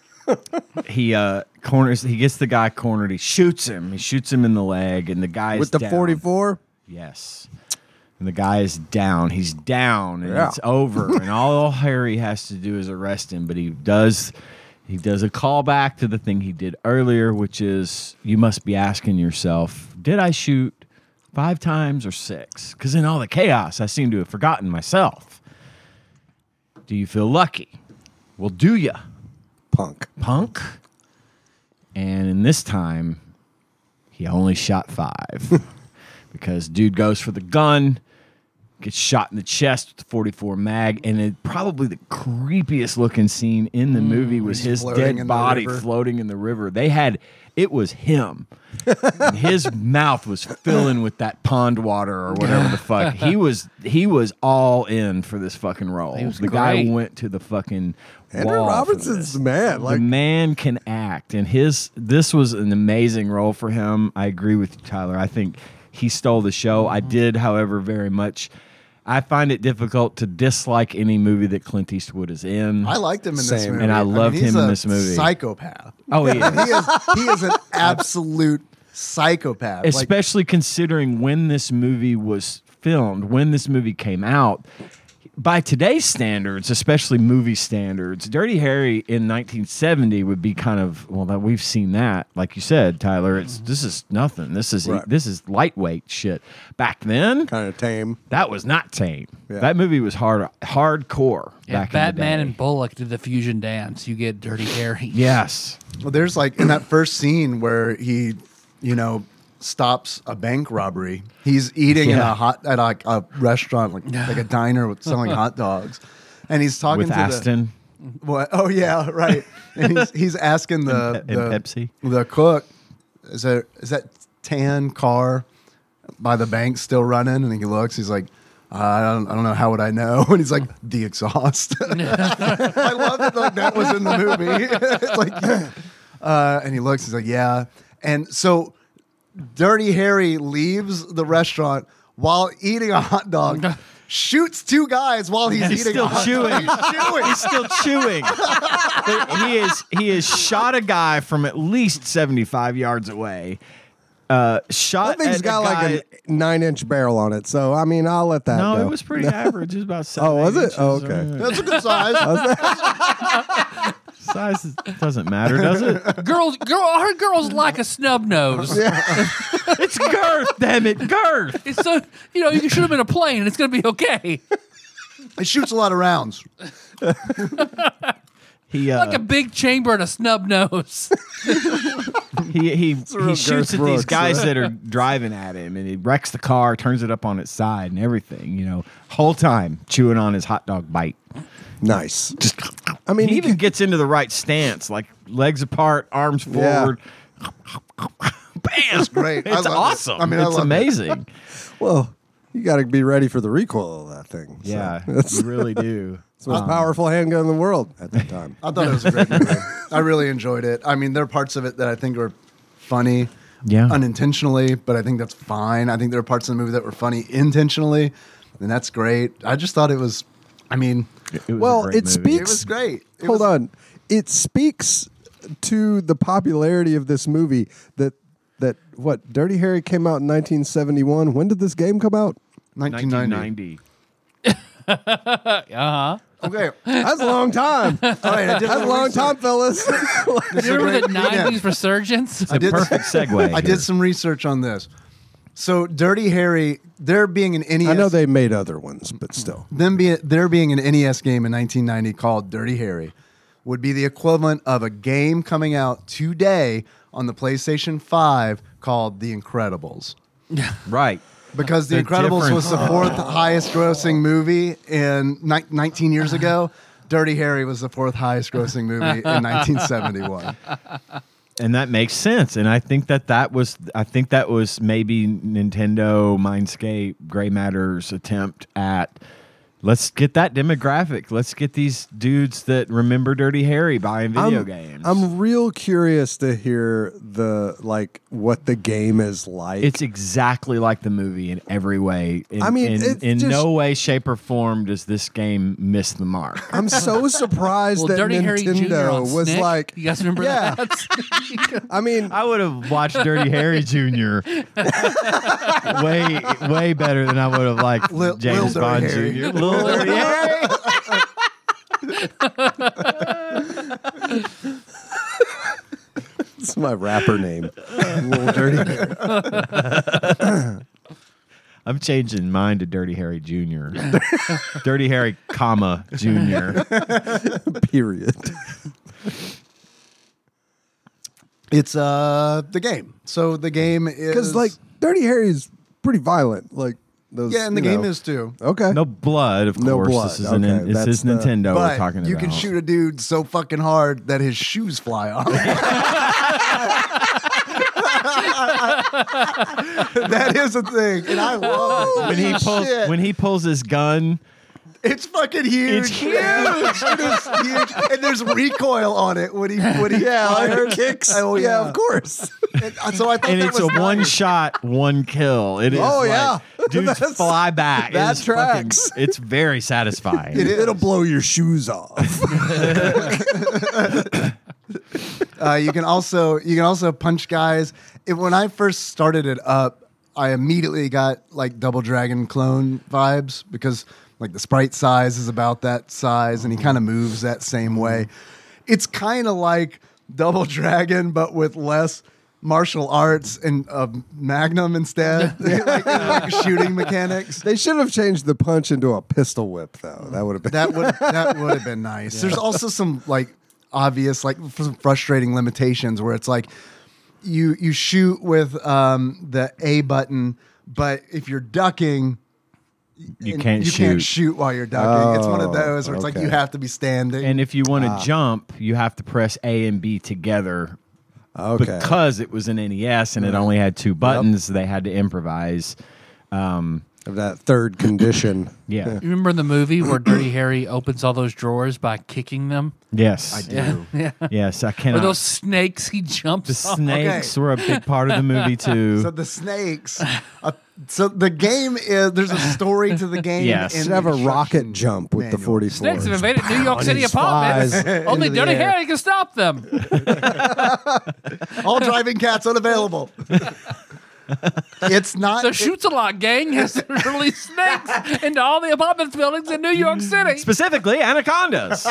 C: He uh corners. He gets the guy cornered. He shoots him. He shoots him in the leg, and the guy is
D: With the
C: down.
D: 44?
C: Yes. And the guy is down. He's down, and
D: Yeah.
C: it's over. and all Harry has to do is arrest him. But he does, he does a callback to the thing he did earlier, which is you must be asking yourself, did I shoot five times or six? Because in all the chaos, I seem to have forgotten myself. Do you feel lucky? Well, do ya,
D: Punk.
C: punk? And in this time, he only shot five because dude goes for the gun, gets shot in the chest with the 44 mag, and it, probably the creepiest looking scene in the movie was his
B: floating in
C: dead
B: the
C: body
B: river.
C: floating in the river. They had it was him. And his mouth was filling with that pond water or whatever the fuck. He was he was all in for this fucking role.
A: was
C: the guy
A: great.
C: went to the fucking
D: Andrew
C: wall for
D: Robinson's
C: this
D: the man. Like,
C: the man can act, and his this was an amazing role for him. I agree with you, Tyler. I think he stole the show. I did, however, very much. I find it difficult to dislike any movie that Clint Eastwood is in.
B: I liked him in this
D: Same.
B: movie.
C: And I loved
B: he's
C: him in
B: a
C: this movie.
B: Psychopath.
C: oh yeah,
B: He is he is an absolute psychopath. Like,
C: especially considering when this movie was filmed, when this movie came out. By today's standards, especially movie standards, Dirty Harry in 1970 would be kind of well. That we've seen that, like you said, Tyler. It's this is nothing. This is
D: Right.
C: this is lightweight shit. Back then,
D: kind of tame.
C: that was not tame.
D: Yeah.
C: That movie was hard, hardcore.
A: Yeah,
C: back in
A: Batman
C: the day.
A: and Bullock did the fusion dance. You get Dirty Harry.
C: yes,
B: Well, there's like in that first scene where he, you know, stops a bank robbery. He's eating in
C: Yeah.
B: a hot at like a restaurant, like like a diner with selling hot dogs, and he's talking
C: with
B: to
C: Aston.
B: The, what? Oh yeah, right. And he's, he's asking the
C: And Pe- and
B: the-
C: Pepsi.
B: the cook, is there is that tan car by the bank still running? And he looks, he's like. I don't, I don't know how would I know, and he's like the exhaust. I love that like that was in the movie. it's like, uh, and he looks. He's like, yeah. And so, Dirty Harry leaves the restaurant while eating a hot dog, shoots two guys while he's
C: He's
B: eating.
C: still
B: a hot
C: chewing.
B: Dog. He's chewing.
C: He's still chewing. But he is he has shot a guy from at least seventy five yards away. Uh, shot.
D: That thing's
C: at
D: got
C: a
D: like
C: guy-
D: a nine inch barrel on it. So, I mean, I'll let that
C: No,
D: go.
C: it was pretty average. It was about seven.
D: Oh, was
C: eight
D: it?
C: inches.
D: Oh, okay.
B: That's a good size.
C: Size is- doesn't matter, does it?
A: Girls, girl, I heard girls like a snub nose.
C: It's girth, damn it, girth.
A: It's so you know you should have been a plane. and It's gonna be okay.
D: Uh.
B: It shoots a lot of rounds.
C: He uh,
A: Like a big chamber and a snub nose.
C: he he, he
D: real
C: shoots
D: Garth
C: at these
D: Brooks.
C: guys that are driving at him, and he wrecks the car, turns it up on its side, and everything. You know, whole time chewing on his hot dog bite.
D: nice. Just, I mean,
C: He
D: he
C: even gets into the right stance, like legs apart, arms
D: Yeah.
C: forward. Bam! It's
B: great. I
C: It's
B: love it.
C: awesome.
B: I mean, I
C: it's
B: love it.
C: amazing.
D: can- well, you got to be ready for the recoil of that thing. So,
C: Yeah, Um,
D: That's
C: you really do.
D: the most powerful handgun in the world at that time.
B: I thought it was a great movie. I really enjoyed it. I mean, there are parts of it that I think are funny,
C: Yeah.
B: unintentionally, but I think that's fine. I think there are parts of the movie that were funny intentionally, and that's great. I just thought it was. I mean,
C: It was a
D: well,
C: great
D: it
C: movie.
D: speaks.
B: It was great. It
D: hold
B: was-
D: on, it speaks to the popularity of this movie that that what Dirty Harry came out in 1971. When did this game come out?
B: 1990.
C: 1990.
B: Okay,
D: That's a long time. That's
B: all right. I did
D: a
B: some
D: long
B: research.
D: time, fellas.
B: This is a
A: Remember
B: great
A: the
B: weekend.
A: nineties resurgence?
C: It's a perfect segue.
B: I
C: here.
B: did some research on this. So, Dirty Harry, there being an E NES,
D: I know they made other ones, but still.
B: them being there being an NES game in 1990 called Dirty Harry would be the equivalent of a game coming out today on the PlayStation 5 called The Incredibles.
C: right.
B: Because The,
C: The
B: Incredibles was the
C: difference-
B: fourth highest grossing movie in ni- 19 years ago. Dirty Harry was the fourth highest grossing movie in 1971.
C: and that makes sense and i think that that was i think that was maybe nintendo mindscape gray matter's attempt at Let's get that demographic. Let's get these dudes that remember Dirty Harry buying video
D: I'm,
C: games.
D: I'm real curious to hear the like what the game is like.
C: it's exactly like the movie in every way. In,
D: I mean,
C: in,
D: it's
C: in
D: just-
C: no way, shape, or form does this game miss the mark.
D: I'm so surprised
A: Well,
D: that
A: Dirty Harry Jr.
D: Nintendo
A: on
D: was
A: Snick.
D: like.
A: you guys remember
D: yeah,
A: that?
D: I mean,
C: I would have watched Dirty Harry Jr. way way better than I would have liked
B: Lil-
C: James
B: Lil Dirty
C: Bond
B: Harry.
C: Jr. Lil Dirty Harry.
D: it's my rapper name. Little Dirty Harry.
C: I'm changing mine to Dirty Harry Jr. Dirty Harry, comma Jr.
D: Period.
B: It's uh the game. So the game is
D: Because like Dirty Harry is pretty violent. Like those.
B: yeah, and the
D: you
B: game
D: know.
B: is too.
D: okay.
C: No blood, of
D: No
C: course.
D: blood,
C: This is an,
D: okay,
C: this
D: that's
C: is
D: the-
C: Nintendo we're
B: But
C: talking
B: you
C: about.
B: can shoot a dude so fucking hard that his shoes fly off. that is a thing, and I love it.
C: when he pulls
B: Shit.
C: when he pulls his gun.
B: It's fucking huge.
C: It's huge.
B: it is huge. And there's recoil on it when he when he yeah, kicks. Oh yeah, of course. And, uh, so I thought
C: And
B: that
C: it's a
B: was
C: one
B: nice.
C: shot, one kill. It is.
D: Oh,
C: like,
D: yeah.
C: dudes
D: That's-
C: fly back. It
D: that
C: is fucking-
D: tracks.
C: it's very satisfying.
B: It is.
D: It'll blow your shoes off.
B: Uh, you can also you can also punch guys. It, when I first started it up, I immediately got like Double Dragon clone vibes because like the sprite size is about that size, and he kind of moves that same way. It's kind of like Double Dragon, but with less martial arts and a magnum instead, like, like shooting mechanics.
D: they should have changed the punch into a pistol whip, though. That would have been.
B: That would that would have been nice. There's also some like obvious like f- some frustrating limitations where it's like you you shoot with um, the A button, but if you're ducking,
C: you
B: and
C: can't
B: you
C: shoot.
B: can't shoot while you're ducking. it's one of
D: Oh,
B: those where it's like
D: okay.
B: you have to be standing.
C: And if you want to
B: Ah.
C: jump, you have to press A and B together.
D: Okay.
C: Because it was an NES and it only had two buttons, they had to improvise. Um,
D: of that third condition.
C: yeah.
A: You remember in the movie where Dirty Harry opens all those drawers by kicking them?
C: Yes.
B: do.
C: Yes. I
A: Or
C: cannot.
A: those snakes he jumps
C: the
A: on?
C: snakes were a big part of the movie too.
B: So the snakes. Uh, so the game is there's a story to the game.
C: Yes.
B: in
D: Should
B: the
D: have a rocket
B: instruction
D: jump with the
B: manual.
D: 44.
A: Snakes have invaded New York
D: Pow,
A: City
D: and it
A: apartments.
D: flies
A: Only
D: into the
A: Dirty
D: air.
A: Harry can stop them.
B: All driving cats unavailable. it's not.
A: The shoots a lot gang has released snakes into all the apartment buildings in New York City.
C: Specifically, anacondas.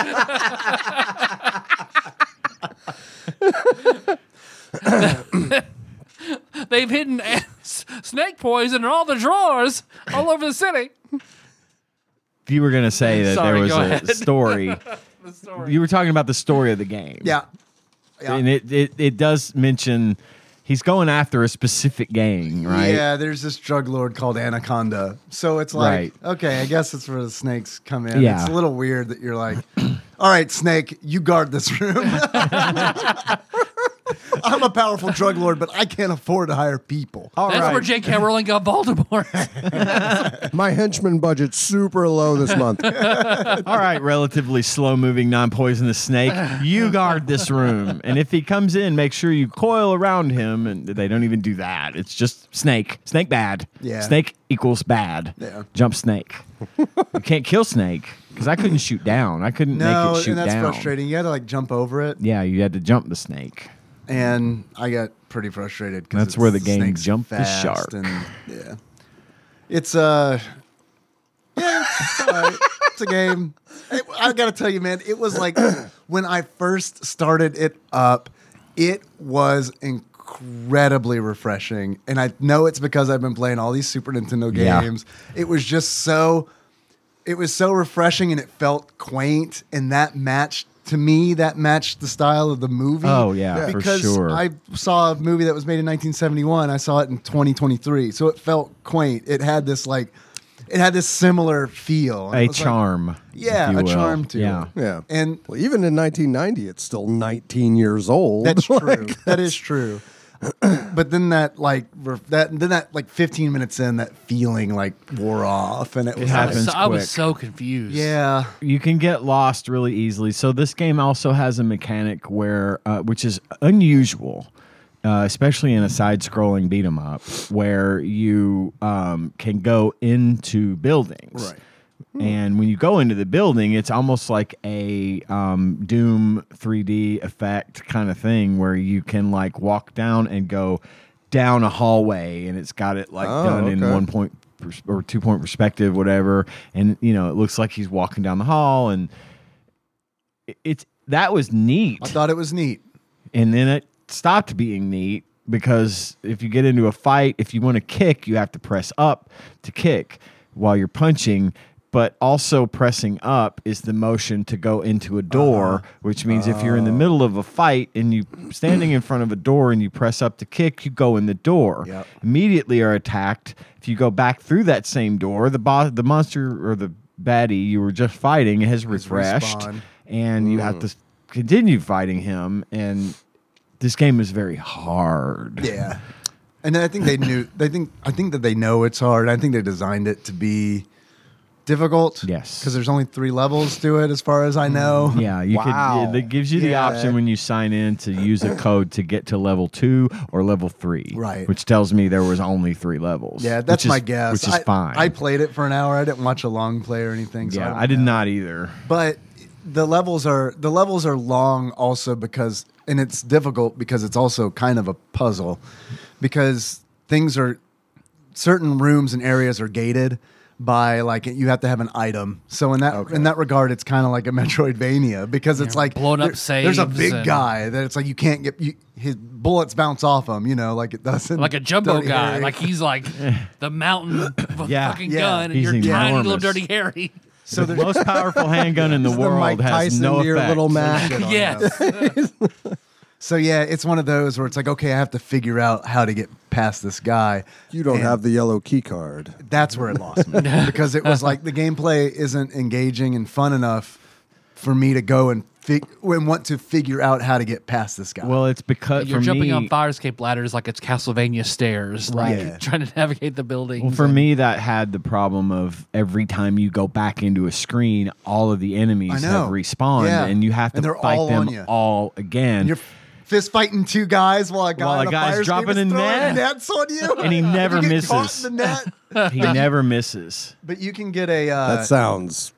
A: They've hidden s- snake poison in all the drawers all over the city.
C: if you were going to say that
A: Sorry,
C: there was
A: go
C: a
A: ahead.
C: story,
A: The story.
C: you were talking about the story of the game.
B: yeah. Yeah.
C: And it, it, it does mention he's going after a specific gang, right?
B: Yeah, there's this drug lord called Anaconda. So it's like,
C: Right.
B: okay, I guess that's where the snakes come in.
C: Yeah.
B: It's a little weird that you're like, all right, snake, you guard this room. I'm a powerful drug lord, but I can't afford to hire people.
D: All
A: That's where
D: right.
A: J.K. Rowling got Voldemort.
D: My henchman budget's super low this month.
C: All right, relatively slow moving, non poisonous snake. You guard this room. And if he comes in, make sure you coil around him. And they don't even do that. It's just snake. Snake bad.
B: Yeah.
C: Snake equals bad.
B: Yeah.
C: Jump snake. you can't kill snake because I couldn't shoot down. I couldn't
B: No,
C: make it shoot
B: and that's
C: down.
B: frustrating. You had to like jump over it,
C: Yeah, you had to jump the snake.
B: and I got pretty frustrated because
C: That's where the game
B: snake's
C: jumped the
B: fast
C: shark.
B: And, yeah, it's uh, yeah, it's, all right. It's a game. I, I gotta tell you, man, it was like when I first started it up, it was incredibly refreshing, and I know it's because I've been playing all these Super Nintendo
C: Yeah.
B: games. It was just so it was so refreshing and it felt quaint and that matched to me that matched the style of the movie
C: Oh, yeah, for
B: because
C: sure.
B: i saw a movie that was made in 1971 i saw it in 2023 so it felt quaint it had this like it had this similar feel And it
C: A
B: was like-
C: charm. if
B: yeah
C: you
B: a
C: will.
B: charm to
C: yeah.
B: it
D: Yeah.
B: and
D: Well, even in 1990, it's still 19 years old.
B: that's true
D: Like,
B: that is true but then that like re- that then that like 15 minutes in that feeling like wore off and it was
A: I
B: like,
A: was,
C: happens
A: so, I was
C: quick.
A: so confused.
B: yeah
C: you can get lost really easily. So this game also has a mechanic where, uh, which is unusual, uh, especially in a side-scrolling beat 'em up, where you um, can go into buildings. Hmm.
B: Right.
C: And when you go into the building, it's almost like a um, Doom 3D effect kind of thing where you can like walk down and go down a hallway, and it's got it like
D: Oh,
C: done in
D: okay.
C: one point pers- or two point perspective, whatever. And you know, it looks like he's walking down the hall, and it- it's that was neat.
B: i thought it was neat
C: And then it stopped being neat because if you get into a fight, if you want to kick, you have to press up to kick while you're punching. But also pressing up is the motion to go into a door,
B: Uh-huh.
C: which means if you're in the
B: Oh.
C: middle of a fight and you standing in front of a door and you press up to kick, you go in the door.
B: Yep.
C: Immediately are attacked. If you go back through that same door, the boss, the monster or the baddie you were just fighting has refreshed
B: respawned.
C: and you
B: Mm.
C: have to s- continue fighting him. And this game is very hard.
B: yeah and i think they knew they think i think that they know it's hard i think they designed it to be difficult
C: Yes. Mm.
B: because there's only three levels to it as far as i know
C: Yeah, you
D: Wow.
C: could. It gives you the
B: Yeah.
C: option when you sign in to use a code to get to level two or level three.
B: Right.
C: Which tells me there was only three levels.
B: yeah that's
C: which is-
B: my guess
C: Which is
B: I,
C: fine.
B: i played it for an hour i didn't watch a long play or anything so
C: yeah,
B: don't
C: I did
B: know.
C: not either.
B: but the levels are the levels are long also because and it's difficult because it's also kind of a puzzle because things are certain rooms and areas are gated by like you have to have an item. So in that in that regard, it's kind of like a Metroidvania because it's like
A: blown up
B: There's a
A: saves
B: big
A: and-
B: guy that it's like you can't get you, his bullets bounce off him. You know, like it doesn't
A: Like a jumbo
B: Dirty
A: guy.
B: Harry.
A: Like he's like the mountain of a
C: Yeah.
A: fucking
B: Yeah.
A: gun and
C: He's
A: you're tiny little
C: enormous.
A: dirty Harry.
C: So the most powerful handgun in the
D: the
C: world
D: Mike
C: has
D: Tyson
C: no
D: near
C: effect.
D: Little Mac.
B: Shit on him.
A: Yes.
B: So yeah, it's one of those where it's like okay, I have to figure out how to get past this guy.
D: You don't
B: And-
D: have the yellow key card.
B: that's where it lost me because it was like the gameplay isn't engaging and fun enough for me to go and fig- and want to figure out how to get past this guy.
C: Well, it's because
A: You're
C: for
A: jumping
C: me,
A: on fire escape ladders like it's Castlevania stairs, like
B: Right.
A: trying to navigate the building.
C: Well, for me, that had the problem of every time you go back into a screen, all of the
B: I
C: enemies
B: know.
C: have respawned,
B: Yeah.
C: and you have to
B: And they're
C: fight
B: all on you.
C: them all again.
B: and you're fist fighting two guys while a guy
C: While a
B: in
C: guy's
B: fire escape
C: dropping
B: is
C: a
B: throwing
C: net.
B: nets on you,
C: And he never
B: you get caught
C: misses.
B: in the net.
C: he never misses.
B: But you can get a. Uh,
D: That sounds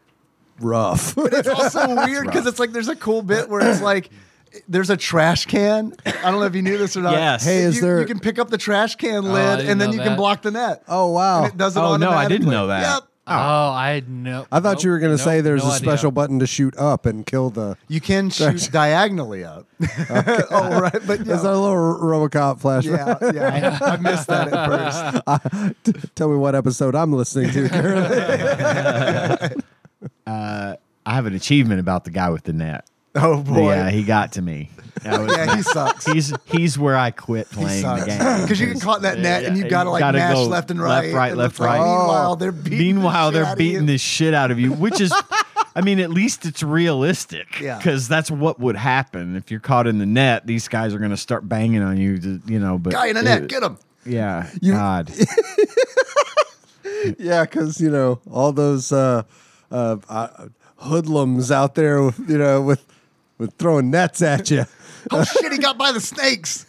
D: rough.
B: it's also weird because it's like there's a cool bit where it's like. There's a trash can. I don't know if you knew this or not.
C: Yes. Oh, Hey,
D: is
B: you,
D: there-
B: You can pick up the trash can
A: I
B: lid,
A: didn't
B: and then
A: know
B: you
A: that.
B: can block the net.
D: oh wow!
B: and it does it
C: Oh, no, I didn't
B: automatically.
C: know that.
B: Yep.
A: oh, I had no.
D: I thought you were going to
A: nope,
D: say there's
A: no
D: a
A: idea.
D: special button to shoot up and kill the.
B: You can shoot diagonally up. oh, right. But
D: Is that a
B: yeah,
D: little RoboCop flashback?
B: yeah, yeah. I missed that at first.
D: Tell me what episode I'm listening to. currently.
C: I have an achievement about the guy with the net.
B: Oh boy.
C: Yeah,
B: Yeah,
C: he got to me. That was-
B: he sucks.
C: he's he's where I quit
B: He
C: playing the
B: sucks.
C: game
B: Because you get caught in that net and you gotta like
C: Gotta
B: mash
C: go
B: left and
C: left,
B: right.
C: right,
B: and
C: left,
B: it's like,
C: right.
B: Meanwhile, they're beating.
C: Meanwhile,
B: the shit
C: they're beating
B: out
C: the shit out of you, which is, I mean, at least it's realistic.
B: Yeah.
C: Because that's what would happen if you're caught in the net. These guys are going to start banging on you, to, you know. But
B: guy in the net. Get him.
C: Yeah. God.
D: yeah, because you know all those uh, uh, uh, hoodlums out there, with, you know, with with throwing nets at you.
B: Oh shit! He got by the snakes.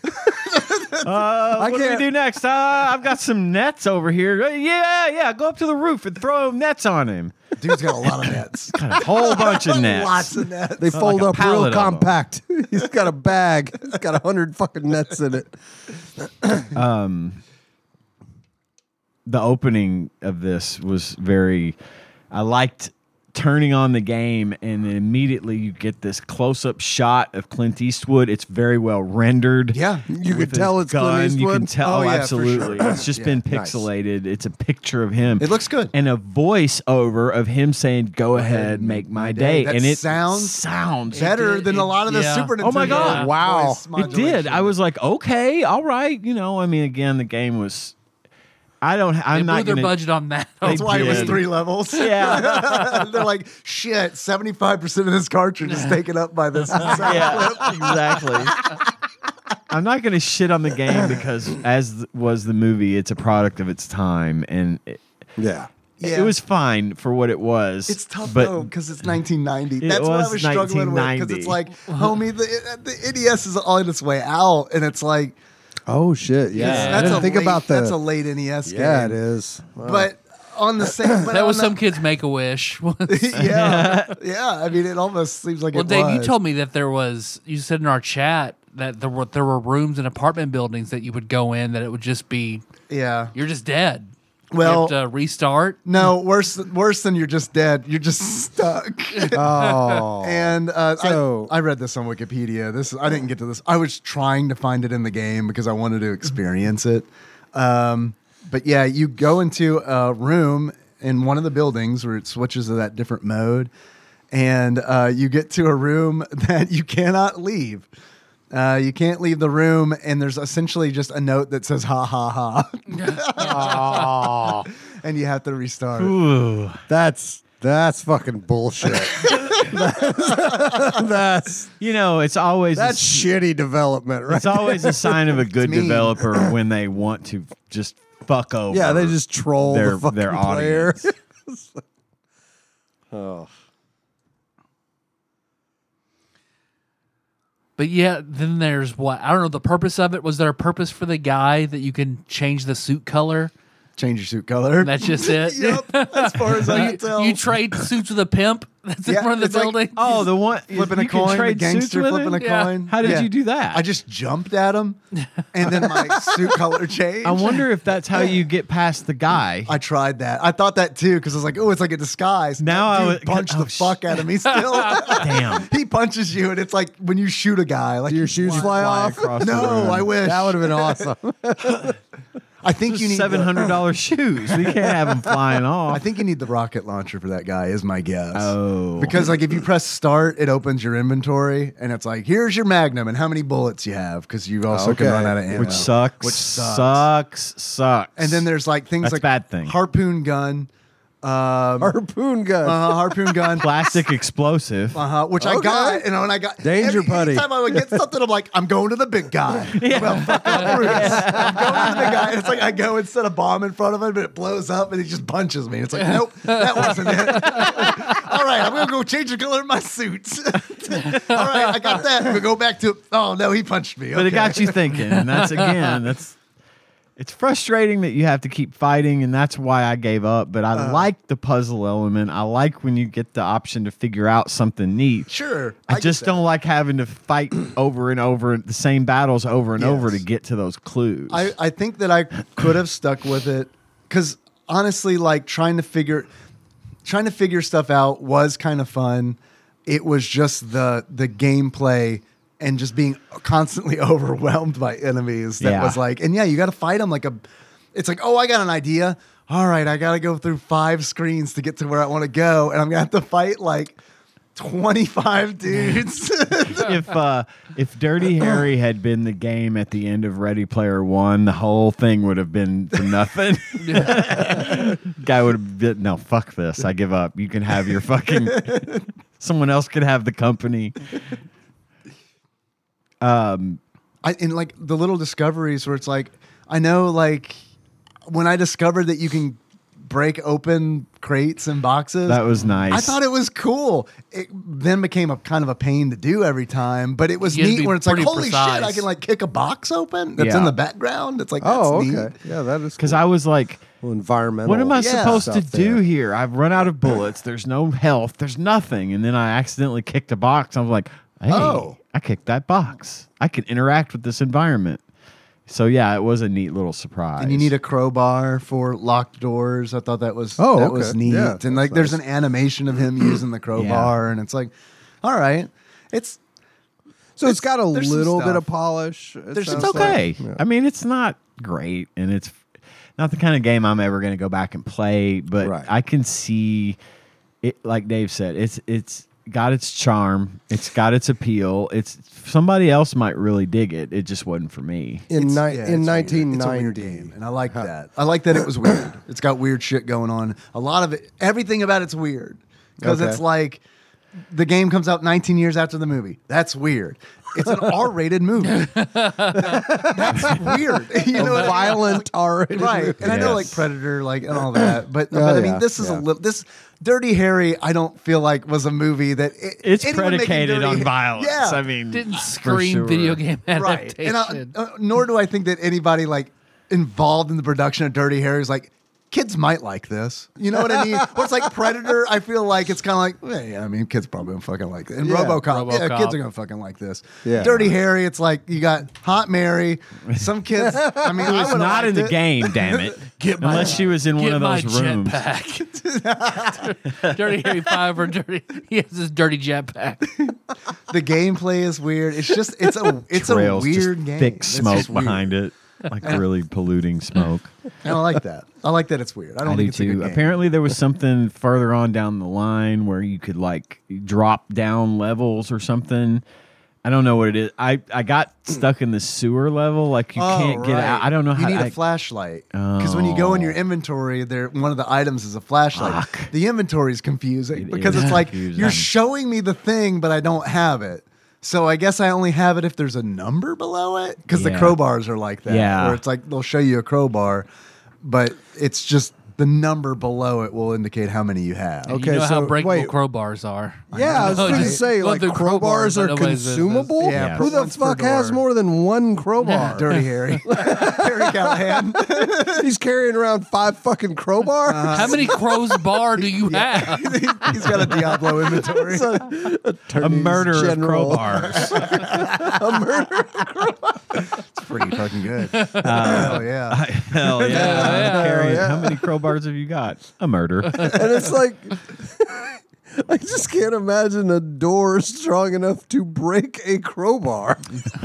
C: Uh, what do we
D: can't-
C: do next? Uh, I've got some nets over here. Uh, Yeah, yeah. Go up to the roof and throw nets on him.
B: Dude's got a lot of nets.
C: Got a whole bunch of nets.
B: Lots of nets.
D: They fold
C: a
D: up real
C: pallet of 'em.
D: compact. He's got a bag. He's got a hundred fucking nets in it.
C: the opening of this was very I liked turning on the game and then immediately you get this close up shot of Clint Eastwood. It's very well rendered.
B: Yeah.
D: You could
C: With his
D: tell it's
C: gun,
D: Clint
C: You can
D: Eastwood.
C: tell
B: Oh, yeah, for
C: absolutely.
B: sure.
C: It's just
B: Yeah,
C: been
B: nice.
C: pixelated. It's a picture of him.
B: It looks good.
C: And a voice over of him saying, Go ahead, make my day.
B: That
C: and it
B: sounds
C: sounds
B: Better than a lot of the
A: yeah.
B: Super Nintendo.
C: Oh my God.
B: voice
D: Wow.
C: it did.
B: modulation.
C: I was like, okay, all right. You know, I mean, again, the game was. I don't.
A: They
C: I'm
A: blew
C: not
A: their
C: gonna,
A: budget on that.
B: That's why it was
C: did.
B: three levels.
C: Yeah.
B: They're like, shit, 75% of this cartridge is taken up by this.
C: yeah, exactly. I'm not going to shit on the game because, as th- was the movie, it's a product of its time, and it,
D: Yeah.
C: it was fine for what it was.
B: It's tough
C: but
B: though because it's 1990.
C: It
B: That's what I
C: was
B: was struggling with because it's
C: 1990.
B: like, homie, the the NES is on its way out, and it's like
D: Oh shit. Yeah.
B: that's a
D: think
B: late,
D: about the.
B: that's a late NES game.
D: yeah, it is. Wow.
B: But on the same, but
A: That was some
B: on
A: kid's make a wish. well,
B: the- yeah, yeah. I mean, it almost seems like it
A: Dave, you
B: was.
A: told me that there was. You said in our chat that there were there were rooms and apartment buildings that you would go in that it would just be
B: yeah.
A: you're just dead.
B: Well-
A: you have to restart.
B: No, worse worse than you're just dead. You're just stuck.
D: oh,
B: and uh, I-
D: So-
B: I, read this on Wikipedia. This I didn't get to this. I was trying to find it in the game because I wanted to experience it. Um, but yeah, you go into a room in one of the buildings where it switches to that different mode, and uh, you get to a room that you cannot leave. Uh, you can't leave the room, and there's essentially just a note that says "ha ha ha," and you have to restart.
D: that's that's fucking bullshit. that's
C: you know, it's always a
D: that's
C: s-
D: shitty development, right?
C: it's always a sign of a good
B: mean.
C: develer when they want to just fuck over.
D: yeah, they just troll
C: their
D: the fucking
C: their
D: player.
C: audience.
A: But yeah, then there's what I don't know. The purpose of it was there a purpose for the guy that you can change the suit color?
B: Change your suit color.
A: That's just it.
B: yep, as far as I can
A: you,
B: tell.
A: you trade suits with a pimp that's
B: Yeah,
A: in front of
B: it's
A: the building.
B: like-
C: Oh, the one
B: flipping
C: you
B: a
C: can
B: coin, the
C: trade suits
B: gangster
C: with
B: flipping
C: it?
B: a
A: Yeah.
B: coin.
C: How did you do that?
B: I just jumped at him, and then my suit color changed.
C: I wonder if that's how you get past the guy.
B: I tried that. I thought that too because I was like, "Oh, it's like a disguise."
C: Now I
B: Dude
C: would-
B: punch
C: oh,
B: the
C: sh-
B: fuck out of me. Still,
C: Damn.
B: he punches you, and it's like when you shoot a guy, like
D: Do your shoes
B: you
D: fly off?
C: across the
B: No,
C: room.
B: I wish.
D: That would have been awesome.
B: I think you need
C: Seven
B: the-
C: hundred dollars shoes. We can't have them flying off.
B: I think you need the rocket launcher for that guy. Is my guess.
C: Oh.
B: because like if you press start, it opens your inventory, and it's like, "Here's your magnum and how many bullets you have," because you also can
D: Okay.
B: run out of ammo,
C: which sucks.
B: Which sucks.
C: sucks. Sucks.
B: And then there's like things
C: That's
B: like
C: bad thing.
B: harpoon gun, um,
D: Harpoon gun.
B: uh, harpoon gun,
C: plastic explosive.
B: uh-huh, which I
D: Okay.
B: got. And when I got
D: Danger
B: every,
D: putty.
B: time I would get something, I'm like, I'm going to the big guy. Well, fuck up, Bruce. I'm going to the big guy. And it's like I go and set a bomb in front of him, but it blows up, and he just punches me. It's like, nope, that wasn't it. All right, I'm gonna go change the color of my suit. All right, I got that. We go back to. Oh no, he punched me.
C: But it
B: Okay.
C: got you thinking, and that's again, that's it's frustrating that you have to keep fighting, and that's why I gave up. But
B: Uh-huh.
C: I like the puzzle element. I like when you get the option to figure out something neat.
B: Sure,
C: I,
B: get
C: just
B: that.
C: don't like having to fight over and over the same battles over and over to
B: Yes.
C: get to those clues.
B: I, I think that I could have stuck with it because honestly, like trying to figure trying to figure stuff out was kind of fun. It was just the the gameplay and just being constantly overwhelmed by enemies that
C: Yeah.
B: was like, and yeah, you got to fight them like a. It's like, oh, I got an idea. All right, I got to go through five screens to get to where I want to go, and I'm gonna have to fight like. 25 dudes.
C: if uh, if Dirty Harry had been the game at the end of Ready Player One, the whole thing would have been for nothing. Guy would have been no, fuck this. I give up. You can have your fucking. Someone else could have the company.
B: I and like the little discoveries where it's like I know like when I discovered that you can break open crates and boxes.
C: That was nice.
B: I thought it was cool. It then became a kind of a pain to do every time, but it was
A: You had to
B: neat
A: be
B: when it's like,
A: pretty
B: holy
A: precise.
B: shit, I can like kick a box open that's
C: Yeah.
B: in the background. It's like, that's
D: oh,
B: neat.
D: okay. Yeah, that is
C: because I was like.
D: cool. environmental.
C: What am I
B: Yeah.
C: supposed to
D: stuff
C: do
D: there.
C: here? I've run out of bullets. There's no health. There's nothing. And then I accidentally kicked a box. I'm like, hey,
B: Oh.
C: I kicked that box. I can interact with this environment. So yeah, it was a neat little surprise.
B: And you need a crowbar for locked doors. I thought that was
D: Oh,
B: that
D: okay.
B: was neat.
D: Yeah,
B: and like, there's an animation of him using the crowbar, and it's like, all right, it's
D: So it's got a
B: there's some
D: little
B: stuff.
D: bit of polish. it
B: There's-
D: sounds
C: It's
B: So-
C: okay.
D: like. Yeah.
C: I mean, it's not great, and it's not the kind of game I'm ever going to go back and play. But
D: Right.
C: I can see it, like Dave said, it's it's got its charm, it's got its appeal. It's somebody else might really dig it. It just wasn't for me.
D: in,
B: It's-
D: ni-
B: yeah,
D: in
B: it's weird.
D: 1990.
B: It's a weird game, and I like that. I like that it was weird. it's got weird shit going on. A lot of it, everything about it's weird because
D: Okay.
B: it's like the game comes out 19 years after the movie. That's weird. It's an R-rated movie. That's weird. You know, what I mean?
D: violent already.
B: right? And I know like
C: Yes.
B: Predator, like and all that, but
D: Oh,
B: but I mean,
D: yeah,
B: this is a
D: yeah.
B: little this Dirty Harry. I don't feel like was a movie that it,
C: It's
B: anyone making
C: predicated
B: Dirty
C: on
B: Ha-
C: violence.
B: Yeah,
C: I mean,
A: Didn't
C: for
A: scream
C: sure.
A: video game
B: right.
A: adaptation.
B: And I, uh, nor do I think that anybody like involved in the production of Dirty Harry is like. Kids might like this. You know what I mean? What's like Predator? I feel like it's kind of like, well, yeah, I mean, kids probably don't fucking like this. And
D: Yeah.
B: Robocop, yeah,
A: RoboCop.
B: kids are gonna fucking like this.
D: Yeah.
B: Dirty Harry, it's like you got Hot Mary. Some kids, I mean, I
C: It's
B: would've
C: not in
B: liked
C: the
B: it.
C: game, damn it. Unless she was in
A: Get
C: one of
A: my
C: those rooms.
A: jetpack. dirty Harry Five or dirty. He has this dirty jetpack.
B: the gameplay is weird. It's just it's a it's
C: Trails,
B: a
C: just
B: weird game.
C: Thick
B: It's
C: smoke
B: just weird.
C: behind it, like really polluting smoke.
B: And I like that. I like that it's weird. I don't
C: I
B: think
C: do
B: it's a good
C: too.
B: game.
C: Apparently, there was something further on down the line where you could like drop down levels or something. I don't know what it is. I, I got stuck in the sewer level. Like you
B: Oh,
C: can't get
B: right.
C: out. I don't know
B: You
C: how.
B: need a
C: I-
B: flashlight because when you go in your inventory, there one of the items is a flashlight.
C: Fuck.
B: The inventory is confusing
C: It
B: because
C: is
B: it's like
C: confusing.
B: you're showing me the thing, but I don't have it. So I guess I only have it if there's a number below it because the
C: Yeah.
B: crowbars are like that.
C: Yeah.
B: where it's like they'll show you a crowbar, but it's just the number below it will indicate how many you have.
D: Okay,
A: you know how
D: so,
A: breakable
D: wait.
A: crowbars are.
D: Yeah, I was
A: No,
D: going to
A: just
D: say
A: love
D: like
A: the crowbars,
D: crowbars
A: but
D: are
A: nobody's business.
D: consumable.
B: Yeah, Yeah.
D: Who the
B: one's per
D: fuck has
B: door.
D: more than one crowbar?
B: Dirty Harry. Harry Callahan.
D: He's carrying around five fucking crowbars.
A: How many crows bar do you have?
B: He's got a Diablo inventory.
C: a murder of
D: General.
C: crowbars.
D: A murder.
B: It's pretty fucking good. oh yeah.
C: Hell yeah!
A: yeah,
C: Carrie, How many crowbars have you got? A murder.
D: and it's like I just can't imagine a door strong enough to break a crowbar.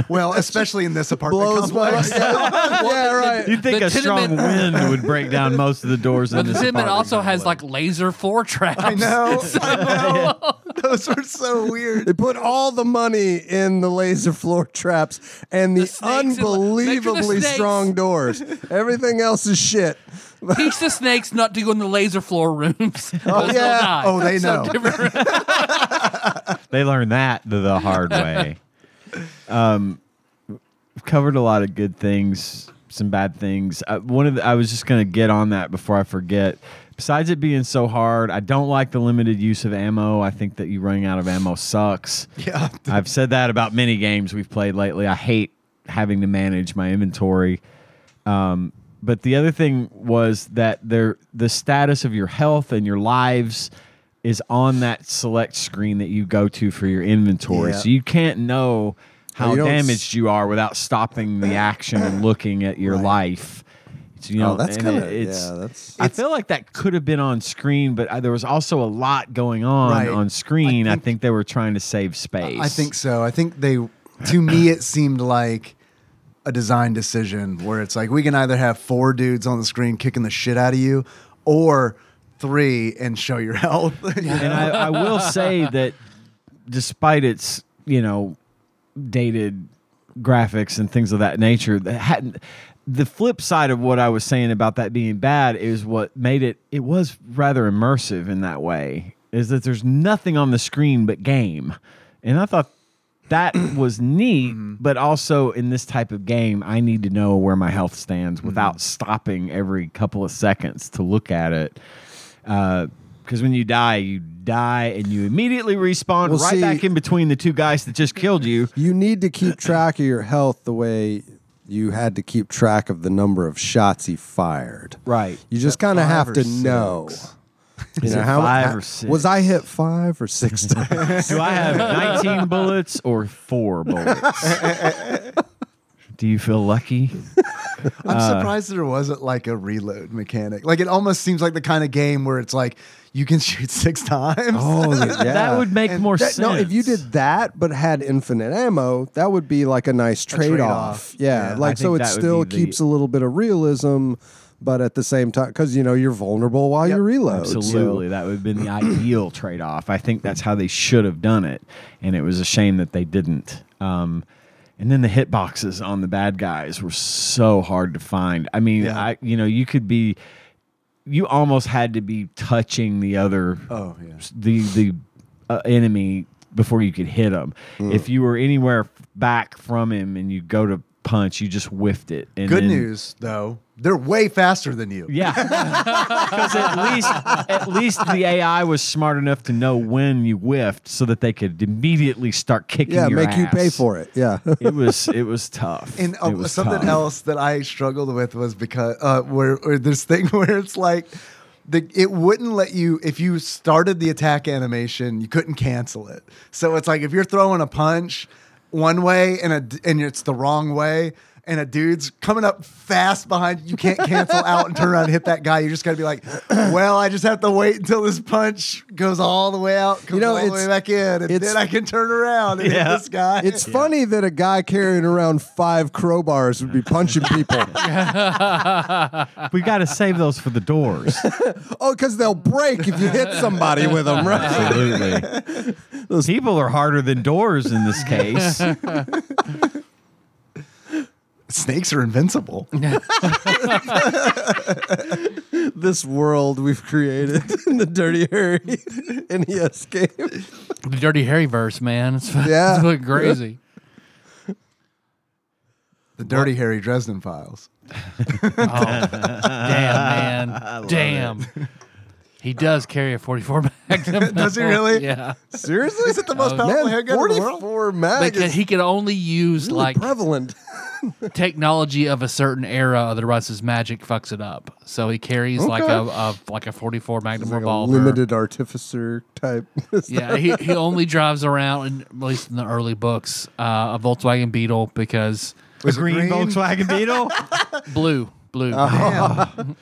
B: Well, especially in this apartment
D: Blows my
B: complex.
D: yeah, yeah, right.
C: You'd think
A: The
C: a strong
A: tenement-
C: wind would break down most of the doors
A: But
C: in
A: the
C: this
A: tenement
C: apartment
A: also has
C: complex.
A: like laser floor traps.
B: I know. I know. Those are so
D: They
B: weird.
D: put all the money in the laser floor traps and the,
A: The snakes and- Make sure
D: unbelievably
A: the snakes-
D: strong doors. Everything else is shit.
A: Teach the snakes not to go in the laser floor rooms.
D: Oh, yeah.
B: Oh, they know.
C: They learned that the, the hard way. um, covered a lot of good things, some bad things. Uh, one of the, I was just gonna get on that before I forget. Besides it being so hard, I don't like the limited use of ammo. I think that you running out of ammo sucks.
B: Yeah.
C: I've said that about many games we've played lately. I hate having to manage my inventory. Um, but the other thing was that there the status of your health and your lives is on that select screen that you go to for your inventory.
D: Yeah.
C: So you can't know how
D: you don't s-
C: damaged you are without stopping the action and looking at your life. So, you know,
D: Oh, that's
C: and it-
D: kinda-
C: it's-
D: yeah, that's-
C: I feel like that could have been on screen, but uh there was also a lot going on
B: Right.
C: on screen. I think, they were trying to save space.
B: I think so. I think they to me it seemed like a design decision where it's like we can either have four dudes on the screen kicking the shit out of you or three and show your health.
C: and I, I will say that despite its you know dated graphics and things of that nature that hadn't the flip side of what I was saying about that being bad is what made it it was rather immersive in that way is that there's nothing on the screen but game and I thought that was neat
D: Mm-hmm.
C: but also in this type of game I need to know where my health
D: Mm-hmm.
C: stands without stopping every couple of seconds to look at it because when you die, you die and you immediately respawn
D: Well,
C: right
D: see-
C: back in between the two guys that just killed you.
D: You need to keep track of your health the way you had to keep track of the number of shots he fired.
C: Right.
D: You just kind of
B: five
D: have
B: or
D: to
B: six?
D: know. You
C: Is it five or
D: Was
C: six?
D: I hit five or six times?
C: Do I have 19 bullets or four bullets? Do you feel lucky?
B: I'm surprised there wasn't like a reload mechanic. Like it almost seems like the kind of game where it's like you can shoot six times.
D: oh, yeah.
C: That would make more
D: That-
C: sense.
D: no, if you did that but had infinite ammo, that would be like a nice trade off.
B: trade-off.
D: Yeah,
B: Yeah.
D: like
C: I
D: so,
C: think
D: it
C: that would
D: still
C: be the-
D: keeps a little bit of realism, but at the same time, because you know you're vulnerable while
B: Yep.
D: you reload. so-
C: Absolutely. That would have been the ideal trade off. I think that's how they should have done it. And it was a shame that they didn't. Um, and then the hitboxes on the bad guys were so hard to find. I mean,
B: Yeah.
C: I you know, you could be you almost had to be touching the other
B: Oh, yeah.
C: the the uh, enemy before you could hit him.
B: Mm.
C: If you were anywhere f- back from him and you go to punch, you just whiffed it. And
B: Good
C: then-
B: news though, they're way faster than you.
C: Yeah, because at least at least the AI was smart enough to know when you whiffed, so that they could immediately start kicking.
D: Yeah,
C: your
D: make you pay
C: ass.
D: for it. Yeah.
C: It was it was tough.
B: And
C: It
B: uh,
C: was
B: something
C: tough.
B: else that I struggled with was because uh, where, where this thing where it's like the, it wouldn't let you if you started the attack animation, you couldn't cancel it. So it's like if you're throwing a punch one way and a d- and it's the wrong way. And a dude's coming up fast behind you. You can't cancel out and turn around and hit that guy. You just got to be like, well, I just have to wait until this punch goes all the way out, comes
D: know,
B: all the
D: it's-
B: way back in, and
D: it's-
B: then I can turn around and hit this guy.
D: It's funny that a guy carrying around five crowbars would be punching people.
C: We got to save those for the doors.
D: oh, because they'll break if you hit somebody with them, right?
C: Absolutely. Those people are harder than doors in this case.
B: snakes are invincible.
D: this world we've created in the Dirty Harry NES game.
A: The Dirty Harry verse, man. It's,
D: Yeah.
A: it's fucking crazy.
B: The Dirty Harry Dresden Files.
A: Oh, damn, man. Damn. He does carry a 44 Magnum.
B: Does he really?
A: Yeah.
D: Seriously?
B: Is it the most powerful
D: Man,
B: haircut in the world?
D: 44 mag
A: Because
D: is
A: he could only use
D: really
A: like
D: prevalent.
A: technology of a certain era, otherwise his magic fucks it up. So he carries like a, a like a 44 Magnum
D: Like a
A: revolver.
D: limited artificer type.
A: yeah, he, he only drives around, in, at least in the early books, uh, a Volkswagen Beetle because
B: Was it
C: green,
B: green?
C: Volkswagen Beetle.
A: blue, blue,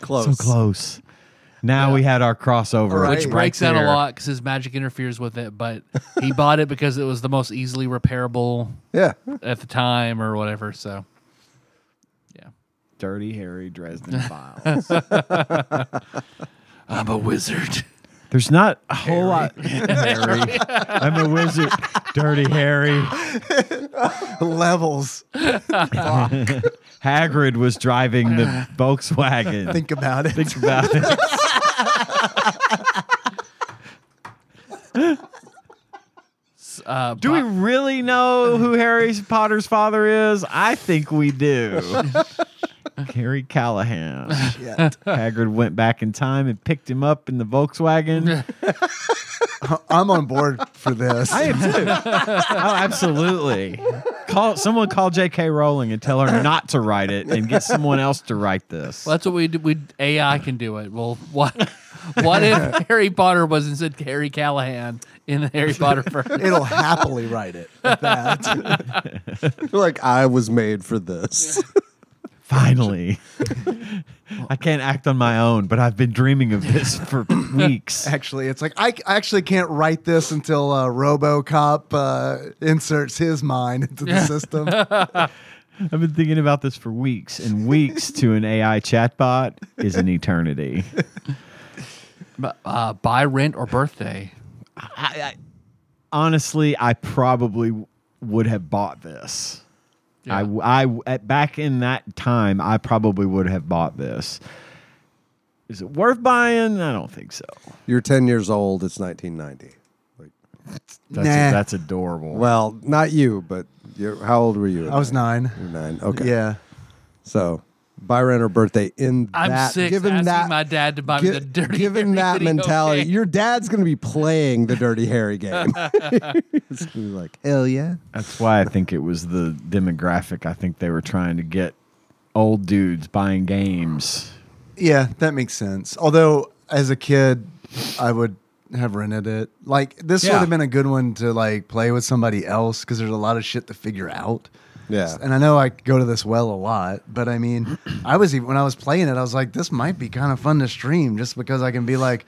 D: Close.
C: so close. Now we had our crossover,
B: Right.
C: It's
A: which breaks
C: right
A: out a
C: there.
A: lot because his magic interferes with it. But he bought it because it was the most easily repairable
D: Yeah.
A: at the time or whatever. So, yeah,
C: Dirty Harry Dresden Files.
A: I'm a wizard.
C: There's not a whole lot. Harry. I'm a wizard. Dirty Harry.
B: Levels.
C: Hagrid was driving the Volkswagen.
B: Think about it.
C: Think about it.
A: Uh,
C: Do we really know who Harry Potter's father is? I think we do. Harry Callahan.
B: Shit.
C: Hagrid went back in time and picked him up in the Volkswagen.
B: I'm on board for this.
C: I am too. Oh, absolutely. Call someone call J.K. Rowling and tell her not to write it and get someone else to write this.
A: Well, that's what we do. We AI can do it. Well, what? What if Harry Potter was instead Harry Callahan in the Harry Potter verse?
B: It'll happily write it. at That.
D: Like, I was made for this.
C: Finally. I can't act on my own, but I've been dreaming of this for weeks.
B: Actually, it's like I, I actually can't write this until uh, RoboCop uh, inserts his mind into the system.
C: I've been thinking about this for weeks, and weeks to an AI chatbot is an eternity.
A: Uh, buy, rent, or birthday?
C: Honestly, I probably w- would have bought this. I w I w at, back in that time, I probably would have bought this. Is it worth buying? I don't think so.
D: You're 10 years old. It's 1990.
C: That's,
B: Nah.
C: that's adorable.
D: Well, not you, but you're, how old were you?
B: I was nine.
D: You're nine. Okay.
B: Yeah.
D: So, Byron or birthday in
A: I'm
D: that.
A: six.
D: given
A: asking
D: that,
A: my dad to buy
D: gi-
A: me the dirty.
D: given
A: Harry
D: that
A: video
D: mentality,
A: game.
D: your dad's going to be playing the Dirty Harry game. it's going to be like, hell yeah.
C: That's why I think it was the demographic. I think they were trying to get old dudes buying games.
B: Yeah, that makes sense. Although as a kid, I would have rented it. Like this
C: Yeah.
B: would have been a good one to like play with somebody else because there's a lot of shit to figure out.
D: Yeah.
B: And I know I go to this well a lot, but I mean, I was even when I was playing it, I was like, this might be kind of fun to stream just because I can be like,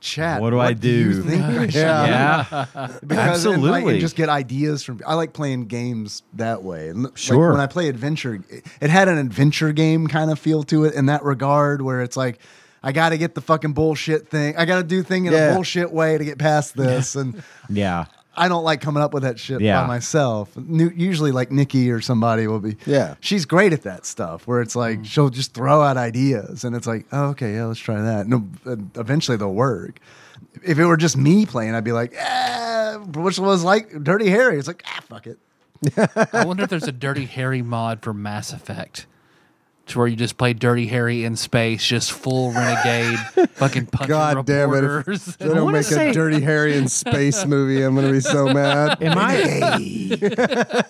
B: chat.
C: What do I
B: you
C: do?"
B: think I should do?"
C: Yeah.
B: because and, like, and
C: Absolutely.
B: just get ideas from. I like playing games that way. And, like,
C: Sure.
B: when I play adventure, it, it had an adventure game kind of feel to it in that regard, where it's like. I got to get the fucking bullshit thing. I got to do thing in
D: Yeah.
B: a bullshit way to get past this, and
C: yeah.
B: I don't like coming up with that shit
C: Yeah.
B: by myself. Nu- usually, like Nikki or somebody will be.
D: Yeah.
B: she's great at that stuff. Where it's
C: Mm.
B: like she'll just throw out ideas, and it's like, oh, okay, yeah, let's try that. No, eventually they'll work. if it were just me playing, I'd be like, eh, which one's like Dirty Harry? It's like, ah, fuck it.
A: I wonder if there's a Dirty Harry mod for Mass Effect. To where you just play Dirty Harry in space, just full renegade, fucking punching
D: God damn it. If
A: reporters.
D: they don't
C: wanna
D: make
C: say-
D: a Dirty Harry in space movie, I'm going to be so mad.
C: Am I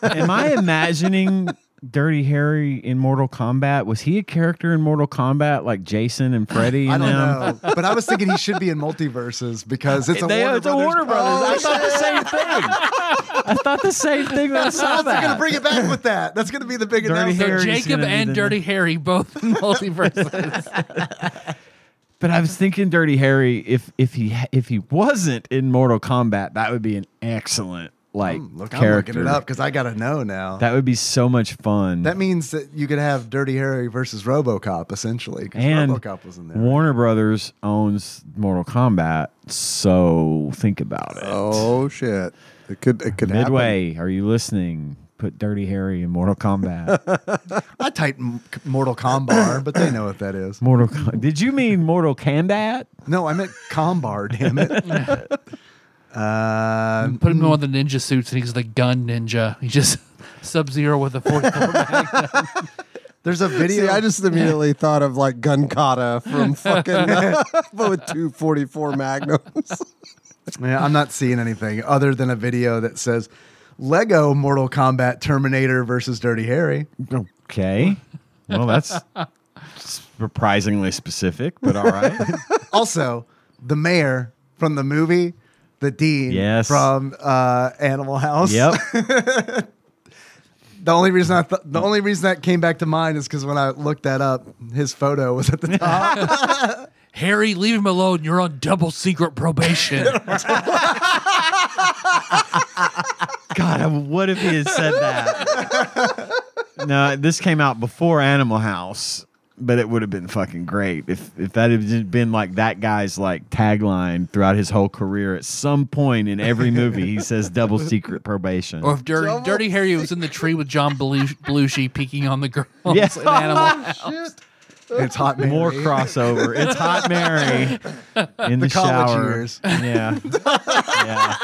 C: am I imagining Dirty Harry in Mortal Kombat? Was he a character in Mortal Kombat like Jason and Freddy?
B: I
C: and
B: don't
C: them?
B: know. But I was thinking he should be in multiverses because it's a
C: They-
B: Warner
C: it's a Warner Brothers. I thought the same thing. I thought the same thing when I saw
B: They're going to
C: that.
B: Oh, bring it back with that. That's going to be the big
C: Dirty
B: announcement.
A: So
C: Harry's
A: Jacob
C: gonna be
A: and
C: the-
A: Dirty Harry both in multiverses.
C: But I was thinking Dirty Harry. If if he if he wasn't in Mortal Kombat, that would be an excellent like
B: Look, I'm
C: character.
B: looking it up because I got to know now. That,
C: That would be so much fun.
B: means that you could have Dirty Harry versus RoboCop essentially because
C: and
B: RoboCop was in there.
C: Warner Brothers owns Mortal Kombat, so think about it.
D: Oh, shit. It could, it could happen.
C: Midway, are you listening? Put Dirty Harry in Mortal Kombat.
B: I typed M- Mortal Kombat, but they know what that is.
C: Mortal. Com- Did you mean Mortal Kombat?
B: No, I meant Combar, damn it. Uh,
A: Put him in one of the ninja suits, and he's the gun ninja. He just Sub Zero with a fourth.
B: there's a video.
D: See, I just immediately thought of like Gun Kata from fucking, but with two forty four magnums.
B: Yeah, I'm not seeing anything other than a video that says Lego Mortal Kombat Terminator versus Dirty Harry.
C: Okay. Well, that's surprisingly specific, but all right.
B: Also, the mayor from the movie, the dean
C: Yes.
B: from uh, Animal House.
C: yep.
B: The only reason I th- the only reason that came back to mind is because when I looked that up, his photo was at the top.
A: Harry, leave him alone. You're on double secret probation.
C: God, I- what if he had said that? no, this came out before Animal House, but it would have been fucking great if if that had just been like that guy's like tagline throughout his whole career. At some point in every movie, he says "double secret probation."
A: or if Dirty, Dirty Harry was in the tree with John Belushi, Belushi peeking on the girls
C: Yeah.
A: in Animal House.
B: It's hot Mary.
C: More crossover. It's Hot Mary in the,
B: college
C: shower.
B: years.
C: Yeah. yeah.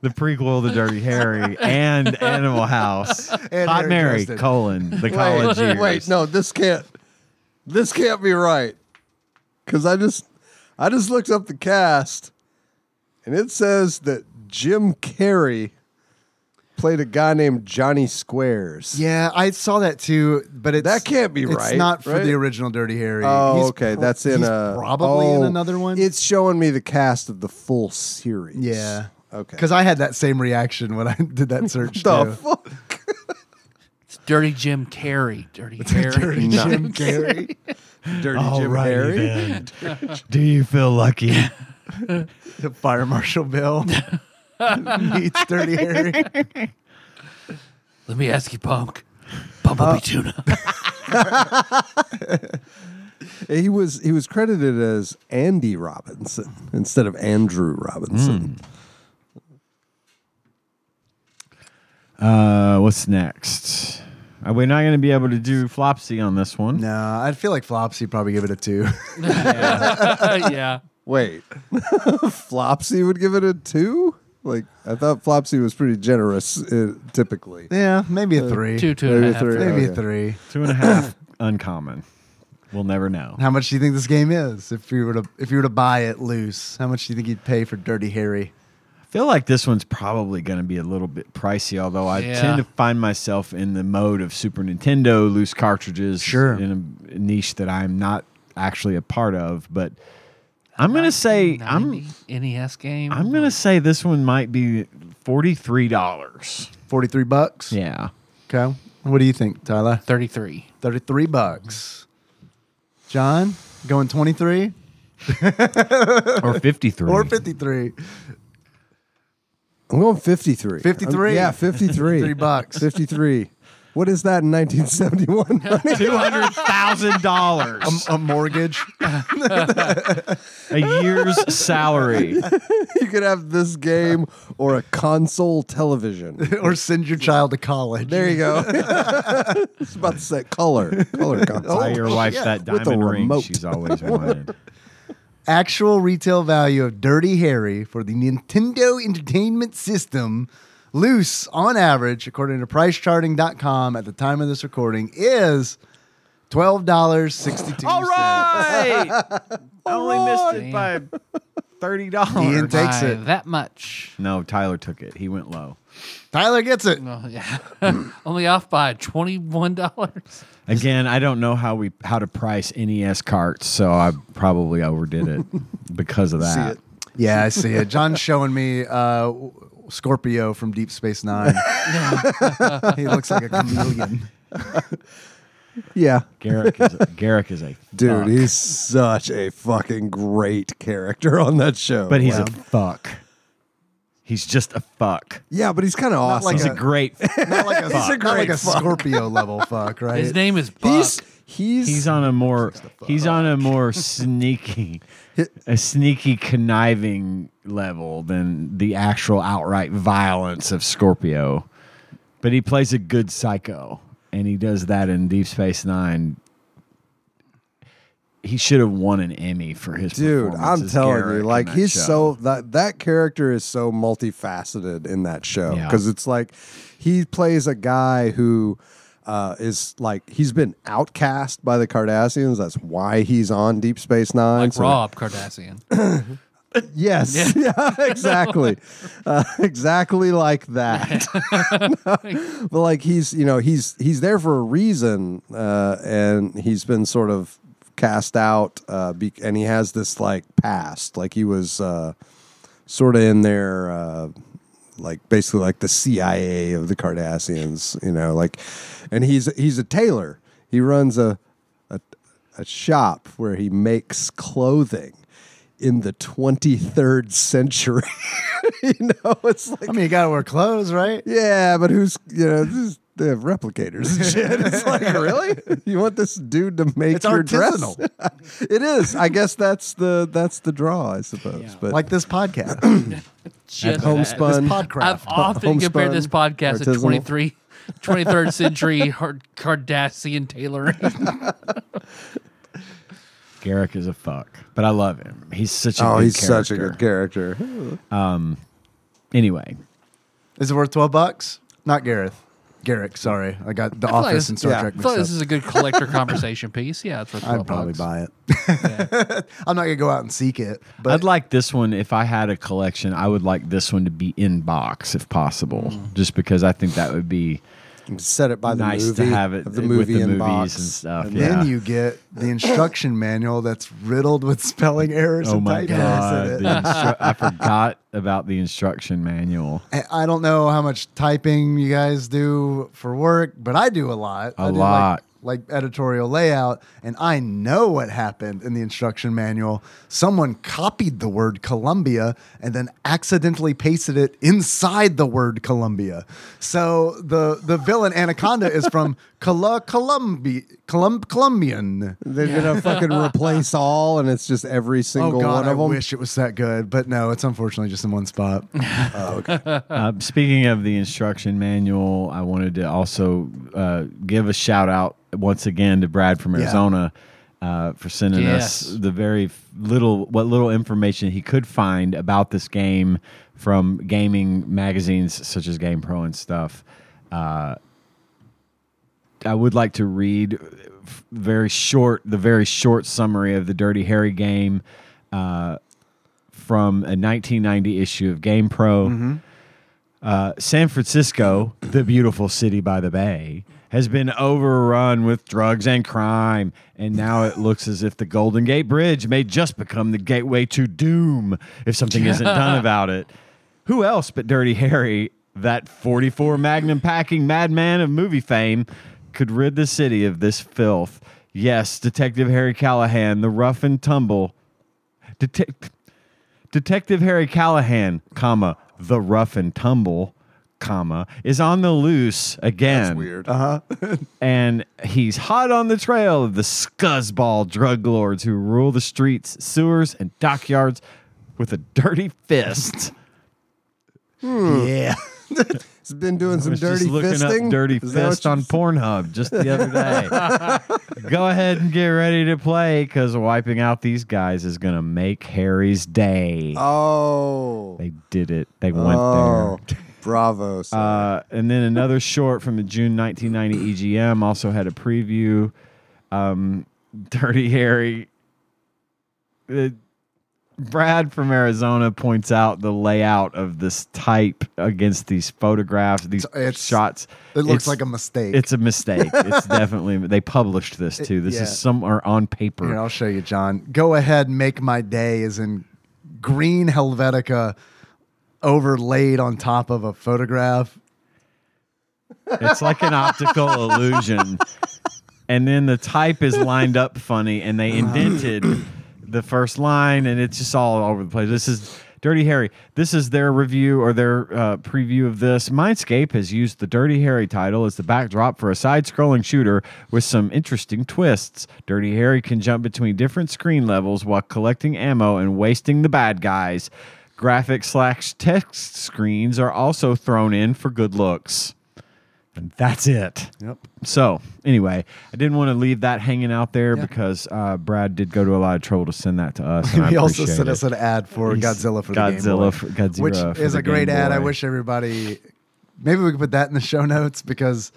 C: The prequel to Dirty Harry and Animal House.
B: And
C: Hot
B: Harry
C: Mary,
B: Dresden.
C: colon, the college years.
D: wait, no, this can't, this can't be right, because I just, I just looked up the cast, and it says that Jim Carrey played a guy named Johnny Squares.
B: Yeah, I saw that too, but it's
D: That can't be
B: it's
D: right,
B: Not for
D: right?
B: the original Dirty Harry.
D: Oh,
B: He's
D: okay.
B: pro-
D: That's in
B: he's
D: a
B: probably in
D: oh,
B: another one.
D: It's showing me the cast of the full series.
B: yeah,
D: Okay.
B: Because I had that same reaction when I did that search.
D: the
B: too.
D: fuck?
A: It's Dirty Jim Carrey. Dirty Harry.
B: Dirty Jim Carrey.
D: Dirty Jim
C: Alrighty
D: Carrey.
C: then. Do you feel lucky?
B: the fire marshal Bill meets Dirty Harry.
A: Let me ask you, Punk. Bumblebee tuna.
D: He was he was credited as Andy Robinson instead of Andrew Robinson.
C: Uh, what's next? Are we not going to be able to do Flopsy on this one?
B: No, I feel like Flopsy probably give it a two.
A: yeah.
D: Wait, Flopsy would give it a two. Like I thought, Flopsy was pretty generous uh, typically.
B: yeah, maybe a three.
A: Two, two and a
D: Maybe
A: half.
B: Maybe a three.
D: three. Uh, Okay.
C: Two and a half, uncommon. We'll never know.
B: How much do you think this game is? If you were to if you were to buy it loose, how much do you think you'd pay for Dirty Harry?
C: I feel like this one's probably going to be a little bit pricey, although I
A: Yeah.
C: tend to find myself in the mode of Super Nintendo loose cartridges
B: Sure.
C: in a niche that I'm not actually a part of, but I'm going to say I'm
A: 90 NES E game.
C: I'm going to say this one might be $43.
B: Forty three bucks.
C: Yeah.
B: Okay. What do you think, Tyler?
A: 33.
B: Thirty three bucks. John going twenty three
C: Or 53.
B: or fifty three.
D: I'm going fifty three.
B: 53.
D: yeah, fifty three.
B: Three bucks.
D: Fifty three. What is that in 1971?
C: $200,000
B: A mortgage.
C: a year's salary.
D: you could have this game or a console television.
B: or send your child to college.
D: There you go. it's about to
B: Oh,
D: say color, color console.
C: Buy your wife that
D: Oh, With a
C: diamond ring
D: remote.
C: she's always wanted.
B: Actual retail value of Dirty Harry for the Nintendo Entertainment System, loose on average, according to pricecharting.com at the time of this recording, is $12.62.
C: All right. I only missed it
A: Damn.
C: by thirty
B: Ian
C: dollars.
B: takes
A: by
B: it.
A: that much.
C: No, Tyler took it. He went low.
B: Tyler gets it.
A: Oh, yeah. Only off by $21.
C: Again, I don't know how we how to price NES carts, so I probably overdid it because of that.
B: Yeah, I see it. John's showing me uh, w- Scorpio from Deep Space Nine. he looks like a chameleon.
D: Yeah.
C: Garrick is Garrick is a
D: Dude,
C: fuck,
D: he's such a fucking great character on that show.
C: but he's a fuck. He's just a fuck.
D: yeah, but he's kind of awesome.
B: like
C: He's a great.
B: Not like a,
C: He's a
B: not like
C: great
B: a Scorpio level fuck, right?
A: His name is Buck.
D: he's he's,
C: He's on a more he's on a more sneaky a sneaky conniving level than the actual outright violence of Scorpio. But he plays a good psycho and he does that in Deep Space 9. He should have won an Emmy for his
D: dude.
C: performance
D: I'm
C: as
D: telling
C: Garrick
D: you,
C: in
D: like
C: that
D: he's
C: show.
D: so that that character is so multifaceted in that show
C: Yeah.
D: because it's like he plays a guy who uh, is like he's been outcast by the Cardassians. That's why he's on Deep Space Nine.
A: like
D: So-
A: Rob Kardashian.
D: Yes. Yeah, exactly. uh, exactly like that. but like he's, you know, he's he's there for a reason uh and he's been sort of cast out uh be- and he has this like past. Like he was uh sort of in there uh like basically like the CIA of the Cardassians, you know, like and he's he's a tailor. He runs a a, a shop where he makes clothing in the 23rd century. you know, it's like
B: I mean, you gotta wear clothes, right?
D: yeah, but who's you know this is, they have replicators and shit. It's like really, you want this dude to make
B: It's
D: your
B: artisanal.
D: dress? it is. I guess that's the that's the draw, I suppose. But
B: Like this podcast,
A: Shit.
B: this
D: homespun,
B: podcraft.
A: I've often compared this
D: homespun,
A: podcast to
D: artisanal.
A: 23, 23rd century hard Kardashian tailoring.
C: Garrick is a fuck, but I love him. He's such a
D: oh,
C: good
D: he's
C: character.
D: such a good character.
C: Anyway,
B: is it worth twelve bucks? Not Gareth. Garrick, sorry, I got the
A: like
B: office
A: this-
B: and Star
D: yeah.
B: Trek
A: I thought this
B: mixed
A: is
B: up.
A: a good collector conversation piece. Yeah, it's worth 12
B: I'd probably
A: bucks.
B: buy it. I'm not gonna go out and seek it, but
C: I'd like this one. If I had a collection, I would like this one to be in box if possible,
B: Mm.
C: just because I think that would be
D: Set it by the
C: nice
D: movie
C: to have it
D: of the
C: with
D: movie
C: the
D: in
C: movies
D: box.
C: and stuff.
B: And
C: yeah.
B: then you get the instruction manual that's riddled with spelling errors
C: oh
B: and
C: my
B: typo errors
C: god!
B: in
C: the
B: it.
C: instru- I forgot about the instruction manual.
B: I- I don't know how much typing you guys do for work, but I do a lot.
C: A
B: I do
C: lot.
B: Like, like editorial layout, and I know what happened in the instruction manual. Someone copied the word Columbia and then accidentally pasted it inside the word Columbia. So the the villain Anaconda is from Cala Columbi Colum- Colombian.
D: They're gonna fucking replace all, and it's just every single
B: oh God,
D: one of
B: I
D: them.
B: wish it was that good, but no, it's unfortunately just in one spot.
C: Uh, speaking of the instruction manual, I wanted to also uh, give a shout out once again to Brad from
B: Yeah.
C: Arizona uh, for sending
A: Yes.
C: us the very f- little, what little information he could find about this game from gaming magazines such as GamePro and stuff. Uh, I would like to read uh, f- very short, the very short summary of the Dirty Harry game. Uh, from a 1990 issue of GamePro. Uh, San Francisco, the beautiful city by the bay, has been overrun with drugs and crime, and now it looks as if the Golden Gate Bridge may just become the gateway to doom if something isn't done about it. Who else but Dirty Harry, that 44 Magnum packing madman of movie fame, could rid the city of this filth? Yes, Detective Harry Callahan, the rough and tumble detect Detective Harry Callahan, comma, the rough and tumble, comma, is on the loose again. That's weird. Uh-huh. and he's hot on the trail of the scuzzball drug lords who rule the streets, sewers, and dockyards with a dirty fist.
B: yeah.
D: He's been doing Hmm. some
C: was
D: dirty
C: just looking
D: fisting.
C: up dirty
D: Is that what
C: fist
D: you-
C: on Pornhub just the other day. Go ahead and get ready to play because wiping out these guys is gonna make Harry's day.
D: Oh.
C: They did it. They went
D: Oh.
C: there.
D: Bravo. sir.
C: Uh, and then another short from the June 1990 EGM also had a preview. Um, Dirty Harry. Uh, Brad from Arizona points out the layout of this type against these photographs, these
B: It's-
C: shots.
B: It looks
C: It's-
B: like a mistake.
C: It's a mistake. It's definitely they published this too. This
B: yeah.
C: is somewhere on paper.
B: Here, I'll show you, John. Go ahead, make my day is in green Helvetica overlaid on top of a photograph.
C: It's like an optical illusion. And then the type is lined up funny and they indented the first line and it's just all over the place. This is Dirty Harry. This is their review or their uh, preview of this. Mindscape has used the Dirty Harry title as the backdrop for a side scrolling shooter with some interesting twists. Dirty Harry can jump between different screen levels while collecting ammo and wasting the bad guys. Graphic slash text screens are also thrown in for good looks. And that's it. Yep. So anyway, I didn't want to leave that hanging out there because uh, Brad did go to a lot of trouble to send that to us. And I
B: he also
C: appreciate
B: sent
C: it.
B: us an ad for
C: He's-
B: Godzilla for the Game
C: Godzilla
B: Boy,
C: for- Godzilla
B: which
C: for
B: is
C: the
B: a great
C: Game
B: ad. I
C: Boy.
B: wish everybody. Maybe we could put that in the show notes because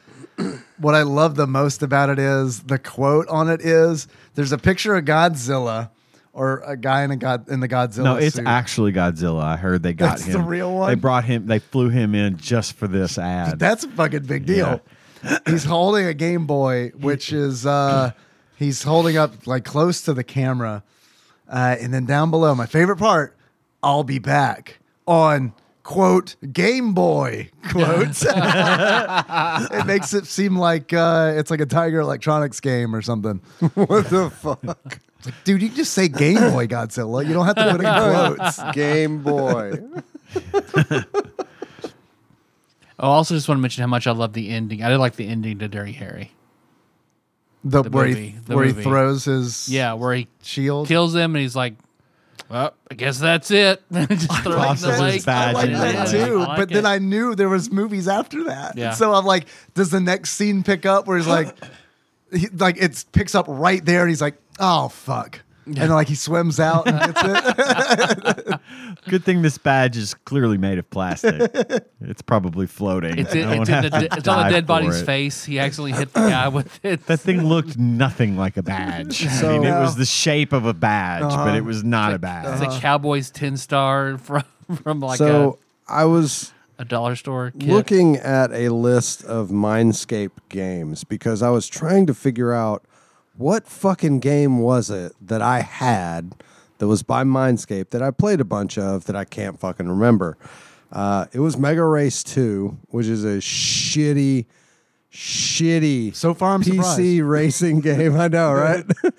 B: what I love the most about it is the quote on it is there's a picture of Godzilla or a guy in a god in the Godzilla.
C: No, it's
B: suit.
C: actually Godzilla. I heard they got
B: That's
C: him.
B: the real one?
C: They brought him. They flew him in just for this ad.
B: That's a fucking big deal. he's holding a Game Boy, which is uh he's holding up like close to the camera. Uh, and then down below, my favorite part, I'll be back on quote Game Boy quote. it makes it seem like uh, it's like a Tiger Electronics game or something.
D: what the fuck?
B: It's like, dude, you can just say Game Boy Godzilla. You don't have to put in quotes.
D: Game Boy.
A: I Oh, also just want to mention how much I love the ending. I did like the ending to Dirty Harry.
B: The,
A: The
B: where he
A: movie, the
B: where he
A: movie.
B: throws his
A: Yeah, where he
B: shield.
A: kills them and he's like, "Well, I guess that's it." just throw it in
C: Tosses
A: the
C: his
A: lake.
C: badge
B: I like
C: Yeah,
B: that
C: yeah,
B: too.
A: I like
B: but then
A: it.
B: I knew there was movies after that.
A: Yeah.
B: So I'm like, does the next scene pick up where he's like, he, like it picks up right there, and he's like, oh fuck, and then, like he swims out and gets it.
C: Good thing this badge is clearly made of plastic. it's probably floating.
A: It's,
C: I
A: in,
C: won't
A: it's, in the,
C: have to
A: de- it's on the
C: dive
A: dead
C: for
A: body's
C: it.
A: face. He actually hit the guy with it.
C: That thing looked nothing like a badge. I mean, it was the shape of a badge,
B: Uh-huh.
C: but it was not a badge.
A: It's a Cowboys ten star from from like
D: so I was
A: a, a dollar store. Kit.
D: looking at a list of Mindscape games because I was trying to figure out what fucking game was it that I had that was by Mindscape that I played a bunch of that I can't fucking remember. Uh, it was Mega Race 2, which is a shitty, shitty
B: So far, I'm
D: PC
B: surprised.
D: racing game. I know, right?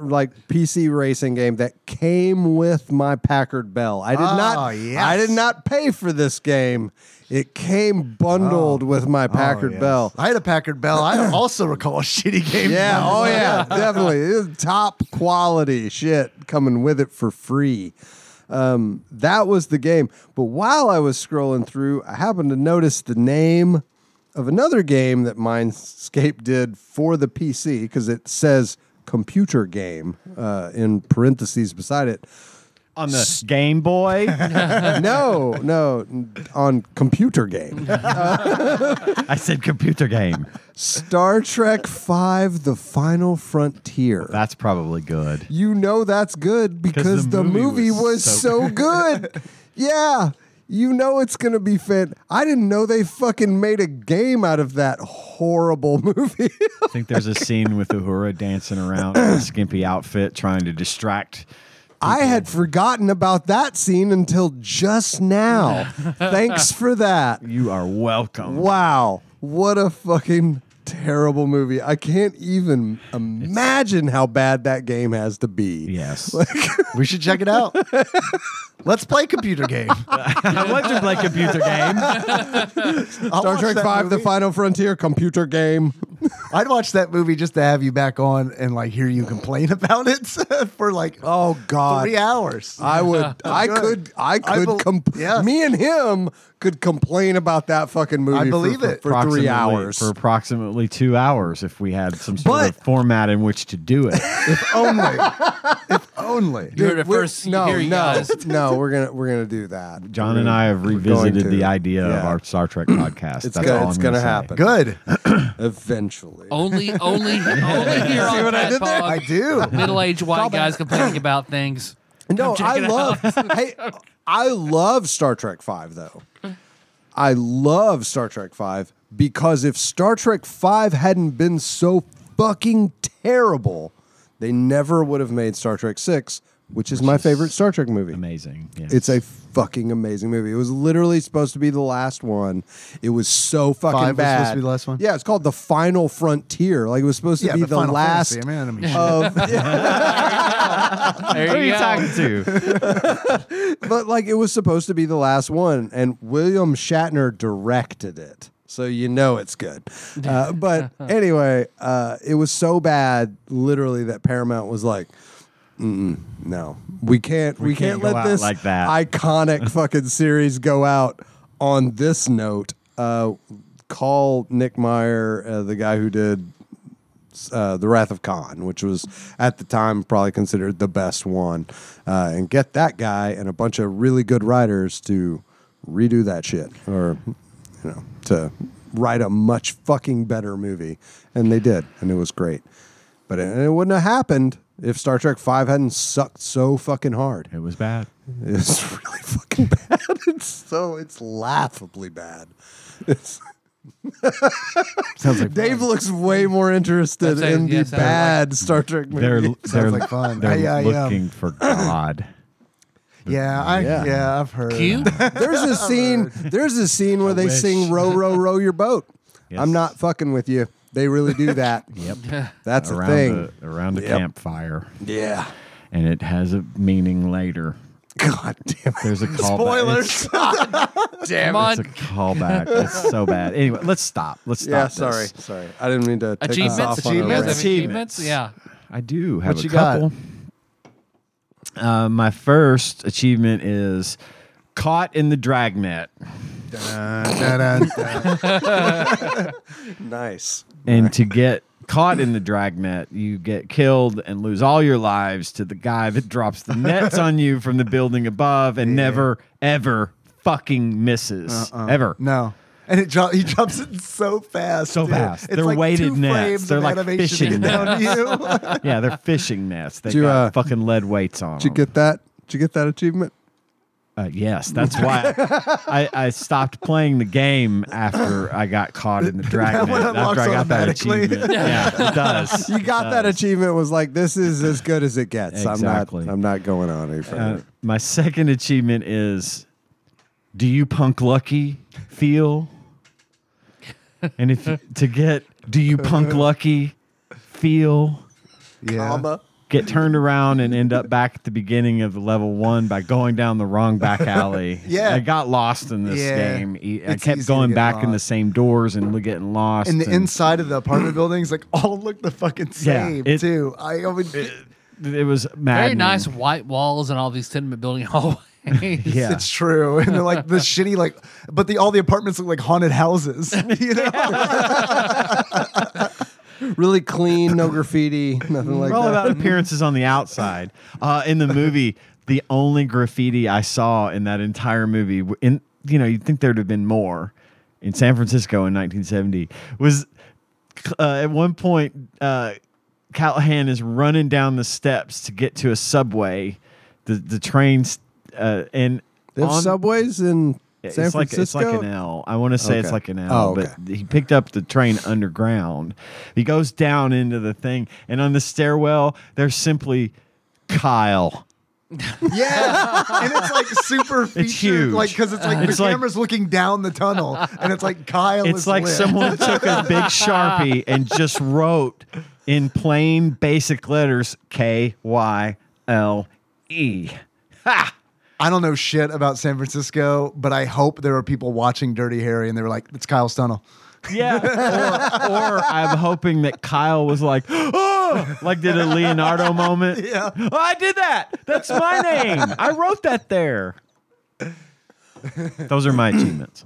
D: like PC racing game that came with my Packard Bell. I did
B: Oh,
D: not
B: yes.
D: I did not pay for this game. It came bundled with my Packard Bell.
B: I had a Packard Bell. I also recall a shitty game.
D: Yeah, oh yeah, definitely. It was top quality shit coming with it for free. Um, that was the game. But while I was scrolling through, I happened to notice the name of another game that Mindscape did for the PC because it says computer game uh, in parentheses beside it.
C: on the Game Boy.
D: no, no, on computer game.
C: I said computer game.
D: Star Trek Five: The Final Frontier.
C: That's probably good.
D: you know that's good because the, movie, was, so, good. yeah. You know it's gonna be fan. I didn't know they fucking made a game out of that horrible movie.
C: I think there's a scene with Uhura dancing around in a skimpy outfit trying to distract.
D: I had forgotten about that scene until just now. Thanks for that.
C: You are welcome.
D: Wow. What a fucking terrible movie. I can't even imagine how bad that game has to be.
C: Yes.
B: we should check it out. Let's play computer game.
C: I want to play computer game.
D: Star Trek 5 The Final Frontier computer game.
B: I'd watch that movie just to have you back on and like hear you complain about it for like
D: Oh God.
B: three hours.
D: I would. I
B: good.
D: could. I
B: I
D: could.
B: bel-
D: com-
B: yeah.
D: Me and him could complain about that fucking movie.
B: I
D: for-
B: believe
D: for,
B: it.
D: for,
C: Approximately-
D: three hours.
C: For approximately two hours if we had some sort of
D: But-
C: format in which to do it.
B: if only, if only.
A: You heard it
D: We're-
A: first
D: no,
A: here, you
D: no,
A: guys.
D: no. We're gonna we're gonna do that.
C: John and I have
D: We're going
C: revisited
D: to.
C: the idea of
D: Yeah.
C: our Star Trek podcast.
D: It's
C: That's
D: gonna-
C: all
D: it's
C: I'm gonna
D: gonna
C: say.
D: happen.
B: Good.
D: Eventually.
A: Only, only, only here on what I did there?
B: I do.
A: Middle-aged white guys complaining about things.
D: No,
A: Come
D: I
A: check it
D: love I, I love Star Trek 5 though. I love Star Trek 5 because if Star Trek 5 hadn't been so fucking terrible, they never would have made Star Trek 6, which is my favorite Star Trek movie.
C: Amazing. Yes.
D: It's a fucking amazing movie. It was literally supposed to be the last one. It was so fucking
B: Five was
D: bad.
B: supposed to be the last one?
D: Yeah, it's called the Final Frontier. Like it was supposed to
B: Yeah,
D: be
B: but
D: the
B: Final
D: last uh,
B: Fantasy, man, I mean, shit.
D: of
A: There
C: Who are
A: you
C: you
A: go.
C: talking to?
D: but like it was supposed to be the last one, and William Shatner directed it, so you know it's good. Uh, but anyway, uh, it was so bad, literally, that Paramount was like. Mm-mm, no, we can't. We,
C: can't
D: can't,
C: go
D: let
C: out
D: this
C: like that."
D: iconic fucking series go out on this note. Uh, call Nick Meyer, uh, the guy who did uh, The Wrath of Khan, which was at the time probably considered the best one, uh, and get that guy and a bunch of really good writers to redo that shit or, you know, to write a much fucking better movie. And they did, and it was great. But it, it wouldn't have happened if Star Trek Five hadn't sucked so fucking hard.
C: It was bad.
D: It's really fucking bad. It's so, it's laughably bad. It's.
B: Sounds like
D: Dave looks way more interested
A: That's a-
D: in the
A: yeah, sounds like-
D: bad Star Trek movie.
C: They're they're,
B: like fun.
C: they're
B: I- I, um,
C: looking for God.
B: Yeah, I,
D: Yeah.
B: yeah. I've heard.
A: You?
D: There's a scene. There's a scene where they
C: wish.
D: sing "Row, row, row your boat."
C: Yes.
D: I'm not fucking with you. They really do that.
C: Yep.
D: That's
C: around
D: a thing.
C: a, around a
D: Yep.
C: campfire,
D: yeah.
C: and it has a meaning later.
D: God damn it.
C: There's a call.
B: Spoilers.
A: Come
C: It's a
A: on.
C: callback. It's so bad. Anyway, let's stop. Let's stop.
D: Yeah.
C: this.
D: Sorry. Sorry. I didn't mean to take us off
A: Achievements?
D: on a
A: Achievements?
D: rant.
A: Achievements? Yeah.
C: I do have
B: What
C: a
B: you got?
C: couple. Uh, my first achievement is caught in the dragnet.
D: Nice.
C: And to get caught in the dragnet, you get killed and lose all your lives to the guy that drops the nets on you from the building above and never, ever fucking misses. Ever.
B: No. And it dro- he drops it so fast.
C: So
B: dude.
C: fast.
B: It's
C: They're
B: like
C: weighted
B: two
C: nets.
B: frames
C: They're
B: of
C: like
B: animation
C: fishing
B: down to you.
C: Yeah, they're fishing nets. They
D: Do,
C: got
D: uh,
C: fucking lead weights on
D: Did you
C: them.
D: get that? Did you get that achievement?
C: Uh, yes, that's why I, I stopped playing the game after I got caught in the dragnet.
B: one
C: after I
B: unlocks
C: got that
B: automatically.
C: achievement, yeah, it does.
D: You got that achievement. Was like this is as good as it gets. I'm
C: Exactly.
D: not. I'm not going on any further.
C: Uh, my second achievement is: Do you punk lucky feel? And if you, to get, do you punk lucky feel?
B: yeah.
D: Comma.
C: Get turned around and end up back at the beginning of the level one by going down the wrong back alley.
B: Yeah.
C: I got lost in this
B: Yeah.
C: game. E- I
B: It's easy
C: kept
B: to
C: going
B: get
C: back in the
B: lost.
C: same doors and we getting lost.
B: And the
C: and-
B: inside of the apartment buildings, like all look the fucking
C: Yeah,
B: same
C: it-
B: too. I, I would.
C: It was mad.
A: Very nice white walls and all these tenement building hallways.
C: Yeah.
B: It's true, and they're like the shitty, like, but the all the apartments look like haunted houses. You know,
D: Really clean. No graffiti. Nothing like
C: We're all
D: that.
C: about appearances on the outside. Uh, in the movie, the only graffiti I saw in that entire movie, w- in you know, you'd think there'd have been more. In San Francisco in 1970, was uh, at one point uh, Callahan is running down the steps to get to a subway. The the trains uh, and
D: They have
C: on-
D: subways in
C: It's
D: San
C: like
D: Francisco.
C: it's like an L. I want to say it's
D: Okay.
C: like an L,
D: Oh, okay.
C: but he picked up the train underground. He goes down into the thing, and on the stairwell, there's simply Kyle.
B: yeah, and it's like super featured,
C: huge.
B: like because it's like
C: It's
B: the
C: like-
B: camera's looking down the tunnel, and it's like Kyle.
C: It's
B: is
C: like
B: lit.
C: someone took a big sharpie and just wrote in plain basic letters K Y L E. Ha!
B: I don't know shit about San Francisco, but I hope there are people watching Dirty Harry, and they were like, "It's Kyle Stunnel."
C: Yeah. Or, or I'm hoping that Kyle was like, oh, like did a Leonardo moment. Yeah. Oh, I did that. That's my name. I wrote that there. Those are my achievements.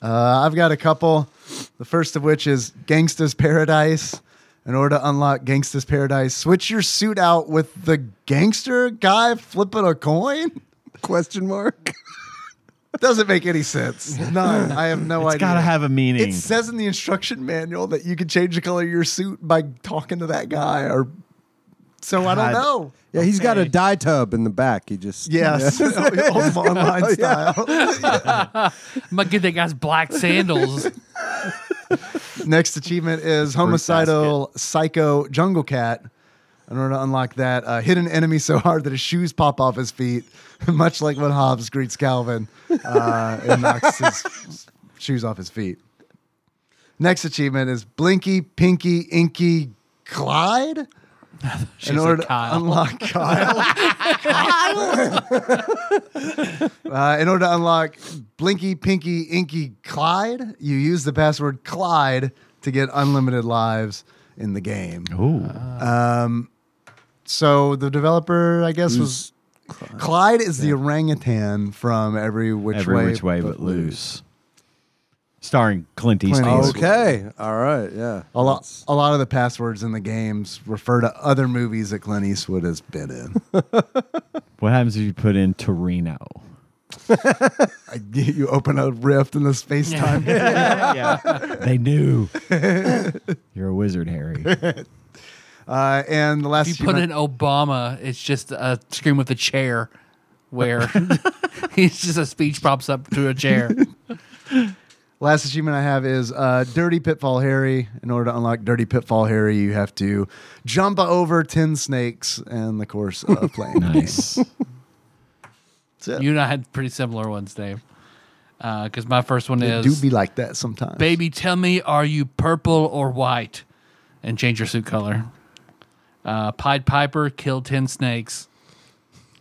B: Uh, I've got a couple. The first of which is Gangsta's Paradise. In order to unlock Gangsta's Paradise, switch your suit out with the gangster guy flipping a coin.
D: Question mark.
B: Doesn't make any sense. None. I have no
C: It's
B: idea.
C: got to have a meaning.
B: It says in the instruction manual that you can change the color of your suit by talking to that guy, or so I
C: God.
B: don't know.
D: Yeah, he's got a
C: Okay.
D: dye tub in the back. He just
B: Yes, Old
C: Oh,
B: online style.
A: I'm gonna get that guy's black sandals.
B: Next achievement is homicidal psycho jungle cat. In order to unlock that, uh, hit an enemy so hard that his shoes pop off his feet, much like when Hobbes greets Calvin uh, and knocks his shoes off his feet. Next achievement is Blinky, Pinky, Inky, Clyde.
A: She's like
B: to
A: Kyle.
B: unlock Kyle. Uh, in order to unlock Blinky, Pinky, Inky, Clyde, you use the password Clyde to get unlimited lives in the game.
C: Ooh.
B: So the developer, I guess, was Clyde, is the orangutan from Every Which
C: Every
B: Way.
C: which way but, loose. Starring Clint Eastwood.
B: Clint Eastwood.
D: Okay. All right. Yeah.
B: A lot, a lot of the passwords in the games refer to other movies that Clint Eastwood has been in.
C: What happens if you put in Torino?
B: I- you open a rift in the space time.
C: yeah. They knew. You're a wizard, Harry.
B: Uh, and the last
A: If you put
B: achievement-
A: in Obama, it's just a screen with a chair where it's just a speech props up to a chair.
B: Last achievement I have is uh, Dirty Pitfall Harry. In order to unlock Dirty Pitfall Harry, you have to jump over 10 snakes in the course of playing.
C: Nice.
A: You and I had pretty similar ones, Dave. Because my first one
B: It
A: is
B: do be like that sometimes.
A: Baby, tell me, are you purple or white? And change your suit color. Uh, Pied Piper, kill 10 snakes.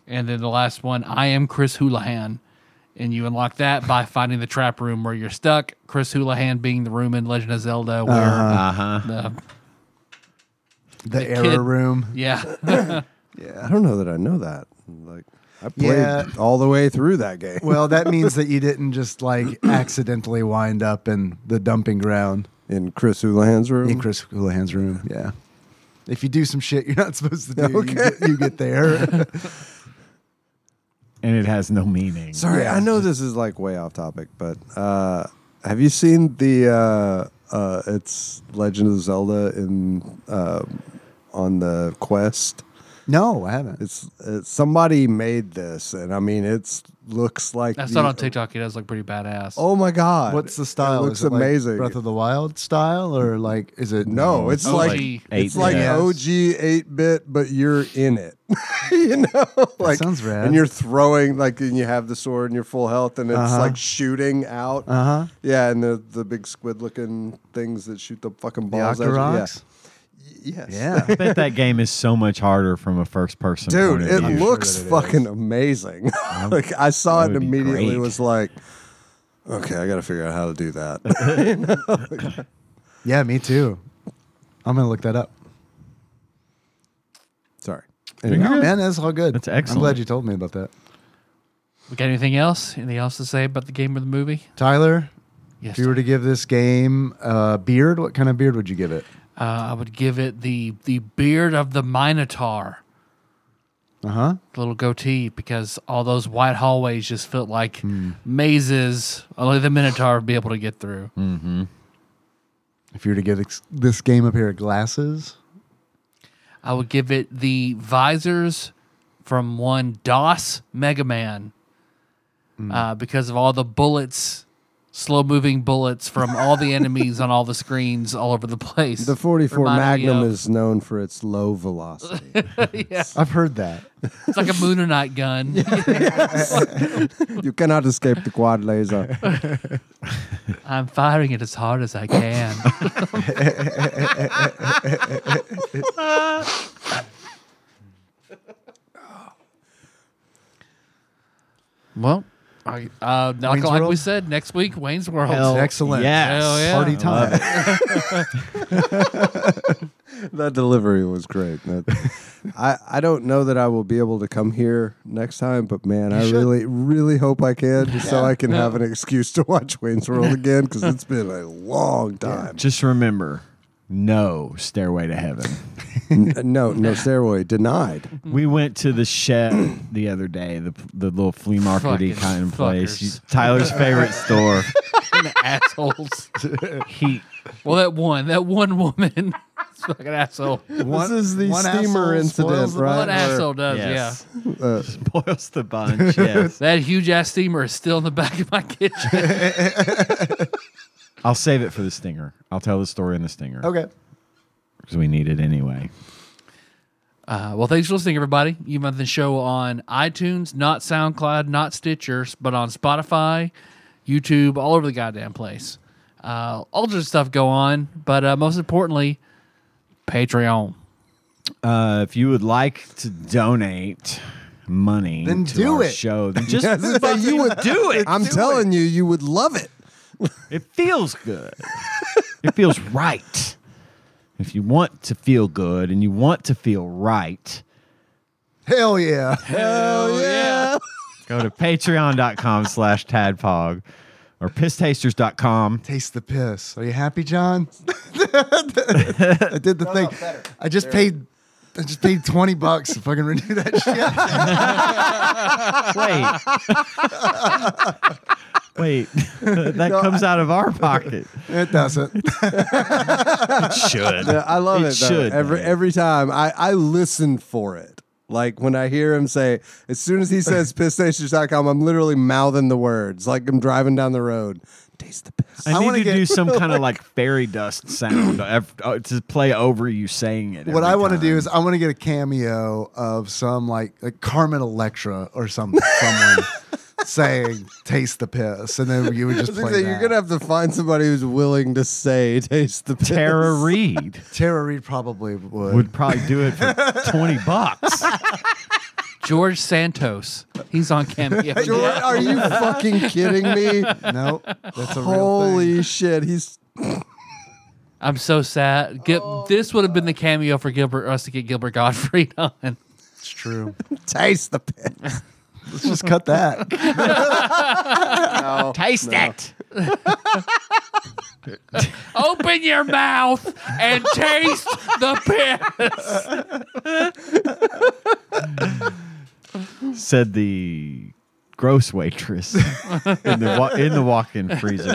A: And then the last one, I am Chris Houlihan. And you unlock that by finding the trap room where you're stuck. Chris Houlihan being the room in Legend of Zelda where
C: Uh-huh.
A: the
B: The, error
A: kid-
B: room.
A: Yeah.
D: I don't know that I know that. Like I played
B: Yeah.
D: all the way through that game.
B: Well, that means that you didn't just like accidentally wind up in the dumping ground
D: in Chris Houlihan's room.
B: in Chris Houlihan's room. Yeah. If you do some shit you're not supposed to do, you,
D: Okay.
B: get, you get there.
C: And it has no meaning.
D: Sorry, I know this is like way off topic, but uh, have you seen the uh, uh, it's Legend of Zelda in uh, on the Quest?
B: no, I haven't.
D: It's, it's somebody made this, and I mean, it's looks like
A: I
D: the-
A: saw it on TikTok. It does look pretty badass.
D: Oh my god!
B: What's the style?
D: It looks
B: is it like
D: amazing.
B: Breath of the Wild style, or like, is it?
D: no, it's
A: OG.
D: like
C: Eight
D: it's like
C: bit.
D: OG eight bit, but you're in it. you know, like
B: sounds rad.
D: And you're throwing like, and you have the sword and you're full health, and it's
B: Uh-huh.
D: like shooting out.
B: Uh huh.
D: Yeah, and the the big squid looking things that shoot the fucking
B: The
D: balls.
B: Octoroks?
D: At you. Yeah. Yes.
B: Yeah.
C: I bet that game is so much harder from a first person
D: Dude,
C: point of
D: it
C: view.
D: looks
B: that it
D: fucking amazing. like I saw
C: that
D: it
C: would
D: and
C: be
D: immediately.
C: great.
D: Was like, okay, I got to figure out how to do that.
B: Yeah, me too. I'm gonna look that up.
D: Sorry.
B: No, man, that's all good.
C: That's
B: I'm glad
C: excellent.
B: you told me about that,
A: We got anything else? Anything else to say about the game or the movie?
B: Tyler.
A: Yes.
B: If you were to give this game a beard, what kind of beard would you give it?
A: uh, I would give it the the beard of the Minotaur,
B: Uh huh.
A: the little goatee, because all those white hallways just felt like mazes. Only the Minotaur would be able to get through.
B: If you were to give ex- this game a pair of glasses,
A: I would give it the visors from one DOS Mega Man uh, because of all the bullets, slow moving bullets from all the enemies on all the screens all over the place.
D: The 44
A: Reminded me
D: Magnum
A: of-
D: is known for its low velocity.
A: yeah,
B: I've heard that.
A: it's like a Moonanite gun.
D: you cannot escape the quad laser.
A: I'm firing it as hard as I can. well, I- Uh, like,
B: Wayne's
A: like we
B: World?
A: said, next week, Wayne's World.
C: Hell
B: Excellent.
C: Yes.
A: Hell yeah.
B: Party time.
D: That delivery was great. That- I, I don't know that I will be able to come here next time, but man, I
B: should.
D: really, really hope I can just so
B: Yeah.
D: I can have an excuse to watch Wayne's World again because it's been a long time.
C: Just remember, no stairway to heaven.
D: N- no, no steroid denied.
A: Mm.
C: we went to the shed the other day, the the little flea markety
A: Fucking
C: kind of place. You-
A: fuckers.
C: Tyler's favorite store.
A: Fucking assholes.
C: He
A: Well, that one, that one woman, it's fucking asshole.
D: this is the
B: one
D: steamer
B: asshole
D: incident,
B: spoils the
D: right?
A: One
D: Where-
A: asshole does,
C: yes.
A: yeah.
D: Uh,
C: spoils the bunch. Yes,
A: That huge ass steamer is still in the back of my kitchen.
C: I'll save it for the stinger. I'll tell the story in the stinger
B: Okay.
C: because we need it anyway.
A: Uh, well, thanks for listening, everybody. You found the show on iTunes, not SoundCloud, not Stitcher, but on Spotify, YouTube, all over the goddamn place. Uh, all sorts of stuff go on, but uh, most importantly, Patreon.
C: Uh, if you would like to donate money
B: Then
C: to
B: do
C: our
B: it.
C: show, then just
D: Yes, but you would do it. I'm telling you, you would love it.
C: It feels good. it feels right. If you want to feel good and you want to feel right,
B: Hell yeah.
C: go to patreon.com slash tadpog or pisstasters.com.
B: Taste the piss. Are you happy, John? I did the thing. I just paid. I just paid twenty bucks to fucking renew that shit.
C: Wait. Wait. that comes out of our pocket.
B: It doesn't.
C: Should.
D: Yeah, I love
C: It
D: it. though.
C: should,
D: every
C: man.
D: every time I I listen for it. Like when I hear him say, as soon as he says pissstations.com, I'm literally mouthing the words like I'm driving down the road. Taste the piss.
C: I
B: I
C: need
B: wanna
C: to
B: get-
C: do some kind of like fairy dust sound ev- uh, to play over you saying it.
B: What
C: every
B: I want to
C: time.
B: do is I want to get a cameo of some like, like Carmen Electra or some someone saying "Taste the piss," and then you would just
D: I was gonna
B: play
D: say,
B: that.
D: you're gonna have to find somebody who's willing to say taste the piss.
C: Tara Reed
B: Tara Reid probably would.
C: would probably do it for 20 bucks.
A: George Santos. He's on cameo.
D: George, are you fucking kidding me?
B: no, that's a real
D: Holy shit, he's
A: I'm so sad. Gil- this would have been the cameo for Gilbert us to get Gilbert Gottfried on.
B: thing. It's true.
D: taste the piss.
B: Let's just cut that.
C: Taste it.
A: Open your mouth and taste the piss.
C: said the gross waitress in the wa- in the walk-in freezer.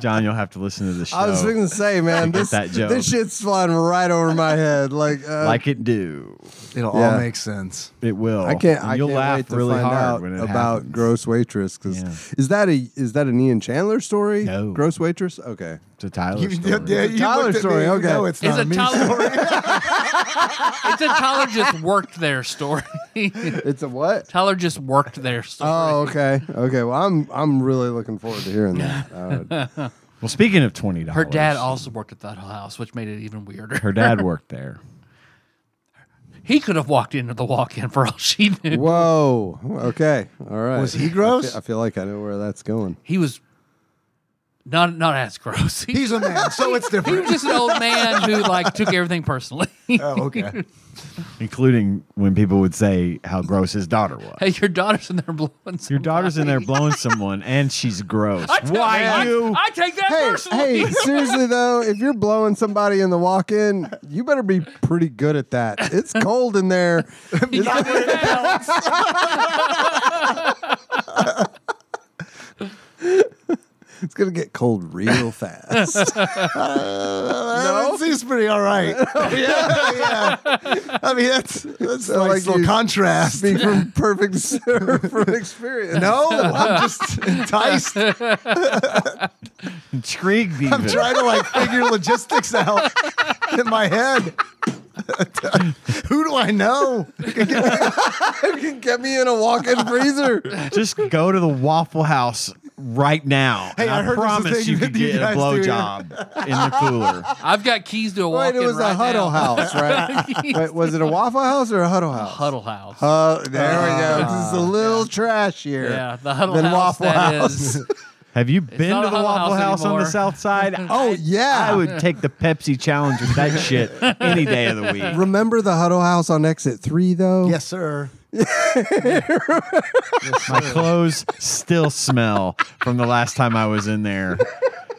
C: John, you'll have to listen to the show.
D: I was gonna say, man,
C: get
D: this
C: that joke.
D: this shit's flying right over my head. Like, uh,
C: like it do.
B: It'll
D: Yeah.
B: all make sense.
C: It will.
D: I can't.
C: And
D: I
C: you'll
D: can't
C: laugh
D: wait to
C: really
D: find
C: hard
D: out
C: when it
D: about
C: happens.
D: Gross Waitress because
C: Yeah.
D: is that a is that an Ian Chandler story?
C: No.
D: Gross Waitress. Okay.
C: to Tyler.
B: You,
C: story.
B: yeah, you
D: Tyler
B: looked at
D: story,
B: me, you
D: okay.
B: know it's
A: It's
B: not
A: a
B: me.
A: Tyler. it's a Tyler just worked there story.
D: It's a what?
A: Tyler just worked there story.
D: Oh, okay. Okay. Well, I'm I'm really looking forward to hearing that. Uh,
C: Well, speaking of twenty dollars,
A: Her dad also worked at that house, which made it even weirder.
C: her dad worked there.
A: He could have walked into the walk-in for all she knew.
D: whoa. Okay. All right.
B: Was he gross?
D: I feel, I feel like I know where that's going.
A: He was not not as gross. He,
B: He's a man, so it's
A: he was
B: different.
A: just an old man who like took everything personally. hey,
B: Oh, okay.
C: Including when people would say how gross his daughter was.
A: your daughter's in there blowing.
C: Your
A: some-
C: daughter's in there blowing someone, and she's gross.
A: I take-
C: Why
A: I,
C: you?
A: I take that
D: Hey,
A: personally.
D: hey, seriously though, if you're blowing somebody in the walk-in, you better be pretty good at that. It's cold in there.
A: You got it out.
D: It's gonna get cold real fast. Uh,
B: no, it seems pretty all right.
D: Oh,
B: yeah, yeah. I mean, that's that's
D: So,
B: like
D: like,
B: little
D: you
B: contrast.
D: Speak from perfect from experience.
B: No, I'm just enticed. I'm
C: Intrigued even.
B: trying to like figure logistics out in my head. Who do I know?
D: You can get me in a walk-in freezer.
C: Just go to the Waffle House right now.
B: Hey,
C: and I,
B: I heard there's a
C: promise
B: thing
C: you
B: that
C: could
B: you
C: get a
B: guys do here.
C: blowjob in the cooler.
A: I've got keys to a
D: Wait,
A: walk-in
D: it was
A: right
D: a huddle
A: now.
D: house, right? Wait, was it a Waffle House or a huddle house?
A: Huddle house.
D: Oh, there we go. This is a little trashier
A: yeah, the huddle
D: than
A: house.
D: Waffle
A: that
D: House.
A: is-
C: Have you been
A: not
C: to
A: a
C: the
A: Huddle
C: Waffle
A: House
C: House, on the
A: anymore.
C: South Side?
D: Oh yeah.
C: I would take the Pepsi challenge with that shit any day of the week.
D: Remember the Huddle House on exit three though?
B: Yes, sir.
C: My clothes still smell from the last time I was in there.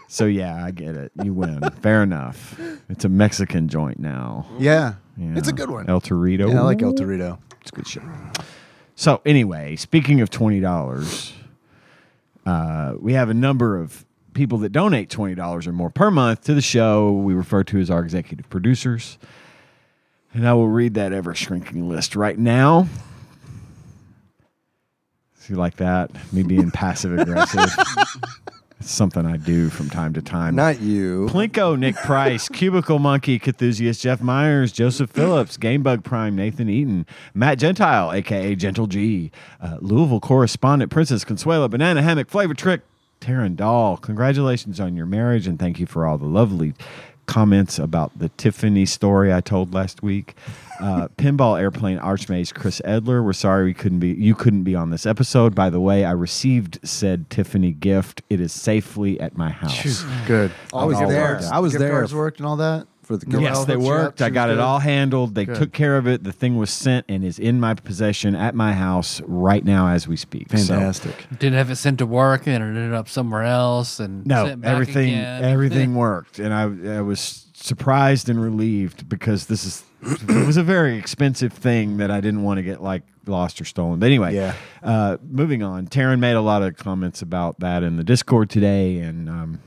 C: So yeah, I get it. You win. Fair enough. It's a Mexican joint now.
B: Yeah.
C: Yeah.
B: It's a good one.
C: El Torito.
B: yeah, I like El Torito.
C: It's good shit. So anyway, speaking of twenty dollars, uh, we have a number of people that donate twenty dollars or more per month to the show. We refer to as our executive producers, and I will read that ever shrinking list right now. See, like that, me being passive aggressive. It's something I do from time to time.
D: Not you.
C: Plinko, Nick Price, Cubicle Monkey, Cthusiast, Jeff Myers, Joseph Phillips, Gamebug Prime, Nathan Eaton, Matt Gentile, aka Gentle G, uh, Louisville correspondent Princess Consuela, Banana Hammock, Flavor Trick, Taryn Dahl. Congratulations on your marriage and thank you for all the lovely comments about the Tiffany story I told last week. Uh, Pinball Airplane Archmage Chris Edler. We're sorry we couldn't be you couldn't be on this episode. By the way, I received said Tiffany gift. It is safely at my house.
B: Good.
D: Always
C: Gift
D: there.
C: cards-
D: I was
B: Gift
D: there
B: cards worked and all that.
D: for the
B: Noel
C: Yes, they
B: hooked you up.
C: worked. I
B: She was
C: got it
B: good.
C: all handled. They took care of it. The thing was sent and is in my possession at my house right now as we speak. So-
A: Didn't have it sent to work and it ended up somewhere else. And
C: no,
A: sent back
C: everything
A: again.
C: everything worked, and I I was surprised and relieved because this is it was a very expensive thing that I didn't want to get like lost or stolen. But anyway,
B: Yeah.
C: Uh, moving on, Taryn made a lot of comments about that in the Discord today, and. Um,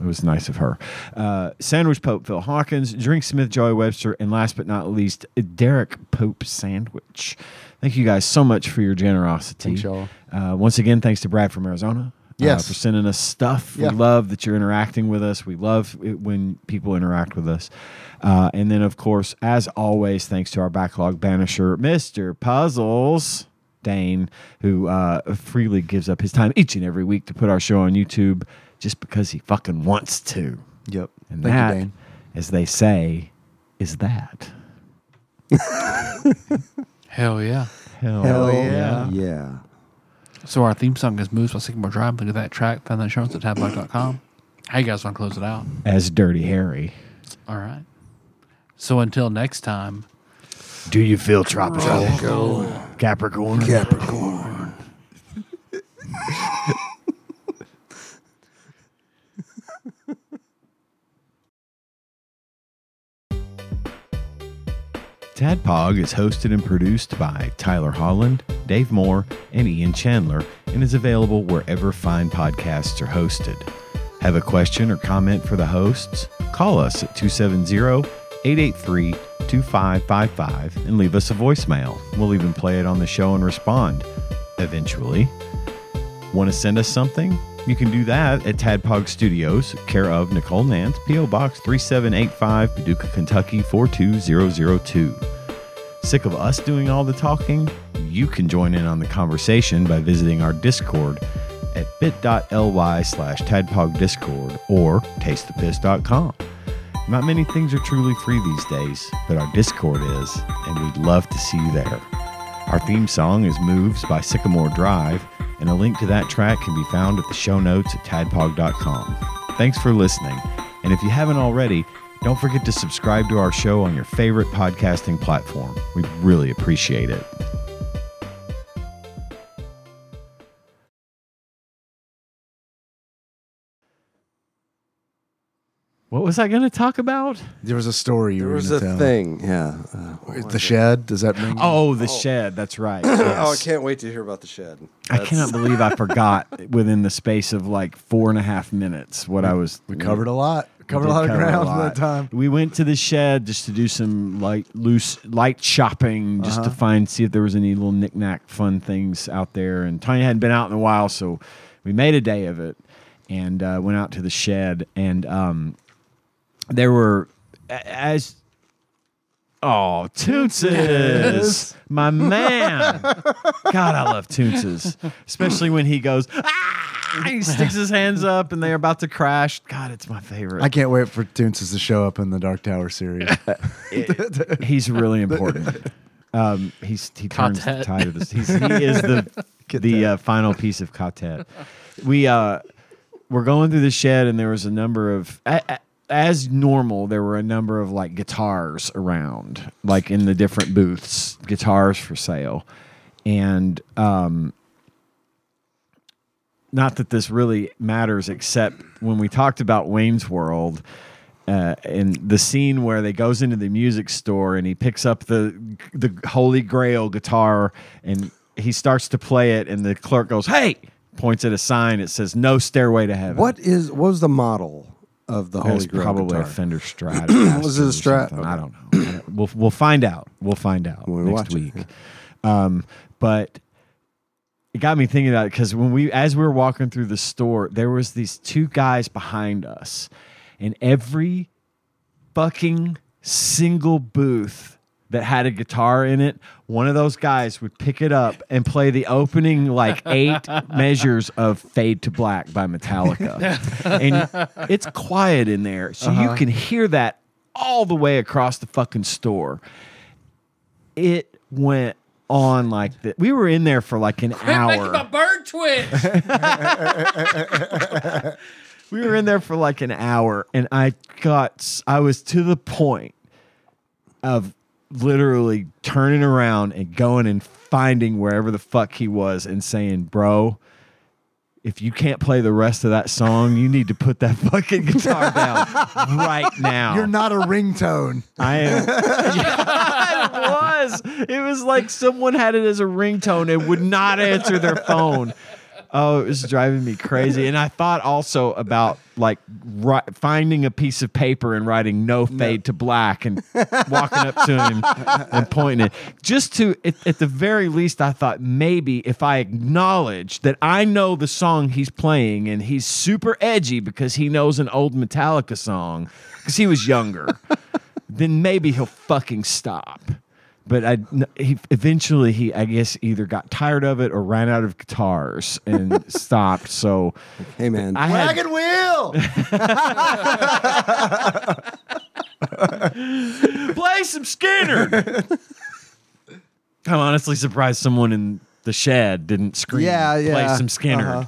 C: it was nice of her. Uh, Sandwich Pope Phil Hawkins, Drink Smith Joy Webster, and last but not least, Derek Pope Sandwich. Thank you guys so much for your generosity.
B: Thanks, y'all.
C: Uh, once again, thanks to Brad from Arizona. uh,
B: Yes.
C: for sending us stuff.
B: Yeah.
C: We love that you're interacting with us. We love it when people interact with us. Uh, and then, of course, as always, thanks to our backlog banisher, Mr. Puzzles Dane, who uh, freely gives up his time each and every week to put our show on YouTube just because he fucking wants to.
B: Yep.
C: And
B: Thank
C: that,
B: you, Dane.
C: as they say, is that.
A: Hell yeah.
C: Hell,
D: Hell yeah. Oh, Yeah.
A: So our theme song is Moves by Sycamore Drive. Look at that track. Found the insurance at tabloid.com. How you guys want to close it out?
C: As Dirty Harry.
A: All right. So until next time.
C: Do you feel tropical? Capricorn. Tadpog is hosted and produced by Tyler Holland, Dave Moore, and Ian Chandler, and is available wherever fine podcasts are hosted. Have a question or comment for the hosts? Call us at 270 883 2555 and leave us a voicemail. We'll even play it on the show and respond eventually. Want to send us something? You can do that at Tadpog Studios, care of Nicole Nance, P.O. Box 3785, Paducah, Kentucky 42002. Sick of us doing all the talking? You can join in on the conversation by visiting our Discord at bit.ly slash tadpogdiscord or tastethepiss.com. Not many things are truly free these days, but our Discord is, and we'd love to see you there. Our theme song is Moves by Sycamore Drive, and a link to that track can be found at the show notes at tadpog.com. Thanks for listening, and if you haven't already, don't forget to subscribe to our show on your favorite podcasting platform. We really appreciate it. What was I going to talk about?
B: There was a story you
D: There
B: were
D: was
B: gonna
D: a
B: tell.
D: thing. Yeah. Uh,
B: Wait, The shed. Does that mean?
C: Oh, the shed. That's right.
D: Oh, I
C: Yes.
D: can't wait to hear about the shed.
C: I cannot believe I forgot within the space of like four and a half minutes what I was.
B: we covered a lot. We covered
C: did
B: a lot of
C: cover
B: ground
C: lot.
B: that time.
C: We went to the shed just to do some light, loose, light shopping, just
B: Uh-huh.
C: to find, see if there was any little knickknack fun things out there. And Tanya hadn't been out in a while, so we made a day of it and uh, went out to the shed. And um, there were, a- as Oh, Toonses, my man. God, I love Toonses, especially when he goes, ah! he sticks his hands up and they're about to crash. God, it's my favorite.
B: I can't wait for Toonces to show up in the Dark Tower series.
C: he's really important. Um, he's he turns the
A: Cotet.
C: tide of this. He's, he is the the uh, final piece of Cotet. We uh, we're going through the shed, and there was a number of. a a- as normal, there were a number of like guitars around, like in the different booths, guitars for sale, and um, not that this really matters, except when we talked about Wayne's World uh, and the scene where they goes into the music store and he picks up the the Holy Grail guitar and he starts to play it, and the clerk goes, "Hey!" points at a sign. It says, "No Stairway to Heaven."
D: What is what was the model of the
C: It was
D: Holy Grail
C: probably
D: guitar?
C: a Fender Strat.
D: Was it a Strat?
C: Something. I don't know. I don't- we'll we'll find out. We'll find out
D: When we
C: next
D: watch it,
C: week. Um, but it got me thinking about it because when we, as we were walking through the store, there was these two guys behind us, and every fucking single booth that had a guitar in it, one of those guys would pick it up and play the opening like eight measures of Fade to Black by Metallica. and it's quiet in there. So
A: Uh-huh.
C: you can hear that all the way across the fucking store. It went on like that. We were in there for like an
A: Making my
C: hour.
A: bird twitch.
C: We were in there for like an hour and I got s- I was to the point of literally turning around and going and finding wherever the fuck he was and saying, "Bro, if you can't play the rest of that song, you need to put that fucking guitar down right now."
B: You're not a ringtone.
C: I am. it was. It was like someone had it as a ringtone and would not answer their phone. Oh, it was driving me crazy. And I thought also about like ri- finding a piece of paper and writing "No fade to black" and walking up to him and pointing it. Just to, at, at the very least, I thought maybe if I acknowledge that I know the song he's playing and he's super edgy because he knows an old Metallica song because he was younger then maybe he'll fucking stop. But I, n- he, eventually, he I guess either got tired of it or ran out of guitars and stopped. So
D: Hey man,
C: I had,
B: Wagon wheel.
C: play some Skinner. I'm honestly surprised someone in the shed didn't scream.
D: Yeah,
C: Play
D: yeah,
C: some Skinner.
D: uh-huh.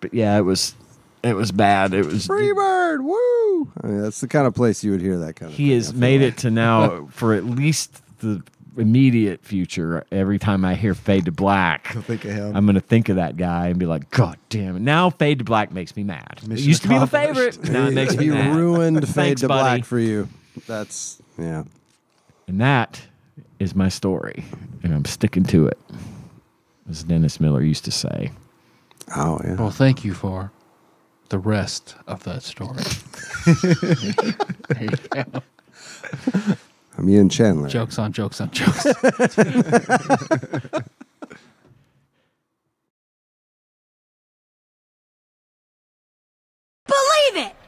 C: But yeah, it was it was bad. It was
D: Freebird, woo! I mean, that's the kind of place you would hear that kind of.
C: he has made it to now for at least the immediate future. Every time I hear Fade to Black,
B: think of him.
C: I'm gonna think of that guy and be like, God damn it! Now Fade to Black makes me mad. it
B: Mission
C: used to be the
B: accomplished.
C: favorite. Now it makes me
D: he
C: mad.
D: ruined Fade
C: Thanks,
D: to
C: buddy.
D: Black for you. That's yeah.
C: And that is my story, and I'm sticking to it, as Dennis Miller used to say.
D: Oh yeah.
A: Well, thank you for the rest of that story. there you go.
D: I'm Ian Chandler.
A: Jokes on jokes on jokes.
G: Believe it!